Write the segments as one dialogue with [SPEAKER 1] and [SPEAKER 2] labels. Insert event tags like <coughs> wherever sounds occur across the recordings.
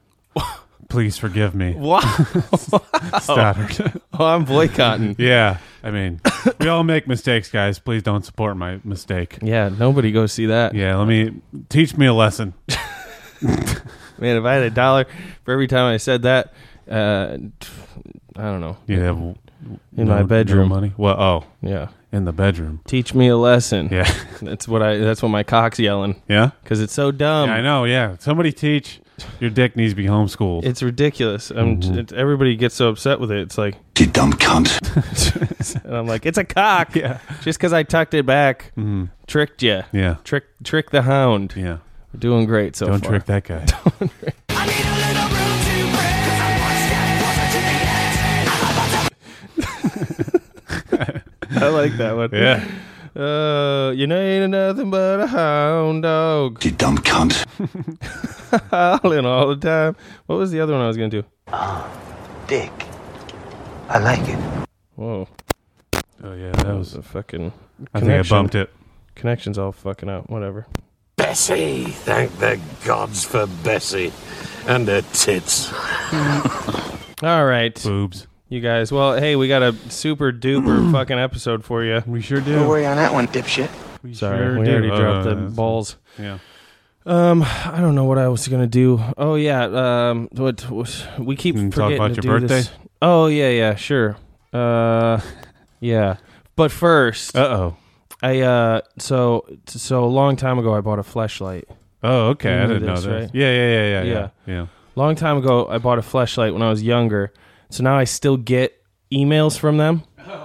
[SPEAKER 1] Please forgive me,
[SPEAKER 2] Wow, <laughs>
[SPEAKER 1] Stoddard.
[SPEAKER 2] Oh, I'm boycotting.
[SPEAKER 1] yeah, I mean, we all make mistakes, guys. Please don't support my mistake.
[SPEAKER 2] <laughs> yeah, nobody go see that.
[SPEAKER 1] Yeah, let me teach me a lesson.
[SPEAKER 2] Man, if I had a dollar for every time I said that, uh, I don't know.
[SPEAKER 1] You have in
[SPEAKER 2] In my bedroom.
[SPEAKER 1] money. Well, oh,
[SPEAKER 2] Yeah.
[SPEAKER 1] in the bedroom.
[SPEAKER 2] Teach me a lesson.
[SPEAKER 1] Yeah, <laughs>
[SPEAKER 2] That's what I. That's what my cock's yelling
[SPEAKER 1] yeah.
[SPEAKER 2] because it's so dumb.
[SPEAKER 1] I know. Yeah, somebody teach your dick needs to be homeschooled.
[SPEAKER 2] It's ridiculous. I'm.
[SPEAKER 1] Mm-hmm.
[SPEAKER 2] It, everybody gets so upset with it. It's like
[SPEAKER 3] You dumb cunt.
[SPEAKER 2] and I'm like, it's a cock.
[SPEAKER 1] <laughs> Yeah. Mm-hmm.
[SPEAKER 2] Just because I tucked it back, tricked you.
[SPEAKER 1] yeah,
[SPEAKER 2] Trick, trick the hound.
[SPEAKER 1] yeah.
[SPEAKER 2] We're doing great so
[SPEAKER 1] Don't
[SPEAKER 2] far.
[SPEAKER 1] trick that guy.
[SPEAKER 2] <laughs> I like that one.
[SPEAKER 1] <laughs> yeah,
[SPEAKER 2] Uh, you ain't nothing but a hound dog. <laughs>
[SPEAKER 3] You dumb cunt.
[SPEAKER 2] Howling all the time. What was the other one I was going to do?
[SPEAKER 4] Ah, dick. I like it.
[SPEAKER 2] Whoa.
[SPEAKER 1] oh yeah. That
[SPEAKER 2] That
[SPEAKER 1] was.
[SPEAKER 2] was a fucking.
[SPEAKER 1] I think I bumped it.
[SPEAKER 2] Connection's all fucking up. Whatever.
[SPEAKER 5] Bessie. Thank the gods for Bessie and her tits.
[SPEAKER 2] <laughs> All right,
[SPEAKER 1] Boobs.
[SPEAKER 2] you guys. Well, hey, we got a super
[SPEAKER 1] <clears throat>
[SPEAKER 2] duper fucking episode for you.
[SPEAKER 1] We sure
[SPEAKER 4] Don't
[SPEAKER 1] do.
[SPEAKER 4] worry on that one, dipshit.
[SPEAKER 1] We
[SPEAKER 2] Sorry,
[SPEAKER 1] sure
[SPEAKER 2] we
[SPEAKER 1] do.
[SPEAKER 2] already
[SPEAKER 1] Oh,
[SPEAKER 2] dropped
[SPEAKER 1] no,
[SPEAKER 2] the
[SPEAKER 1] that's-
[SPEAKER 2] balls.
[SPEAKER 1] Yeah.
[SPEAKER 2] Um, I don't know what I was gonna do. Oh yeah. Um, what, what we keep
[SPEAKER 1] Can you
[SPEAKER 2] forgetting
[SPEAKER 1] talk about
[SPEAKER 2] to
[SPEAKER 1] your
[SPEAKER 2] do
[SPEAKER 1] birthday?
[SPEAKER 2] this. Oh yeah, yeah, sure. Uh, yeah. But first,
[SPEAKER 1] Uh oh.
[SPEAKER 2] I uh, so so a long time ago, I bought a flashlight.
[SPEAKER 1] Oh, okay.
[SPEAKER 2] You
[SPEAKER 1] I
[SPEAKER 2] knew
[SPEAKER 1] didn't know
[SPEAKER 2] this,
[SPEAKER 1] that.
[SPEAKER 2] right?
[SPEAKER 1] Yeah, yeah, yeah, yeah,
[SPEAKER 2] Yeah.
[SPEAKER 1] yeah, yeah.
[SPEAKER 2] Long time ago, I bought a flashlight when I was younger. So now I still get emails from them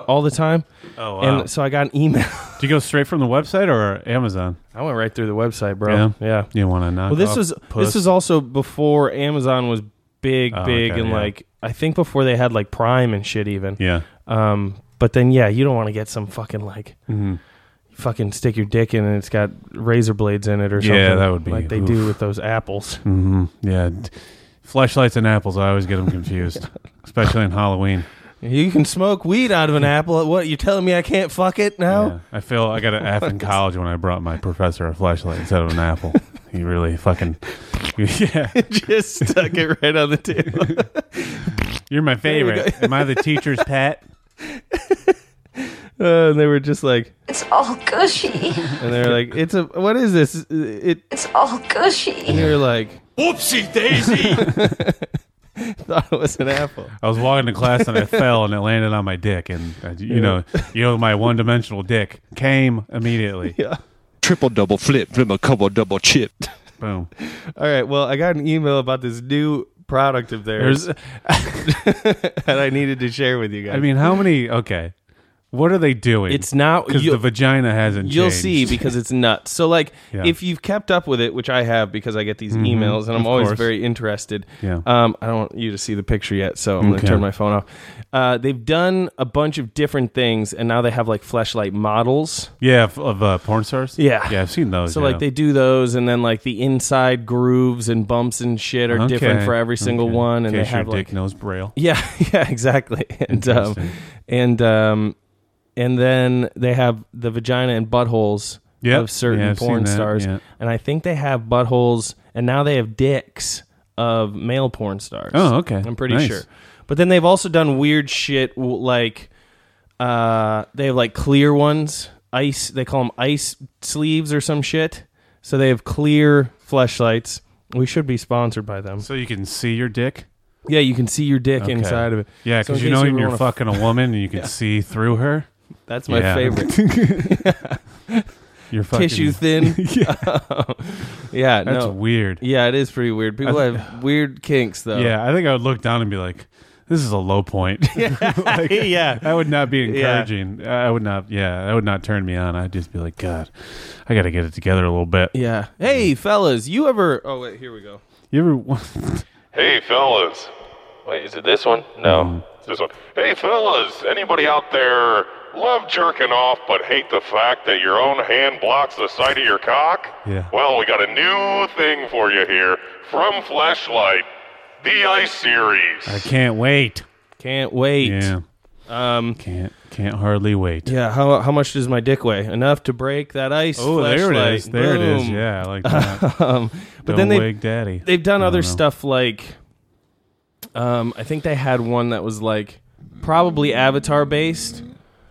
[SPEAKER 2] all the time.
[SPEAKER 1] Oh wow.
[SPEAKER 2] And so I got
[SPEAKER 1] <laughs>
[SPEAKER 2] an email.
[SPEAKER 1] Do you go straight from the website or Amazon?
[SPEAKER 2] I went right through the website, bro. Yeah.
[SPEAKER 1] You want to knock?
[SPEAKER 2] Well, this
[SPEAKER 1] off,
[SPEAKER 2] was
[SPEAKER 1] puss?
[SPEAKER 2] this was also before Amazon was big,
[SPEAKER 1] Oh,
[SPEAKER 2] big,
[SPEAKER 1] okay,
[SPEAKER 2] and
[SPEAKER 1] yeah.
[SPEAKER 2] like I think before they had like Prime and shit even.
[SPEAKER 1] yeah.
[SPEAKER 2] Um, but then yeah, you don't want to get some fucking like fucking stick your dick in and it's got razor blades in it or something.
[SPEAKER 1] Yeah, that would be-
[SPEAKER 2] like they do with
[SPEAKER 1] <laughs>
[SPEAKER 2] those apples.
[SPEAKER 1] hmm Yeah. D- Flashlights and apples. I always get them
[SPEAKER 2] <laughs>
[SPEAKER 1] confused, especially on Halloween.
[SPEAKER 2] you can smoke weed out of an apple. What you telling me? I can't fuck it now?
[SPEAKER 1] Yeah. I feel I got an F
[SPEAKER 2] <laughs>
[SPEAKER 1] in college when I brought my professor a flashlight instead of an apple. he really fucking. <laughs> Yeah,
[SPEAKER 2] <laughs> Just stuck it right on the table.
[SPEAKER 1] you're my favorite. Am I the teacher's pet?
[SPEAKER 2] <laughs> Uh, and they were just like,
[SPEAKER 6] It's all gushy.
[SPEAKER 2] and they were like, it's a what is this? It.
[SPEAKER 6] It's all gushy.
[SPEAKER 2] And you were like,
[SPEAKER 7] Whoopsie daisy!
[SPEAKER 2] <laughs> thought it was an <laughs> apple.
[SPEAKER 1] I was walking to class
[SPEAKER 2] <laughs>
[SPEAKER 1] and I fell and it landed on my dick and uh, you know, you know, my one dimensional dick came immediately.
[SPEAKER 8] Triple double flip, triple couple double chip.
[SPEAKER 1] Boom.
[SPEAKER 2] All right. Well, I got an email about this new product of theirs
[SPEAKER 1] There's
[SPEAKER 2] <laughs> that I needed to share with you guys.
[SPEAKER 1] I mean, how many? Okay, what are they doing?
[SPEAKER 2] it's not
[SPEAKER 1] because
[SPEAKER 2] you,
[SPEAKER 1] the vagina hasn't.
[SPEAKER 2] you'll
[SPEAKER 1] changed.
[SPEAKER 2] see because it's nuts. So, like,
[SPEAKER 1] Yeah. Mm-hmm.
[SPEAKER 2] if you've kept up with it, which I have because I get these emails and I'm
[SPEAKER 1] of
[SPEAKER 2] always
[SPEAKER 1] course.
[SPEAKER 2] very interested.
[SPEAKER 1] Yeah.
[SPEAKER 2] Um, I don't want you to see the picture yet, so I'm gonna
[SPEAKER 1] Okay.
[SPEAKER 2] turn my phone off. Uh, they've done a bunch of different things, and now they have like flashlight models.
[SPEAKER 1] yeah of, of uh, porn stars.
[SPEAKER 2] Yeah.
[SPEAKER 1] yeah, I've seen those.
[SPEAKER 2] So
[SPEAKER 1] yeah.
[SPEAKER 2] like they do those, and then like the inside grooves and bumps and shit are different
[SPEAKER 1] Okay,
[SPEAKER 2] for every single
[SPEAKER 1] okay.
[SPEAKER 2] one,
[SPEAKER 1] In
[SPEAKER 2] and they
[SPEAKER 1] case your
[SPEAKER 2] have like
[SPEAKER 1] dick knows braille.
[SPEAKER 2] Yeah, yeah, exactly. <laughs> And um,
[SPEAKER 1] Interesting.
[SPEAKER 2] and um, and then they have the vagina and buttholes
[SPEAKER 1] Yep.
[SPEAKER 2] of certain
[SPEAKER 1] Yeah, I've seen
[SPEAKER 2] porn
[SPEAKER 1] that,
[SPEAKER 2] stars,
[SPEAKER 1] yeah.
[SPEAKER 2] and I think they have buttholes, and now they have dicks of male porn stars.
[SPEAKER 1] Oh, okay.
[SPEAKER 2] <laughs> I'm pretty
[SPEAKER 1] Nice.
[SPEAKER 2] sure. But then they've also done weird shit w- like uh, they have like clear ones, ice. They call them ice sleeves or some shit. So they have clear flashlights. We should be sponsored by them.
[SPEAKER 1] So you can see your dick.
[SPEAKER 2] Yeah, you can see your dick
[SPEAKER 1] Okay.
[SPEAKER 2] inside of it.
[SPEAKER 1] Yeah,
[SPEAKER 2] So
[SPEAKER 1] because
[SPEAKER 2] in
[SPEAKER 1] you
[SPEAKER 2] case
[SPEAKER 1] know
[SPEAKER 2] you
[SPEAKER 1] when you're
[SPEAKER 2] wanna-
[SPEAKER 1] fucking a woman and you
[SPEAKER 2] <laughs>
[SPEAKER 1] can see through her.
[SPEAKER 2] That's my
[SPEAKER 1] Yeah. <laughs>
[SPEAKER 2] favorite.
[SPEAKER 1] You're fucking
[SPEAKER 2] Tissue thin.
[SPEAKER 1] <laughs>
[SPEAKER 2] yeah. <laughs>
[SPEAKER 1] That's
[SPEAKER 2] no.
[SPEAKER 1] weird.
[SPEAKER 2] Yeah, it is pretty weird. People have weird kinks though.
[SPEAKER 1] Yeah, I think I would look down and be like, "This is a low point." <laughs>
[SPEAKER 2] <laughs>
[SPEAKER 1] Like,
[SPEAKER 2] Yeah.
[SPEAKER 1] I would not be encouraging. I would not. Yeah, that would not turn me on. I'd just be like, "God, I got to get it together a little bit."
[SPEAKER 2] Yeah. Hey, fellas, you ever Oh wait, here we go.
[SPEAKER 1] You <laughs> ever?
[SPEAKER 9] Hey, fellas.
[SPEAKER 2] Wait, is it this one?
[SPEAKER 1] Mm,
[SPEAKER 2] No.
[SPEAKER 9] This one. Hey, fellas. Anybody out there love jerking off but hate the fact that your own hand blocks the sight of your cock?
[SPEAKER 1] Yeah.
[SPEAKER 9] Well, we got a new thing for you here from Fleshlight, the Ice Series.
[SPEAKER 1] I can't wait.
[SPEAKER 2] Can't wait.
[SPEAKER 1] Yeah,
[SPEAKER 2] Um
[SPEAKER 1] can't can't hardly wait.
[SPEAKER 2] yeah, how how much does my dick weigh? Enough to break that ice.
[SPEAKER 1] Oh, there it is.
[SPEAKER 2] fleshlight.
[SPEAKER 1] There it is.
[SPEAKER 2] Boom. Um,
[SPEAKER 1] Yeah, I like
[SPEAKER 2] <laughs>
[SPEAKER 1] that.
[SPEAKER 2] But
[SPEAKER 1] Don't
[SPEAKER 2] then they
[SPEAKER 1] wake daddy.
[SPEAKER 2] they've done
[SPEAKER 1] I
[SPEAKER 2] other
[SPEAKER 1] don't know.
[SPEAKER 2] stuff like um i think they had one that was like probably avatar based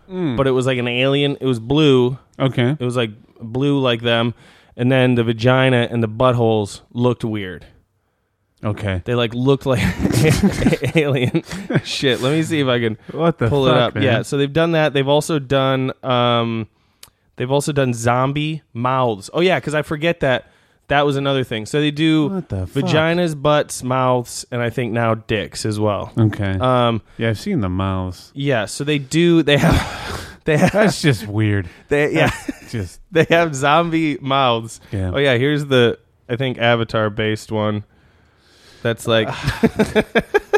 [SPEAKER 1] Hmm.
[SPEAKER 2] but it was like an alien it was blue
[SPEAKER 1] Okay.
[SPEAKER 2] it was like blue like them and then the vagina and the buttholes looked weird
[SPEAKER 1] Okay.
[SPEAKER 2] they like looked like <laughs> alien <laughs> shit let me see if i can
[SPEAKER 1] What the
[SPEAKER 2] pull it
[SPEAKER 1] fuck,
[SPEAKER 2] up
[SPEAKER 1] man?
[SPEAKER 2] yeah so they've done that they've also done um they've also done zombie mouths oh yeah because i forget that that was another thing so they do
[SPEAKER 1] What the fuck?
[SPEAKER 2] vaginas butts mouths and i think now dicks as well
[SPEAKER 1] Okay.
[SPEAKER 2] um
[SPEAKER 1] yeah, I've seen the mouths.
[SPEAKER 2] yeah so they do they have <laughs> they have
[SPEAKER 1] That's just weird.
[SPEAKER 2] <laughs>
[SPEAKER 1] <laughs>
[SPEAKER 2] they, yeah
[SPEAKER 1] Just
[SPEAKER 2] <laughs> they have zombie mouths
[SPEAKER 1] Yeah.
[SPEAKER 2] oh yeah here's the i think avatar based one
[SPEAKER 1] <laughs>
[SPEAKER 2] that's like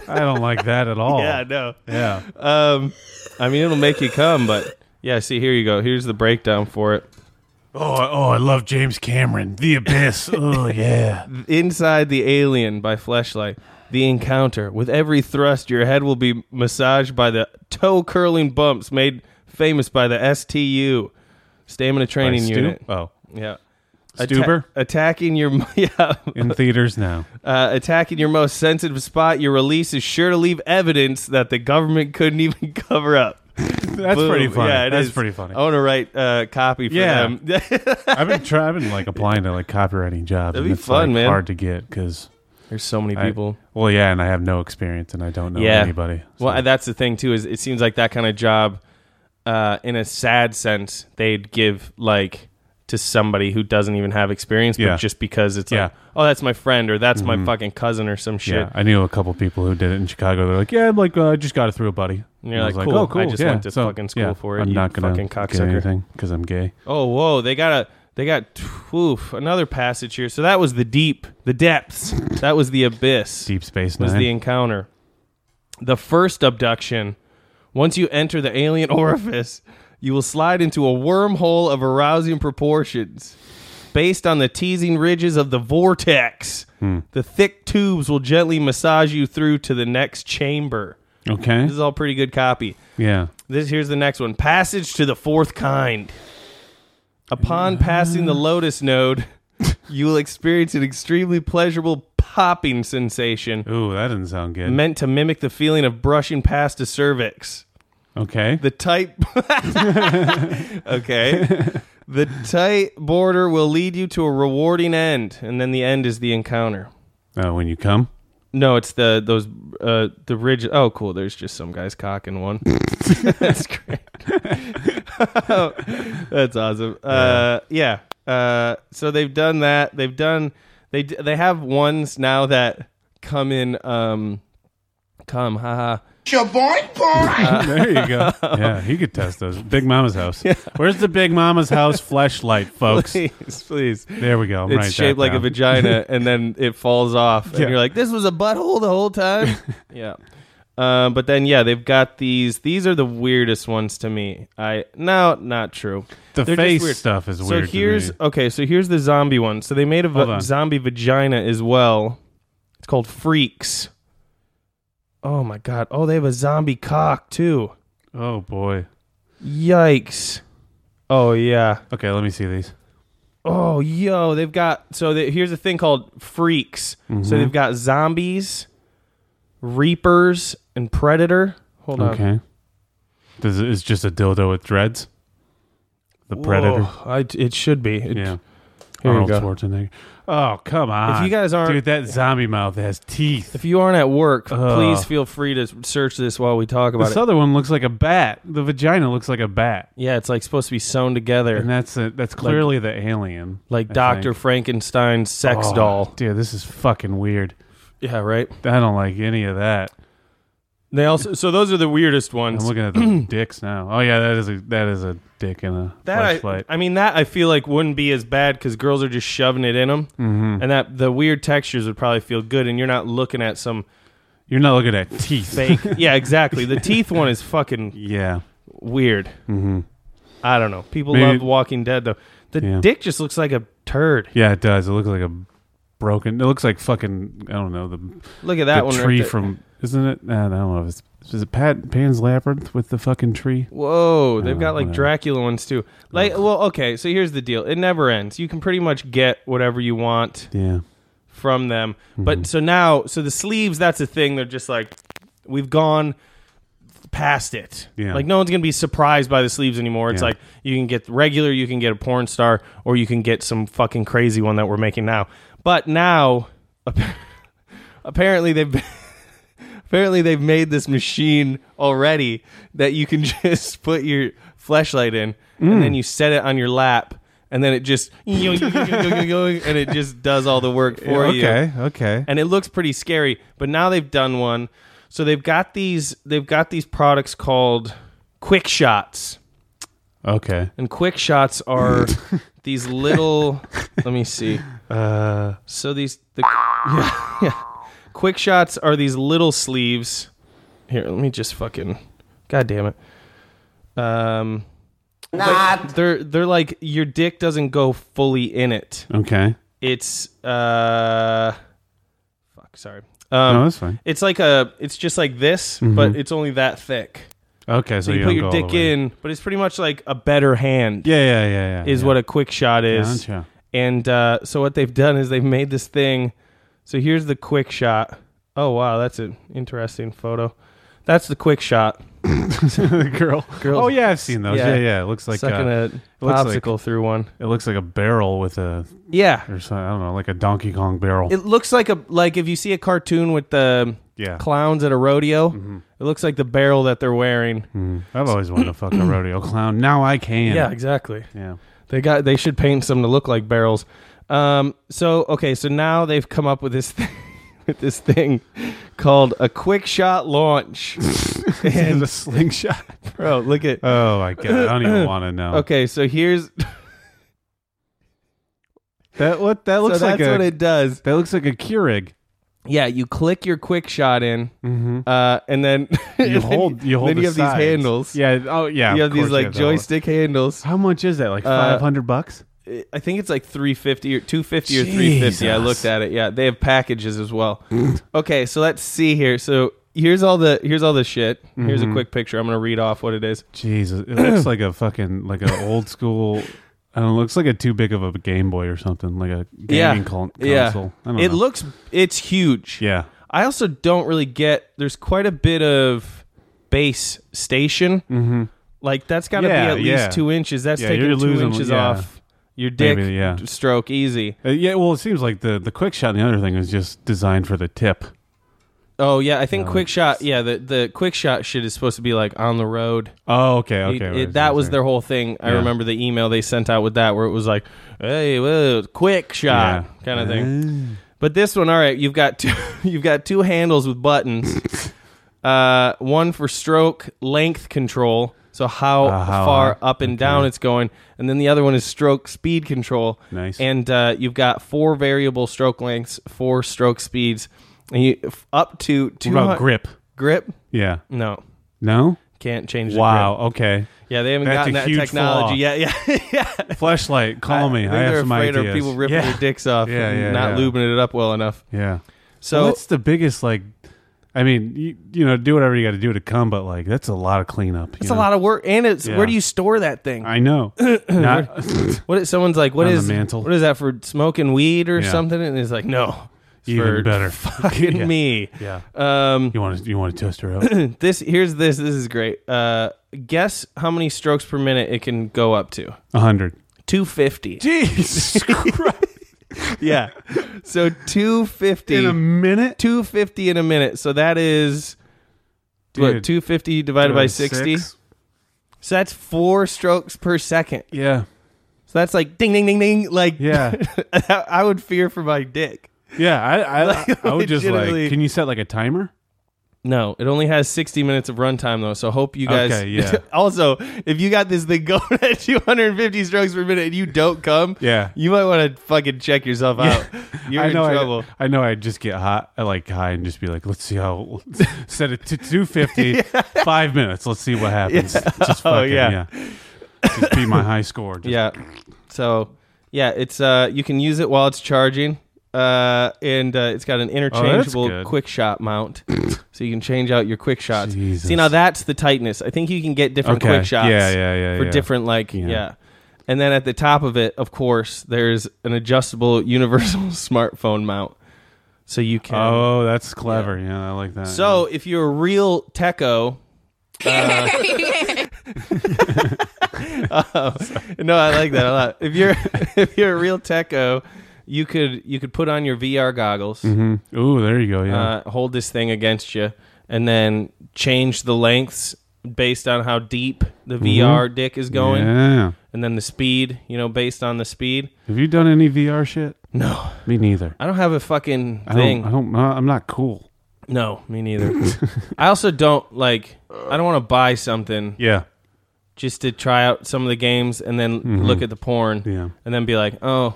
[SPEAKER 1] I don't like that
[SPEAKER 2] <laughs>
[SPEAKER 1] at all.
[SPEAKER 2] yeah no
[SPEAKER 1] Yeah.
[SPEAKER 2] um i mean it'll make you come but yeah see here you go here's the breakdown for it
[SPEAKER 1] Oh, I- oh, I love James Cameron. The Abyss.
[SPEAKER 2] <laughs>
[SPEAKER 1] Oh, yeah.
[SPEAKER 2] Inside the Alien by Fleshlight. The encounter. With every thrust, your head will be massaged by the toe curling bumps made famous by the STU, stamina training
[SPEAKER 1] Stu-
[SPEAKER 2] unit.
[SPEAKER 1] Oh,
[SPEAKER 2] Yeah.
[SPEAKER 1] Stuber?
[SPEAKER 2] attacking your <laughs> yeah,
[SPEAKER 1] in theaters
[SPEAKER 2] <laughs>
[SPEAKER 1] now.
[SPEAKER 2] uh, attacking your most sensitive spot. Your release is sure to leave evidence that the government couldn't <laughs> even cover up.
[SPEAKER 1] That's
[SPEAKER 2] Boom.
[SPEAKER 1] pretty funny.
[SPEAKER 2] Yeah, it
[SPEAKER 1] That's
[SPEAKER 2] is.
[SPEAKER 1] pretty funny.
[SPEAKER 2] I want to write uh, copy for
[SPEAKER 1] Yeah.
[SPEAKER 2] them. <laughs>
[SPEAKER 1] I've been try- I've been like applying to like copywriting jobs.
[SPEAKER 2] That'd
[SPEAKER 1] and
[SPEAKER 2] be
[SPEAKER 1] it's,
[SPEAKER 2] fun,
[SPEAKER 1] like,
[SPEAKER 2] man.
[SPEAKER 1] Hard to get because
[SPEAKER 2] There's so many people.
[SPEAKER 1] well, yeah, and I have no experience and I don't know
[SPEAKER 2] yeah.
[SPEAKER 1] anybody.
[SPEAKER 2] Well, and that's the thing too. Is it seems like that kind of job, uh, in a sad sense, they'd give like to somebody who doesn't even have experience, but
[SPEAKER 1] Yeah.
[SPEAKER 2] just because it's
[SPEAKER 1] Yeah.
[SPEAKER 2] like, oh, that's my friend or that's my
[SPEAKER 1] Mhm.
[SPEAKER 2] fucking cousin or some shit.
[SPEAKER 1] Yeah, I knew a couple people who did it in Chicago. They're like, yeah, I'm like uh, I just got it through a buddy.
[SPEAKER 2] And you're
[SPEAKER 1] I
[SPEAKER 2] like,
[SPEAKER 1] was
[SPEAKER 2] cool.
[SPEAKER 1] oh, cool.
[SPEAKER 2] I just
[SPEAKER 1] yeah.
[SPEAKER 2] went to
[SPEAKER 1] So,
[SPEAKER 2] fucking school
[SPEAKER 1] yeah,
[SPEAKER 2] for it.
[SPEAKER 1] I'm
[SPEAKER 2] you
[SPEAKER 1] not gonna
[SPEAKER 2] fucking
[SPEAKER 1] get
[SPEAKER 2] cocksucker.
[SPEAKER 1] anything because I'm gay.
[SPEAKER 2] Oh, whoa! They got a they got oof, another passage here. So that was the deep, the depths. That was the abyss.
[SPEAKER 1] Deep Space
[SPEAKER 2] was
[SPEAKER 1] Nine.
[SPEAKER 2] the encounter. The first abduction. Once you enter the alien <laughs> orifice, you will slide into a wormhole of arousing proportions. Based on the teasing ridges of the vortex,
[SPEAKER 1] Hmm.
[SPEAKER 2] the thick tubes will gently massage you through to the next chamber.
[SPEAKER 1] Okay.
[SPEAKER 2] This is all pretty good copy.
[SPEAKER 1] Yeah.
[SPEAKER 2] This here's the next one. Passage to the fourth kind. Upon passing the lotus node, you will experience an extremely pleasurable popping sensation.
[SPEAKER 1] Ooh, that doesn't sound good.
[SPEAKER 2] Meant to mimic the feeling of brushing past a cervix.
[SPEAKER 1] Okay.
[SPEAKER 2] The tight <laughs> Okay. The tight border will lead you to a rewarding end, and then the end is the encounter.
[SPEAKER 1] Uh, when you come,
[SPEAKER 2] No, it's the those uh the ridge. Oh, cool. There's just some guy's cock in one. That's great. <laughs> That's awesome. Uh, yeah. Uh, so they've done that. They've done. They d- they have ones now that come in. Um, come, haha.
[SPEAKER 7] Your boy,
[SPEAKER 1] there you
[SPEAKER 2] <laughs>
[SPEAKER 1] go. Yeah, he could test those. Big Mama's house. Where's the Big Mama's house flashlight, folks?
[SPEAKER 2] <laughs> Please, please.
[SPEAKER 1] There we go. I'm writing
[SPEAKER 2] it's
[SPEAKER 1] that
[SPEAKER 2] shaped like a
[SPEAKER 1] down. <laughs>
[SPEAKER 2] vagina, and then it falls off,
[SPEAKER 1] Yeah.
[SPEAKER 2] and you're like, "This was a butthole the whole
[SPEAKER 1] <laughs>
[SPEAKER 2] time." yeah. Um, but then, yeah, they've got these. These are the weirdest ones to me. I no, not true.
[SPEAKER 1] The
[SPEAKER 2] just
[SPEAKER 1] face stuff is weird
[SPEAKER 2] So
[SPEAKER 1] to
[SPEAKER 2] here's
[SPEAKER 1] me.
[SPEAKER 2] okay. So here's the zombie one. So they made a
[SPEAKER 1] Hold
[SPEAKER 2] va-
[SPEAKER 1] on.
[SPEAKER 2] zombie vagina as well. It's called Freaks. Oh my god! Oh, they have a zombie cock too.
[SPEAKER 1] Oh boy.
[SPEAKER 2] Yikes! Oh yeah.
[SPEAKER 1] Okay, let me see these.
[SPEAKER 2] Oh, yo, they've got so they, here's a thing called freaks.
[SPEAKER 1] Mm-hmm.
[SPEAKER 2] So they've got zombies, reapers, and predator. Hold on.
[SPEAKER 1] Okay. Does it, it's just a dildo with dreads? The predator.
[SPEAKER 2] Whoa, I, it should be. It-
[SPEAKER 1] Yeah.
[SPEAKER 2] Here
[SPEAKER 1] Arnold
[SPEAKER 2] you go.
[SPEAKER 1] Schwarzenegger. Oh come on!
[SPEAKER 2] you guys aren't-
[SPEAKER 1] dude, that zombie mouth has teeth.
[SPEAKER 2] If you aren't at work,
[SPEAKER 1] Ugh.
[SPEAKER 2] please feel free to search this while we talk about
[SPEAKER 1] This
[SPEAKER 2] it.
[SPEAKER 1] other one looks like a bat. The vagina looks like a bat,
[SPEAKER 2] Yeah, it's like supposed to be sewn together,
[SPEAKER 1] and that's a, that's clearly the alien,
[SPEAKER 2] like
[SPEAKER 1] I
[SPEAKER 2] Doctor
[SPEAKER 1] think.
[SPEAKER 2] Frankenstein's sex
[SPEAKER 1] Oh,
[SPEAKER 2] doll.
[SPEAKER 1] Dude, this is fucking weird.
[SPEAKER 2] Yeah, right.
[SPEAKER 1] I don't like any of that.
[SPEAKER 2] They also so those are the weirdest ones.
[SPEAKER 1] I'm looking at
[SPEAKER 2] <clears throat>
[SPEAKER 1] the dicks now. Oh yeah, that is a that is a dick in a
[SPEAKER 2] That I,
[SPEAKER 1] flashlight.
[SPEAKER 2] I mean, that I feel like wouldn't be as bad because girls are just shoving it in them, mm-hmm. and that the weird textures would probably feel good, and you're not looking at some
[SPEAKER 1] You're not looking at teeth. <laughs>
[SPEAKER 2] fake. yeah, exactly. The teeth one is fucking
[SPEAKER 1] yeah.
[SPEAKER 2] weird. Mm-hmm. I don't know. People
[SPEAKER 1] Maybe-
[SPEAKER 2] love Walking Dead though. The
[SPEAKER 1] Yeah.
[SPEAKER 2] dick just looks like a turd.
[SPEAKER 1] Yeah, it does. It looks like a broken. It looks like fucking. I don't know the,
[SPEAKER 2] Look at that
[SPEAKER 1] the
[SPEAKER 2] one. right
[SPEAKER 1] tree
[SPEAKER 2] there.
[SPEAKER 1] from. Isn't it? I don't know. If it's, is it Pat Pan's Labyrinth with the fucking tree?
[SPEAKER 2] Whoa, they've
[SPEAKER 1] Uh,
[SPEAKER 2] got like
[SPEAKER 1] whatever.
[SPEAKER 2] Dracula ones too. Like, well, okay. So here's the deal. It never ends. You can pretty much get whatever you want.
[SPEAKER 1] Yeah.
[SPEAKER 2] from them.
[SPEAKER 1] Mm-hmm.
[SPEAKER 2] But so now, so the sleeves, that's a thing. They're just like, we've gone past it.
[SPEAKER 1] Yeah.
[SPEAKER 2] Like, no one's going to be surprised by the sleeves anymore. It's
[SPEAKER 1] Yeah.
[SPEAKER 2] like, you can get regular, you can get a porn star, or you can get some fucking crazy one that we're making now. But now, appa- <laughs> apparently, they've. <laughs> Apparently they've made this machine already that you can <laughs> just put your flashlight in and
[SPEAKER 1] Mm.
[SPEAKER 2] then you set it on your lap and then it just <laughs> and it just does all the work for you
[SPEAKER 1] okay. Okay.
[SPEAKER 2] and it looks pretty scary. But now they've done one, so they've got these they've got these products called quick shots,
[SPEAKER 1] Okay.
[SPEAKER 2] and quick shots <laughs> are these little. let me see. Uh, so these the yeah, <laughs> yeah. quick shots are these little sleeves. Here, let me just fucking. God damn it. Um. Not. They're they're like your dick doesn't go fully in it
[SPEAKER 1] Okay.
[SPEAKER 2] it's uh fuck sorry um
[SPEAKER 1] No, that's fine.
[SPEAKER 2] it's like a it's just like this
[SPEAKER 1] Mm-hmm.
[SPEAKER 2] but it's only that thick
[SPEAKER 1] Okay. So,
[SPEAKER 2] so you,
[SPEAKER 1] you
[SPEAKER 2] put
[SPEAKER 1] don't
[SPEAKER 2] your
[SPEAKER 1] go all
[SPEAKER 2] dick
[SPEAKER 1] the way.
[SPEAKER 2] in but it's pretty much like a better hand
[SPEAKER 1] Yeah. Yeah. Yeah. Yeah.
[SPEAKER 2] is
[SPEAKER 1] yeah.
[SPEAKER 2] what a quick shot is
[SPEAKER 1] Gotcha.
[SPEAKER 2] and uh so what they've done is they've made this thing so here's the quick shot oh wow that's an interesting photo that's the quick shot
[SPEAKER 1] <laughs> the girl.
[SPEAKER 2] Girls-
[SPEAKER 1] Oh yeah, I've seen those. Yeah, yeah. It looks like
[SPEAKER 2] sucking
[SPEAKER 1] uh,
[SPEAKER 2] a
[SPEAKER 1] it looks like-
[SPEAKER 2] popsicle through one.
[SPEAKER 1] It looks like a barrel with a
[SPEAKER 2] Yeah.
[SPEAKER 1] or something. I don't know, like a Donkey Kong barrel.
[SPEAKER 2] It looks like a like if you see a cartoon with the
[SPEAKER 1] Yeah. Mm-hmm.
[SPEAKER 2] clowns at a rodeo, it looks like the barrel that they're wearing.
[SPEAKER 1] Mm. I've always wanted to
[SPEAKER 2] <clears throat>
[SPEAKER 1] fuck a rodeo clown. Now I can.
[SPEAKER 2] Yeah, exactly.
[SPEAKER 1] Yeah.
[SPEAKER 2] They got they should paint some to look like barrels. Um so okay, so now they've come up with this <laughs> thing with this thing called a quick shot launch. <laughs>
[SPEAKER 1] <laughs> and a slingshot.
[SPEAKER 2] Bro, look at
[SPEAKER 1] Oh my god, I don't <laughs> even want to know.
[SPEAKER 2] Okay, so
[SPEAKER 1] <laughs>
[SPEAKER 2] here's
[SPEAKER 1] That what that looks
[SPEAKER 2] so
[SPEAKER 1] like
[SPEAKER 2] that's
[SPEAKER 1] a
[SPEAKER 2] what it does.
[SPEAKER 1] that looks like a <laughs> Keurig.
[SPEAKER 2] Yeah, you click your quick shot in, uh, and then <laughs> and
[SPEAKER 1] Mm-hmm. You
[SPEAKER 2] then
[SPEAKER 1] hold you hold
[SPEAKER 2] Then
[SPEAKER 1] the
[SPEAKER 2] you have
[SPEAKER 1] sides.
[SPEAKER 2] these handles.
[SPEAKER 1] Yeah. Oh yeah.
[SPEAKER 2] you
[SPEAKER 1] of
[SPEAKER 2] have these
[SPEAKER 1] course that
[SPEAKER 2] like
[SPEAKER 1] one.
[SPEAKER 2] joystick handles.
[SPEAKER 1] How much is that? Like
[SPEAKER 2] Uh,
[SPEAKER 1] five hundred bucks?
[SPEAKER 2] I think it's like 350 or 250 or 350. I
[SPEAKER 1] Jesus.
[SPEAKER 2] looked at it. Yeah, they have packages as well. okay, so let's see here. So here's all the here's all the shit. Here's
[SPEAKER 1] Mm-hmm.
[SPEAKER 2] a quick picture. I'm going to read off what it is.
[SPEAKER 1] Jesus. <clears throat> It looks like a fucking like an old school I don't know, it looks like a too big of a Game Boy or something, like a gaming
[SPEAKER 2] yeah.
[SPEAKER 1] con-
[SPEAKER 2] yeah.
[SPEAKER 1] console. I don't
[SPEAKER 2] It
[SPEAKER 1] know.
[SPEAKER 2] looks it's huge.
[SPEAKER 1] Yeah.
[SPEAKER 2] I also don't really get there's quite a bit of base station. Mm-hmm. Like that's got to
[SPEAKER 1] Yeah,
[SPEAKER 2] be at
[SPEAKER 1] yeah.
[SPEAKER 2] least 2 inches. That's
[SPEAKER 1] Yeah,
[SPEAKER 2] taking
[SPEAKER 1] you're
[SPEAKER 2] 2
[SPEAKER 1] losing-
[SPEAKER 2] inches
[SPEAKER 1] yeah.
[SPEAKER 2] off your dick
[SPEAKER 1] Maybe, yeah.
[SPEAKER 2] stroke easy.
[SPEAKER 1] Uh, yeah, well, it seems like the the quick shot and the other thing is just designed for the tip.
[SPEAKER 2] Oh yeah, I think
[SPEAKER 1] Yeah,
[SPEAKER 2] quick
[SPEAKER 1] like-
[SPEAKER 2] shot. Yeah, the the quick shot shit is supposed to be like on the road.
[SPEAKER 1] Oh, okay, okay.
[SPEAKER 2] It-
[SPEAKER 1] right,
[SPEAKER 2] it-
[SPEAKER 1] right,
[SPEAKER 2] that was
[SPEAKER 1] right.
[SPEAKER 2] their whole thing. I
[SPEAKER 1] Yeah.
[SPEAKER 2] remember the email they sent out with that, where it was like, "Hey, whoa, quick shot,"
[SPEAKER 1] Yeah. Uh-huh.
[SPEAKER 2] kind of thing. But this one, all right, you've got two, <laughs> you've got two handles
[SPEAKER 1] <laughs>
[SPEAKER 2] with buttons, uh, one for stroke length control, so how,
[SPEAKER 1] Uh, how
[SPEAKER 2] far
[SPEAKER 1] high?
[SPEAKER 2] up and down it's going, and then the other one is stroke speed control.
[SPEAKER 1] Nice.
[SPEAKER 2] And uh, you've got four variable stroke lengths, four stroke speeds, and you f- up to two
[SPEAKER 1] What about grip?
[SPEAKER 2] Grip?
[SPEAKER 1] Yeah.
[SPEAKER 2] No,
[SPEAKER 1] No.
[SPEAKER 2] can't change. The grip.
[SPEAKER 1] Wow. Okay.
[SPEAKER 2] Yeah, they haven't
[SPEAKER 1] That's
[SPEAKER 2] gotten
[SPEAKER 1] a
[SPEAKER 2] that
[SPEAKER 1] huge
[SPEAKER 2] technology
[SPEAKER 1] flaw.
[SPEAKER 2] yet. <laughs> Yeah, yeah.
[SPEAKER 1] Flashlight. Call me.
[SPEAKER 2] think
[SPEAKER 1] I have
[SPEAKER 2] they're
[SPEAKER 1] some
[SPEAKER 2] afraid
[SPEAKER 1] ideas.
[SPEAKER 2] of people ripping
[SPEAKER 1] yeah.
[SPEAKER 2] their dicks off,
[SPEAKER 1] Yeah,
[SPEAKER 2] and
[SPEAKER 1] yeah,
[SPEAKER 2] not
[SPEAKER 1] yeah.
[SPEAKER 2] lubing it up well enough.
[SPEAKER 1] Yeah.
[SPEAKER 2] So
[SPEAKER 1] well, that's the biggest like. I mean, you, you know, do whatever you got to do to come, but like that's a lot of cleanup.
[SPEAKER 2] it's a lot of work, and it's
[SPEAKER 1] Yeah.
[SPEAKER 2] where do you store that thing?
[SPEAKER 1] I <coughs> know. Not, <coughs>
[SPEAKER 2] What if someone's like, what
[SPEAKER 1] On the
[SPEAKER 2] is
[SPEAKER 1] mantle.
[SPEAKER 2] what is that for smoking weed or
[SPEAKER 1] Yeah.
[SPEAKER 2] something? And it's like, no, it's
[SPEAKER 1] Even
[SPEAKER 2] for
[SPEAKER 1] better. <laughs>
[SPEAKER 2] <laughs> fucking
[SPEAKER 1] Yeah.
[SPEAKER 2] me.
[SPEAKER 1] yeah.
[SPEAKER 2] Um,
[SPEAKER 1] You want to you want to test her <coughs> out?
[SPEAKER 2] this here's this. This is great. Uh, guess how many strokes per minute it can go up to?
[SPEAKER 1] A hundred.
[SPEAKER 2] Two fifty.
[SPEAKER 1] Jesus <laughs> Christ!
[SPEAKER 2] Yeah. so two fifty
[SPEAKER 1] In a minute,
[SPEAKER 2] two fifty in a minute. So that is what
[SPEAKER 1] Dude.
[SPEAKER 2] two fifty divided by sixty.
[SPEAKER 1] Six?
[SPEAKER 2] So that's four strokes per second.
[SPEAKER 1] Yeah.
[SPEAKER 2] So that's like ding ding ding ding. Like <laughs>
[SPEAKER 1] Yeah.
[SPEAKER 2] I would fear for my dick.
[SPEAKER 1] Yeah. I I, I would just <laughs>
[SPEAKER 2] legitimately-
[SPEAKER 1] like. Can you set like a timer?
[SPEAKER 2] No, it only has sixty minutes of runtime though. So hope you guys.
[SPEAKER 1] Okay, yeah.
[SPEAKER 2] <laughs> also, if you got this thing <laughs> going at two hundred and fifty strokes per minute and you don't come,
[SPEAKER 1] Yeah.
[SPEAKER 2] you might want to fucking check yourself out.
[SPEAKER 1] <laughs>
[SPEAKER 2] You're
[SPEAKER 1] I know
[SPEAKER 2] in
[SPEAKER 1] I'd-
[SPEAKER 2] trouble.
[SPEAKER 1] I, know. I'd just get hot, I like high, and just be like, "Let's see how." <laughs> set it to two
[SPEAKER 2] <laughs>
[SPEAKER 1] fifty, five minutes. Let's see what happens. Just fucking,
[SPEAKER 2] Oh, yeah.
[SPEAKER 1] yeah. Just be my high score. Just-
[SPEAKER 2] <laughs> Yeah. So yeah, it's uh you can use it while it's charging. Uh and uh, it's got an interchangeable
[SPEAKER 1] Oh, good.
[SPEAKER 2] quick shot
[SPEAKER 1] <coughs>
[SPEAKER 2] mount, so you can change out your quick shots.
[SPEAKER 1] Jesus.
[SPEAKER 2] See now that's the tightness. I think you can get different
[SPEAKER 1] Okay.
[SPEAKER 2] quick shots.
[SPEAKER 1] Yeah, yeah, yeah,
[SPEAKER 2] For
[SPEAKER 1] yeah.
[SPEAKER 2] different like yeah.
[SPEAKER 1] Yeah.
[SPEAKER 2] And then at the top of it, of course, there's an adjustable universal <laughs> smartphone mount, so you can.
[SPEAKER 1] Oh, that's clever. Yeah, I like that.
[SPEAKER 2] so if you're a real techo, uh, <laughs> uh, no, I like that a lot. If you're <laughs> if you're a real techo, you could you could put on your VR goggles,
[SPEAKER 1] Yeah. Ooh, there you go. Yeah.
[SPEAKER 2] uh, hold this thing against you, and then change the lengths based on how deep the VR dick is going,
[SPEAKER 1] Mm-hmm. Yeah.
[SPEAKER 2] and then the speed, you know, based on the speed.
[SPEAKER 1] Have you done any VR shit?
[SPEAKER 2] No,
[SPEAKER 1] Me neither.
[SPEAKER 2] I don't have a fucking
[SPEAKER 1] I
[SPEAKER 2] thing.
[SPEAKER 1] don't. I don't. uh, I'm not cool.
[SPEAKER 2] No, me neither. <laughs> I also don't like. I don't want to buy something
[SPEAKER 1] Yeah.
[SPEAKER 2] just to try out some of the games and then look at the porn,
[SPEAKER 1] Mm-hmm. Yeah.
[SPEAKER 2] and then be like, oh,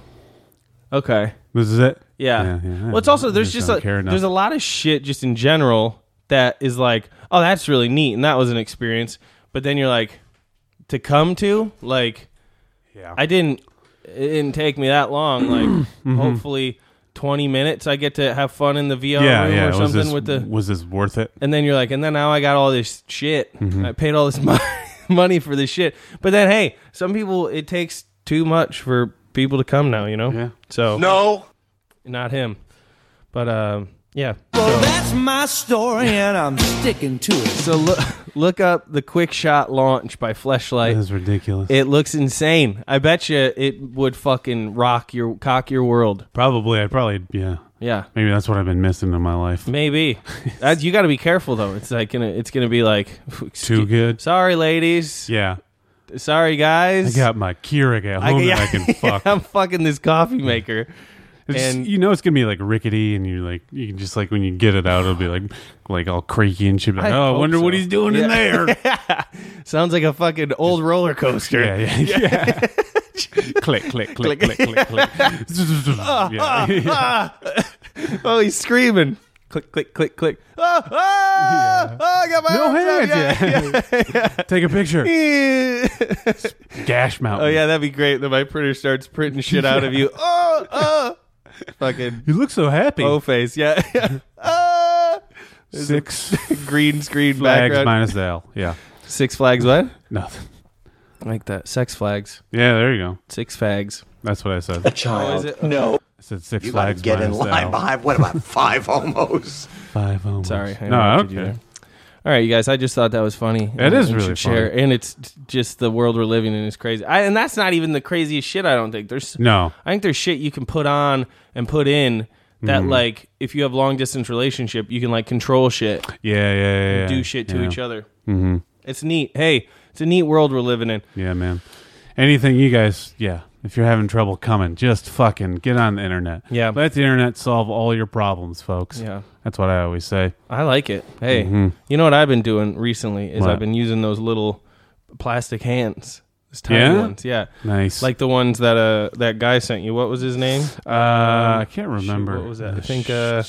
[SPEAKER 2] okay.
[SPEAKER 1] This is it.
[SPEAKER 2] Yeah.
[SPEAKER 1] Yeah, yeah,
[SPEAKER 2] well, it's
[SPEAKER 1] I-
[SPEAKER 2] also
[SPEAKER 1] I
[SPEAKER 2] there's
[SPEAKER 1] just
[SPEAKER 2] just
[SPEAKER 1] don't
[SPEAKER 2] like
[SPEAKER 1] care enough.
[SPEAKER 2] there's a lot of shit just in general that is like, oh, that's really neat, and that was an experience. But then you're like, to come to like,
[SPEAKER 1] Yeah.
[SPEAKER 2] I didn't. It didn't take me that long.
[SPEAKER 1] <clears throat>
[SPEAKER 2] Like,
[SPEAKER 1] Mm-hmm.
[SPEAKER 2] hopefully, twenty minutes. I get to have fun in the VR
[SPEAKER 1] yeah.
[SPEAKER 2] room
[SPEAKER 1] Yeah.
[SPEAKER 2] or
[SPEAKER 1] was
[SPEAKER 2] something
[SPEAKER 1] this
[SPEAKER 2] with the.
[SPEAKER 1] was this worth it?
[SPEAKER 2] And then you're like, and then now I got all this shit.
[SPEAKER 1] Mm-hmm.
[SPEAKER 2] I paid all this <laughs> money, money for this shit. But then, hey, some people it takes too much for people to come now. You know.
[SPEAKER 1] Yeah.
[SPEAKER 2] So
[SPEAKER 5] No.
[SPEAKER 2] not him. But um, Yeah.
[SPEAKER 10] Well, that's my story, and I'm sticking to it.
[SPEAKER 2] So look <laughs> look up the quick shot launch by Fleshlight.
[SPEAKER 1] That is ridiculous.
[SPEAKER 2] It looks insane. I bet you it would fucking rock your cock your world.
[SPEAKER 1] Probably, I probably, yeah.
[SPEAKER 2] Yeah.
[SPEAKER 1] Maybe that's what I've been missing in my life. <laughs>
[SPEAKER 2] Maybe That's- you got to be careful though. It's like gonna, it's gonna be like <laughs>
[SPEAKER 1] Too good.
[SPEAKER 2] Sorry, ladies.
[SPEAKER 1] Yeah.
[SPEAKER 2] Sorry,
[SPEAKER 1] I
[SPEAKER 2] guys.
[SPEAKER 1] got my Keurig at
[SPEAKER 2] I
[SPEAKER 1] home
[SPEAKER 2] got-
[SPEAKER 1] that I
[SPEAKER 2] <laughs>
[SPEAKER 1] can fuck.
[SPEAKER 2] I'm fucking this coffee maker.
[SPEAKER 1] It's just-
[SPEAKER 2] and-
[SPEAKER 1] you know it's gonna be like rickety, and you're like, you can just like when you get it out, it'll be like, like all creaky and shit. Like,
[SPEAKER 2] I
[SPEAKER 1] oh, I
[SPEAKER 2] hope
[SPEAKER 1] wonder what
[SPEAKER 2] so."
[SPEAKER 1] he's doing in
[SPEAKER 2] <laughs>
[SPEAKER 1] there.
[SPEAKER 2] Sounds like a fucking old roller coaster. <laughs>
[SPEAKER 1] yeah, yeah, yeah. <laughs> click, click, click, click, click,
[SPEAKER 2] <laughs>
[SPEAKER 1] click. yeah. <laughs>
[SPEAKER 2] Ah! Oh, he's screaming. Click, click, click, click. Oh, oh, oh I got my
[SPEAKER 1] No
[SPEAKER 2] arms out.
[SPEAKER 1] hands. Yeah. Take a picture.
[SPEAKER 2] Yeah. <laughs>
[SPEAKER 1] Gash Mountain.
[SPEAKER 2] oh yeah, that'd be great. Then my printer starts printing shit out of you. Oh, oh, fucking
[SPEAKER 1] You look so happy.
[SPEAKER 2] O face. Yeah. <laughs> oh. There's a
[SPEAKER 1] Six
[SPEAKER 2] green screen
[SPEAKER 1] flags
[SPEAKER 2] <laughs> background.
[SPEAKER 1] minus the L. Yeah.
[SPEAKER 2] Six flags. What?
[SPEAKER 1] Nothing.
[SPEAKER 2] Like that. Sex flags.
[SPEAKER 1] Yeah, there you go.
[SPEAKER 2] Six fags.
[SPEAKER 1] That's what I
[SPEAKER 2] <laughs>
[SPEAKER 1] said. I
[SPEAKER 2] Oh, is it?
[SPEAKER 1] said Six
[SPEAKER 11] You gotta
[SPEAKER 1] Flags
[SPEAKER 11] get in
[SPEAKER 1] minus the
[SPEAKER 11] line
[SPEAKER 1] L.
[SPEAKER 11] behind. What about five <laughs> homos?
[SPEAKER 1] Five homos.
[SPEAKER 2] Sorry. I
[SPEAKER 1] No, I don't
[SPEAKER 2] interrupted you
[SPEAKER 1] care.
[SPEAKER 2] there. All right, you guys. I just thought that was funny.
[SPEAKER 1] It
[SPEAKER 2] And
[SPEAKER 1] is
[SPEAKER 2] we
[SPEAKER 1] really
[SPEAKER 2] should share.
[SPEAKER 1] funny.
[SPEAKER 2] and it's t- just the world we're living in is crazy. I, and that's not even the craziest shit. I don't think there's.
[SPEAKER 1] No.
[SPEAKER 2] I think there's shit you can put on and put in that
[SPEAKER 1] Mm-hmm.
[SPEAKER 2] like if you have long distance relationship, you can like control shit,
[SPEAKER 1] Yeah, yeah, yeah. yeah
[SPEAKER 2] do shit to
[SPEAKER 1] yeah.
[SPEAKER 2] each other. Mm-hmm. It's neat. Hey, it's a neat world we're living in.
[SPEAKER 1] Yeah, man. Anything you guys, yeah. If you're having trouble coming, just fucking get on the internet.
[SPEAKER 2] Yeah.
[SPEAKER 1] Let the internet solve all your problems, folks.
[SPEAKER 2] Yeah.
[SPEAKER 1] That's what I always say.
[SPEAKER 2] I like it. Hey, you know what I've been doing recently is
[SPEAKER 1] Mm-hmm. What?
[SPEAKER 2] I've been using those little plastic hands, those tiny
[SPEAKER 1] Yeah?
[SPEAKER 2] ones. Yeah,
[SPEAKER 1] Nice.
[SPEAKER 2] like the ones that uh that guy sent you. What was his name?
[SPEAKER 1] uh, I can't
[SPEAKER 2] um, Shoot,
[SPEAKER 1] remember.
[SPEAKER 2] what was that? I think uh,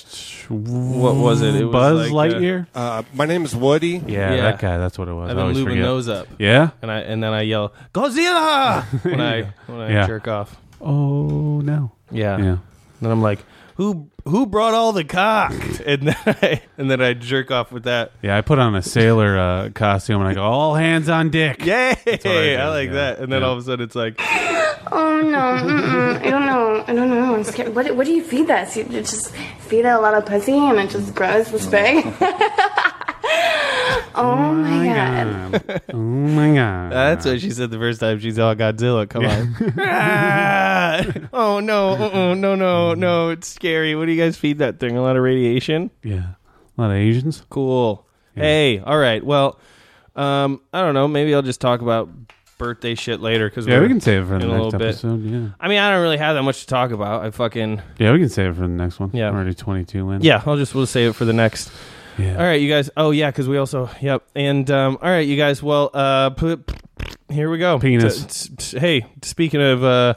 [SPEAKER 2] what was it? It was
[SPEAKER 1] Buzz
[SPEAKER 2] like, uh,
[SPEAKER 1] Lightyear?
[SPEAKER 12] Uh, my name is Woody.
[SPEAKER 1] yeah,
[SPEAKER 2] yeah.
[SPEAKER 1] that guy. That's what it was.
[SPEAKER 2] I've
[SPEAKER 1] I
[SPEAKER 2] been
[SPEAKER 1] always
[SPEAKER 2] lubing
[SPEAKER 1] forget.
[SPEAKER 2] those up,
[SPEAKER 1] Yeah?
[SPEAKER 2] and I and then I yell <laughs> Godzilla when I when I
[SPEAKER 1] Yeah.
[SPEAKER 2] jerk off.
[SPEAKER 1] Oh, no.
[SPEAKER 2] Yeah.
[SPEAKER 1] Yeah.
[SPEAKER 2] Then I'm like, who who brought all the cock? <laughs> and then I, and then I jerk off with that.
[SPEAKER 1] Yeah, I put on a sailor uh, costume and I go, all hands on dick.
[SPEAKER 2] Yay!
[SPEAKER 1] what I do,
[SPEAKER 2] I, like
[SPEAKER 1] yeah.
[SPEAKER 2] that. And then
[SPEAKER 1] Yeah.
[SPEAKER 2] all of a sudden it's like,
[SPEAKER 13] Oh no, mm-mm. I don't know. I don't know. Oh, I'm scared. What, what do you feed this? You you just feed it a lot of pussy and it just grows this big. oh my god.
[SPEAKER 1] God. oh,
[SPEAKER 2] <laughs>
[SPEAKER 1] my God.
[SPEAKER 2] that's what she said the first time. She's all Godzilla. Come on. <laughs> Ah! oh no! Uh-uh, no! No! <laughs> No! It's scary. What do you guys feed that thing? A lot of radiation.
[SPEAKER 1] yeah. A lot of Asians.
[SPEAKER 2] Cool. Hey, all right. Well, um, I don't know. Maybe I'll just talk about birthday shit later. Cause
[SPEAKER 1] Yeah,
[SPEAKER 2] we're
[SPEAKER 1] we can save it for the
[SPEAKER 2] in a
[SPEAKER 1] next
[SPEAKER 2] little bit.
[SPEAKER 1] episode. Yeah.
[SPEAKER 2] I mean, I don't really have that much to talk about. I fucking
[SPEAKER 1] Yeah, we can save it for the next one.
[SPEAKER 2] Yeah.
[SPEAKER 1] We're already 22 in.
[SPEAKER 2] yeah. I'll just we'll save it for the next.
[SPEAKER 1] Yeah.
[SPEAKER 2] All right, you guys. Oh yeah, because we also yep. And um, all right, you guys. Well, uh, p- p- here we go.
[SPEAKER 1] Penis.
[SPEAKER 2] T- t- t- hey, speaking of uh,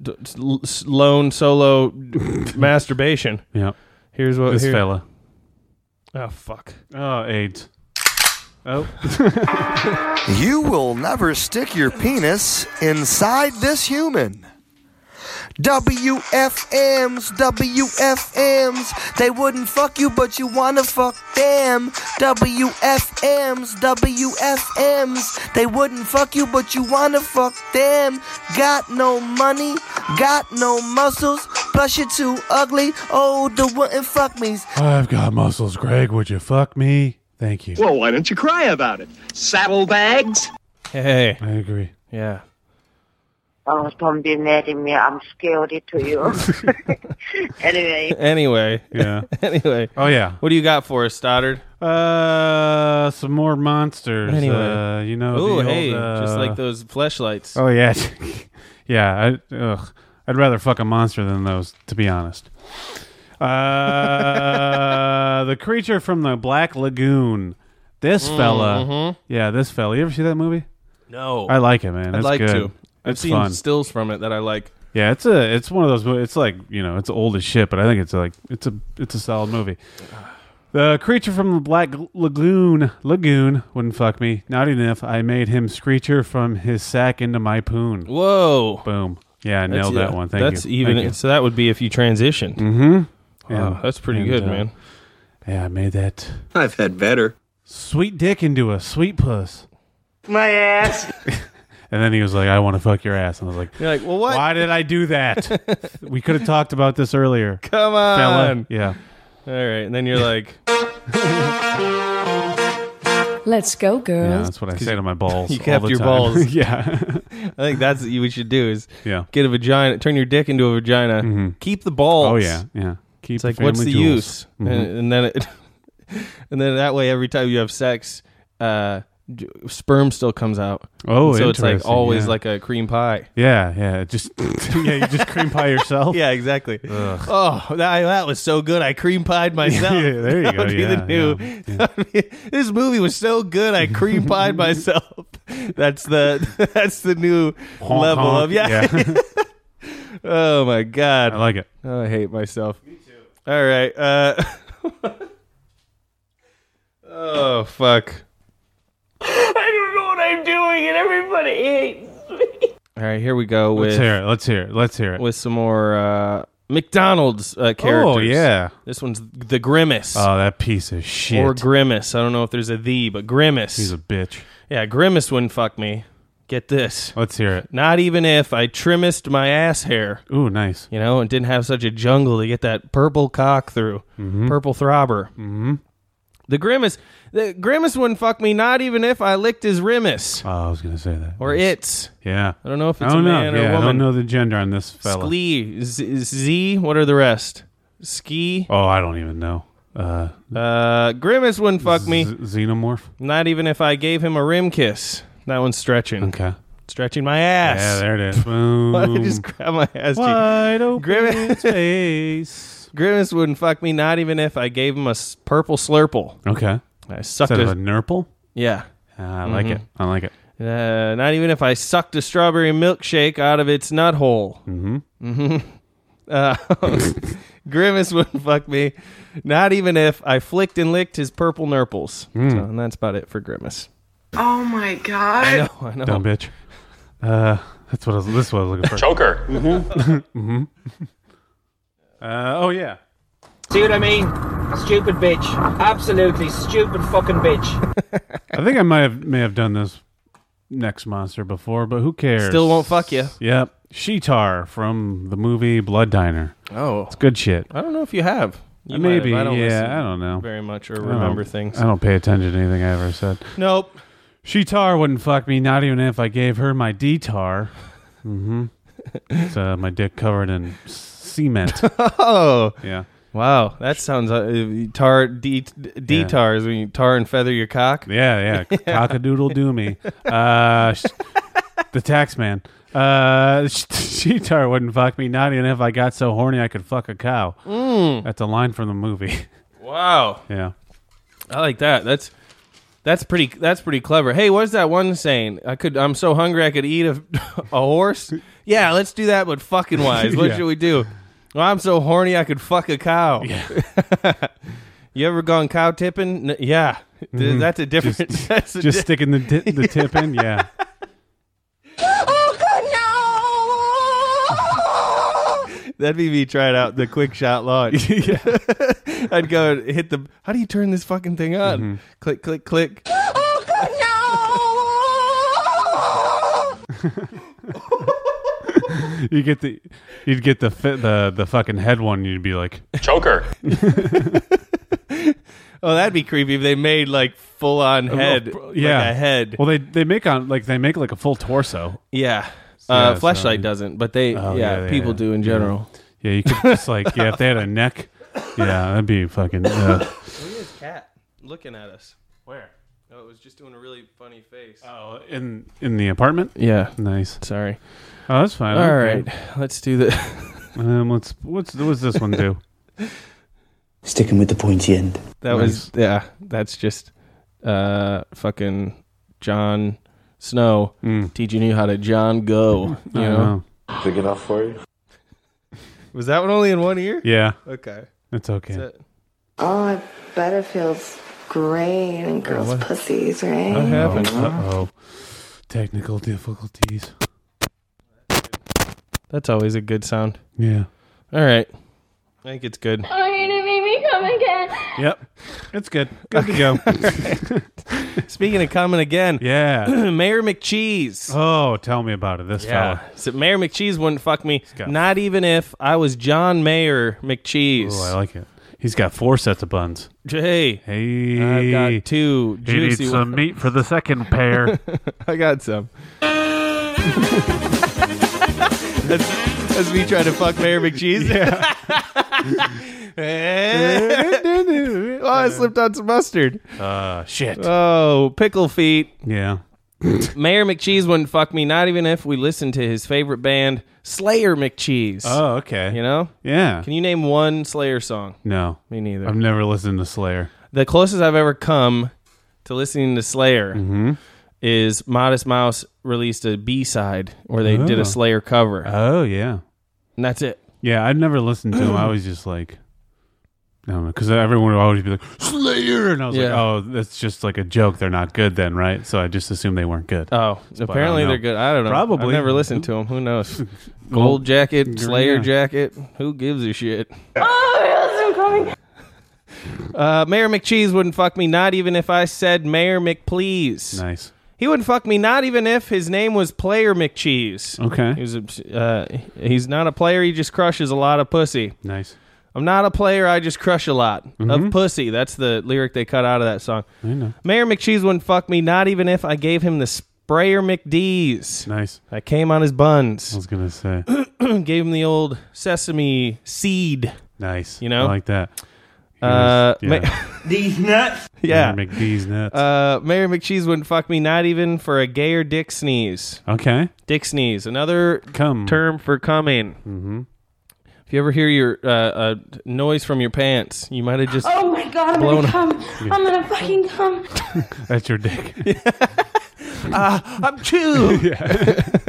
[SPEAKER 2] d- s- l- s- lone solo <laughs> masturbation,
[SPEAKER 1] Yeah.
[SPEAKER 2] here's what
[SPEAKER 1] This
[SPEAKER 2] here-
[SPEAKER 1] fella.
[SPEAKER 2] Oh fuck.
[SPEAKER 1] Oh, AIDS. Oh.
[SPEAKER 11] You will never stick your penis inside this human. WFMs, WFMs, they wouldn't fuck you, but you wanna fuck them. WFMs, WFMs, they wouldn't fuck you, but you wanna fuck them. Got no money, got no muscles, plus you're too ugly. Oh, the wouldn't fuck me's.
[SPEAKER 1] I've got muscles, Greg. Would you fuck me? Thank you.
[SPEAKER 7] Well, Oh, why don't you cry about it? Saddlebags?
[SPEAKER 2] Hey.
[SPEAKER 1] I agree.
[SPEAKER 2] Yeah.
[SPEAKER 14] Oh, don't be mad at me. I'm scared to you. anyway,
[SPEAKER 2] Anyway. <laughs>
[SPEAKER 1] Yeah.
[SPEAKER 2] anyway.
[SPEAKER 1] Oh,
[SPEAKER 2] <laughs>
[SPEAKER 1] yeah.
[SPEAKER 2] What do you got for us, Stoddard?
[SPEAKER 1] Uh, some more monsters.
[SPEAKER 2] Anyway.
[SPEAKER 1] Uh, you know,
[SPEAKER 2] Oh,
[SPEAKER 1] the old,
[SPEAKER 2] hey,
[SPEAKER 1] uh,
[SPEAKER 2] just like those fleshlights.
[SPEAKER 1] Oh, yeah. <laughs> yeah. I, ugh, I'd rather fuck a monster than those, to be honest. Uh, <laughs> the creature from the Black Lagoon. This
[SPEAKER 2] Mm-hmm.
[SPEAKER 1] fella. Yeah, this fella. You ever see that movie?
[SPEAKER 2] No,
[SPEAKER 1] I like it, man.
[SPEAKER 2] I'd
[SPEAKER 1] It's
[SPEAKER 2] like
[SPEAKER 1] good.
[SPEAKER 2] to. I've
[SPEAKER 1] It's
[SPEAKER 2] seen
[SPEAKER 1] fun.
[SPEAKER 2] stills from it that I like.
[SPEAKER 1] Yeah, it's a it's one of those. mo- It's like you know, it's old as shit, but I think it's like it's a it's a solid
[SPEAKER 2] <sighs>
[SPEAKER 1] movie. The creature from the Black Lagoon Lagoon wouldn't fuck me. Not even if I made him screecher from his sack into my poon.
[SPEAKER 2] Whoa, e-
[SPEAKER 1] Boom. Yeah, I nailed that one. Thank
[SPEAKER 2] that's
[SPEAKER 1] you.
[SPEAKER 2] even.
[SPEAKER 1] Thank you.
[SPEAKER 2] So that would be if you transitioned.
[SPEAKER 1] Mm-hmm.
[SPEAKER 2] Wow, that's pretty good, man.
[SPEAKER 1] Yeah, I made that
[SPEAKER 5] I've had better.
[SPEAKER 1] sweet dick into a sweet puss.
[SPEAKER 14] my ass.
[SPEAKER 1] <laughs> And then he was like, I want to fuck your ass. And I was like,
[SPEAKER 2] You're like, well, <laughs> what? <laughs>
[SPEAKER 1] Why did I do that? we could have talked about this earlier.
[SPEAKER 2] Come on.
[SPEAKER 1] Fella. Yeah.
[SPEAKER 2] All right, and
[SPEAKER 1] <laughs>
[SPEAKER 2] then you're like,
[SPEAKER 15] Let's go,
[SPEAKER 1] Yeah,
[SPEAKER 15] girls.
[SPEAKER 1] that's what I say to my balls.
[SPEAKER 2] <laughs> you
[SPEAKER 1] all
[SPEAKER 2] kept
[SPEAKER 1] the
[SPEAKER 2] your
[SPEAKER 1] time. <laughs>
[SPEAKER 2] balls.
[SPEAKER 1] yeah.
[SPEAKER 2] I think that's what you we should do is
[SPEAKER 1] Yeah.
[SPEAKER 2] get a vagina, turn your dick into a vagina, keep the balls.
[SPEAKER 1] Mm-hmm. Oh, yeah, yeah. Keep
[SPEAKER 2] it's
[SPEAKER 1] the
[SPEAKER 2] like what's the
[SPEAKER 1] family jewels.
[SPEAKER 2] use? And,
[SPEAKER 1] Mhm.
[SPEAKER 2] and then it, <laughs> and then that way, every time you have sex, uh, d- sperm still comes out.
[SPEAKER 1] Oh,
[SPEAKER 2] And so it's like
[SPEAKER 1] interesting,
[SPEAKER 2] always
[SPEAKER 1] yeah.
[SPEAKER 2] like a cream
[SPEAKER 1] <laughs>
[SPEAKER 2] pie.
[SPEAKER 1] Yeah, yeah. Just <laughs> yeah, you just cream pie yourself.
[SPEAKER 2] <laughs> yeah, exactly. Oh, that, that was so good. I cream pied
[SPEAKER 1] <laughs>
[SPEAKER 2] myself.
[SPEAKER 1] Yeah, there you
[SPEAKER 2] <laughs> That
[SPEAKER 1] go,
[SPEAKER 2] would be the
[SPEAKER 1] yeah,
[SPEAKER 2] new- <laughs> that would be- this movie was so good. I cream
[SPEAKER 1] <laughs>
[SPEAKER 2] pied myself. <laughs> That's the <laughs> that's the new
[SPEAKER 1] Honk,
[SPEAKER 2] level
[SPEAKER 1] honk.
[SPEAKER 2] of yeah. <laughs>
[SPEAKER 1] <laughs>
[SPEAKER 2] oh my god, I
[SPEAKER 1] like it.
[SPEAKER 2] I hate myself. Me too. All right. Uh, <laughs> oh fuck.
[SPEAKER 12] I don't know what I'm doing, and everybody hates me.
[SPEAKER 2] All right, here we go with
[SPEAKER 1] Let's hear it. Let's hear it. Let's hear it.
[SPEAKER 2] with some more uh, McDonald's uh, characters.
[SPEAKER 1] Oh, yeah.
[SPEAKER 2] this one's the Grimace.
[SPEAKER 1] Oh, that piece of shit.
[SPEAKER 2] Or Grimace. I don't know if there's a the, but Grimace.
[SPEAKER 1] He's a bitch.
[SPEAKER 2] Yeah, Grimace wouldn't fuck me. Get this.
[SPEAKER 1] Let's hear it.
[SPEAKER 2] Not even if I trimmest my ass hair.
[SPEAKER 1] Ooh, nice.
[SPEAKER 2] You know, and didn't have such a jungle to get that purple cock through. Purple throbber.
[SPEAKER 1] Mm-hmm.
[SPEAKER 2] The Grimace. The Grimace wouldn't fuck me, not even if I licked his Rimus.
[SPEAKER 1] Oh, I was gonna say that.
[SPEAKER 2] Or its.
[SPEAKER 1] Yeah.
[SPEAKER 2] I don't know if
[SPEAKER 1] I
[SPEAKER 2] it's a
[SPEAKER 1] don't know.
[SPEAKER 2] man or
[SPEAKER 1] Yeah,
[SPEAKER 2] a woman.
[SPEAKER 1] I don't know the gender on this fella.
[SPEAKER 2] Sklee. Z, Z. What are the rest? Ski.
[SPEAKER 1] Oh, I don't even know. Uh,
[SPEAKER 2] Uh, Grimace wouldn't fuck me.
[SPEAKER 1] xenomorph.
[SPEAKER 2] Not even if I gave him a rim kiss. That one's stretching.
[SPEAKER 1] Okay.
[SPEAKER 2] Stretching my ass.
[SPEAKER 1] Yeah, there it is. Boom.
[SPEAKER 2] Why did <laughs> I just grab my ass cheek?
[SPEAKER 1] Wide open
[SPEAKER 2] Grimace. <laughs>
[SPEAKER 1] space.
[SPEAKER 2] Grimace wouldn't fuck me, not even if I gave him a s- purple slurple.
[SPEAKER 1] Okay.
[SPEAKER 2] I sucked
[SPEAKER 1] Instead
[SPEAKER 2] his-
[SPEAKER 1] of a nurple.
[SPEAKER 2] Yeah.
[SPEAKER 1] Ah, I like it.
[SPEAKER 2] Mhm.
[SPEAKER 1] I like it.
[SPEAKER 2] Uh, not even if I sucked a strawberry milkshake out of its nut hole.
[SPEAKER 1] Mm-hmm.
[SPEAKER 2] Mm-hmm. <laughs> Uh, <laughs> Grimace wouldn't fuck me, not even if I flicked and licked his purple nurples.
[SPEAKER 1] Hmm.
[SPEAKER 2] So, and that's about it for Grimace.
[SPEAKER 12] Oh my god.
[SPEAKER 2] I know, I know.
[SPEAKER 1] Dumb bitch. Uh, that's what I was. This is what I was looking for.
[SPEAKER 12] Choker.
[SPEAKER 1] Mm-hmm. mm-hmm. Uh, oh yeah.
[SPEAKER 16] See what I mean? Stupid bitch. Absolutely stupid fucking bitch.
[SPEAKER 1] I think I might have may have done this next monster before, but who cares?
[SPEAKER 2] Still won't fuck ya.
[SPEAKER 1] Yep. Sheetar from the movie Blood Diner.
[SPEAKER 2] Oh.
[SPEAKER 1] It's good shit.
[SPEAKER 2] I don't know if you have. You might
[SPEAKER 1] Maybe.
[SPEAKER 2] have. I don't listen
[SPEAKER 1] yeah, I don't know. Uh,
[SPEAKER 2] very much or
[SPEAKER 1] I don't-
[SPEAKER 2] remember things.
[SPEAKER 1] I don't pay attention to anything I ever said.
[SPEAKER 2] Nope.
[SPEAKER 1] Sheetar wouldn't fuck me, not even if I gave her my D-tar. Mm-hmm. it's uh, my dick covered in
[SPEAKER 2] <laughs>
[SPEAKER 1] cement.
[SPEAKER 2] Oh.
[SPEAKER 1] Yeah.
[SPEAKER 2] Wow, that sounds uh, tar d d
[SPEAKER 1] Yeah.
[SPEAKER 2] tars when you tar and feather your cock.
[SPEAKER 1] Yeah, yeah. Cockadoodle do me. Uh, sh- the tax man. Uh, sh- Sheetar wouldn't fuck me, not even if I got so horny I could fuck a cow.
[SPEAKER 2] Mm.
[SPEAKER 1] That's a line from the movie. <laughs>
[SPEAKER 2] Wow,
[SPEAKER 1] yeah.
[SPEAKER 2] I like that. That's that's pretty that's pretty clever. Hey, what's that one saying? I could I'm so hungry I could eat a, <laughs> a horse. Yeah, let's do that, but fucking wise.
[SPEAKER 1] <laughs>
[SPEAKER 2] What
[SPEAKER 1] Yeah.
[SPEAKER 2] should we do? Well, I'm so horny I could fuck a cow. <laughs> you ever gone cow tipping? N- yeah, Th-
[SPEAKER 1] Mhm.
[SPEAKER 2] that's a different.
[SPEAKER 1] Just,
[SPEAKER 2] <laughs> that's a
[SPEAKER 1] just
[SPEAKER 2] di-
[SPEAKER 1] sticking the di- the tip in. Yeah.
[SPEAKER 2] That'd be me trying out the quick
[SPEAKER 1] <laughs>
[SPEAKER 2] shot launch. <laughs> I'd go and hit the. How do you turn this fucking thing on?
[SPEAKER 1] Mm-hmm.
[SPEAKER 2] Click, click, click.
[SPEAKER 1] You get the, you'd get the fi- the the fucking head one. You'd be like choker.
[SPEAKER 2] Oh, that'd be creepy if they made like full on head.
[SPEAKER 1] yeah,
[SPEAKER 2] Like a head.
[SPEAKER 1] Well, they they make on like they make like a full torso.
[SPEAKER 2] Yeah.
[SPEAKER 1] Yeah,
[SPEAKER 2] Uh,
[SPEAKER 1] so-
[SPEAKER 2] flashlight doesn't, but they,
[SPEAKER 1] Oh,
[SPEAKER 2] yeah, people do in general.
[SPEAKER 1] Yeah, you could just like yeah, if they had a neck, yeah, that'd be fucking. Uh,
[SPEAKER 2] Look at his cat looking at us. Where? Oh, it was just doing a really funny face.
[SPEAKER 1] Oh, in in the apartment.
[SPEAKER 2] Yeah.
[SPEAKER 1] nice.
[SPEAKER 2] Sorry.
[SPEAKER 1] Oh, that's fine.
[SPEAKER 2] All
[SPEAKER 1] All
[SPEAKER 2] right, let's do the. <laughs>
[SPEAKER 1] um, let's what's what's this one do?
[SPEAKER 17] Sticking with the pointy end.
[SPEAKER 2] That was yeah. That's just uh fucking John Snow teaching you how to John go.
[SPEAKER 1] I
[SPEAKER 2] You know?
[SPEAKER 1] know.
[SPEAKER 5] Big enough for you?
[SPEAKER 2] Was that one only in one ear?
[SPEAKER 1] Yeah.
[SPEAKER 2] Okay.
[SPEAKER 1] It's okay.
[SPEAKER 2] That's it.
[SPEAKER 12] <laughs> Oh, I bet it feels great in girls' pussies, right?
[SPEAKER 1] What happened? Uh oh. Technical difficulties.
[SPEAKER 2] That's always a good sound.
[SPEAKER 1] Yeah.
[SPEAKER 2] All right. I think it's
[SPEAKER 1] <laughs>
[SPEAKER 2] good.
[SPEAKER 12] Are you gonna make me come again?
[SPEAKER 1] Yep. It's good. Good to go.
[SPEAKER 2] Speaking of coming again, <clears throat>
[SPEAKER 1] yeah.
[SPEAKER 2] Mayor McCheese.
[SPEAKER 1] Oh, tell me about it. This fella.
[SPEAKER 2] So Mayor McCheese wouldn't fuck me,
[SPEAKER 1] got-
[SPEAKER 2] not even if I was John Mayor McCheese.
[SPEAKER 1] Oh, I like it. He's got four sets of buns.
[SPEAKER 2] Hey,
[SPEAKER 1] hey,
[SPEAKER 2] I've got two
[SPEAKER 1] He needs
[SPEAKER 2] juicy
[SPEAKER 1] some
[SPEAKER 2] ones.
[SPEAKER 1] meat for the second
[SPEAKER 2] <laughs>
[SPEAKER 1] pair.
[SPEAKER 2] I got some. that's, that's me trying to fuck Mayor McCheese. <laughs> oh, I slipped on some mustard.
[SPEAKER 1] Uh, shit.
[SPEAKER 2] Oh, pickle feet.
[SPEAKER 1] Yeah.
[SPEAKER 2] Mayor McCheese wouldn't fuck me, not even if we listened to his favorite band, Slayer McCheese.
[SPEAKER 1] Oh, okay.
[SPEAKER 2] You know?
[SPEAKER 1] Yeah.
[SPEAKER 2] Can you name one Slayer song?
[SPEAKER 1] No,
[SPEAKER 2] Me neither.
[SPEAKER 1] I've never listened to Slayer.
[SPEAKER 2] the closest I've ever come to listening to Slayer
[SPEAKER 1] Mm-hmm.
[SPEAKER 2] is Modest Mouse released a B side where they did
[SPEAKER 1] Oh.
[SPEAKER 2] a Slayer cover.
[SPEAKER 1] Oh yeah,
[SPEAKER 2] and that's it.
[SPEAKER 1] Yeah, I'd never listened to him.
[SPEAKER 2] <clears throat>
[SPEAKER 1] I was just like, I don't know, because everyone would always be like Slayer, and I was like,
[SPEAKER 2] Yeah.
[SPEAKER 1] oh, that's just like a joke. They're not good then, right? So I just assumed they weren't good.
[SPEAKER 2] Oh,
[SPEAKER 1] But I
[SPEAKER 2] apparently
[SPEAKER 1] don't
[SPEAKER 2] they're
[SPEAKER 1] know.
[SPEAKER 2] good. I don't know.
[SPEAKER 1] Probably.
[SPEAKER 2] I've never listened to them.
[SPEAKER 1] <laughs>
[SPEAKER 2] Who knows? Gold jacket, Slayer
[SPEAKER 1] Yeah.
[SPEAKER 2] jacket. Who gives a shit?
[SPEAKER 13] Oh, yes, I'm coming.
[SPEAKER 2] <laughs> Uh, Mayor McCheese wouldn't fuck me, not even if I said Mayor McPlease.
[SPEAKER 1] Nice.
[SPEAKER 2] He wouldn't fuck me, not even if his name was Player McCheese.
[SPEAKER 1] Okay.
[SPEAKER 2] He was a, uh, he's not a player. He just crushes a lot of pussy.
[SPEAKER 1] Nice.
[SPEAKER 2] I'm not a player. I just crush a lot of pussy. That's the lyric they cut out of that song.
[SPEAKER 1] Mm-hmm. I know.
[SPEAKER 2] Mayor McCheese wouldn't fuck me, not even if I gave him the sprayer McDees.
[SPEAKER 1] Nice.
[SPEAKER 2] I came on his buns.
[SPEAKER 1] I was gonna
[SPEAKER 2] <clears throat>
[SPEAKER 1] say
[SPEAKER 2] gave him the old sesame seed.
[SPEAKER 1] nice.
[SPEAKER 2] You know?
[SPEAKER 1] I like that.
[SPEAKER 2] Uh,
[SPEAKER 1] Yeah.
[SPEAKER 2] <laughs> These nuts. Yeah.
[SPEAKER 1] Mayor McDee's nuts.
[SPEAKER 2] Uh, Mary McCheese wouldn't fuck me, not even for a gay or dick sneeze.
[SPEAKER 1] Okay.
[SPEAKER 2] Dick sneeze, another
[SPEAKER 1] Come.
[SPEAKER 2] term for coming.
[SPEAKER 1] Mm-hmm.
[SPEAKER 2] If you ever hear your uh, uh, noise from your pants, you might have just.
[SPEAKER 13] Oh my god, I'm
[SPEAKER 2] blown
[SPEAKER 13] gonna
[SPEAKER 2] up.
[SPEAKER 13] come.
[SPEAKER 1] Yeah.
[SPEAKER 13] I'm gonna fucking come.
[SPEAKER 1] That's your dick.
[SPEAKER 2] Ah, I'm <laughs> too.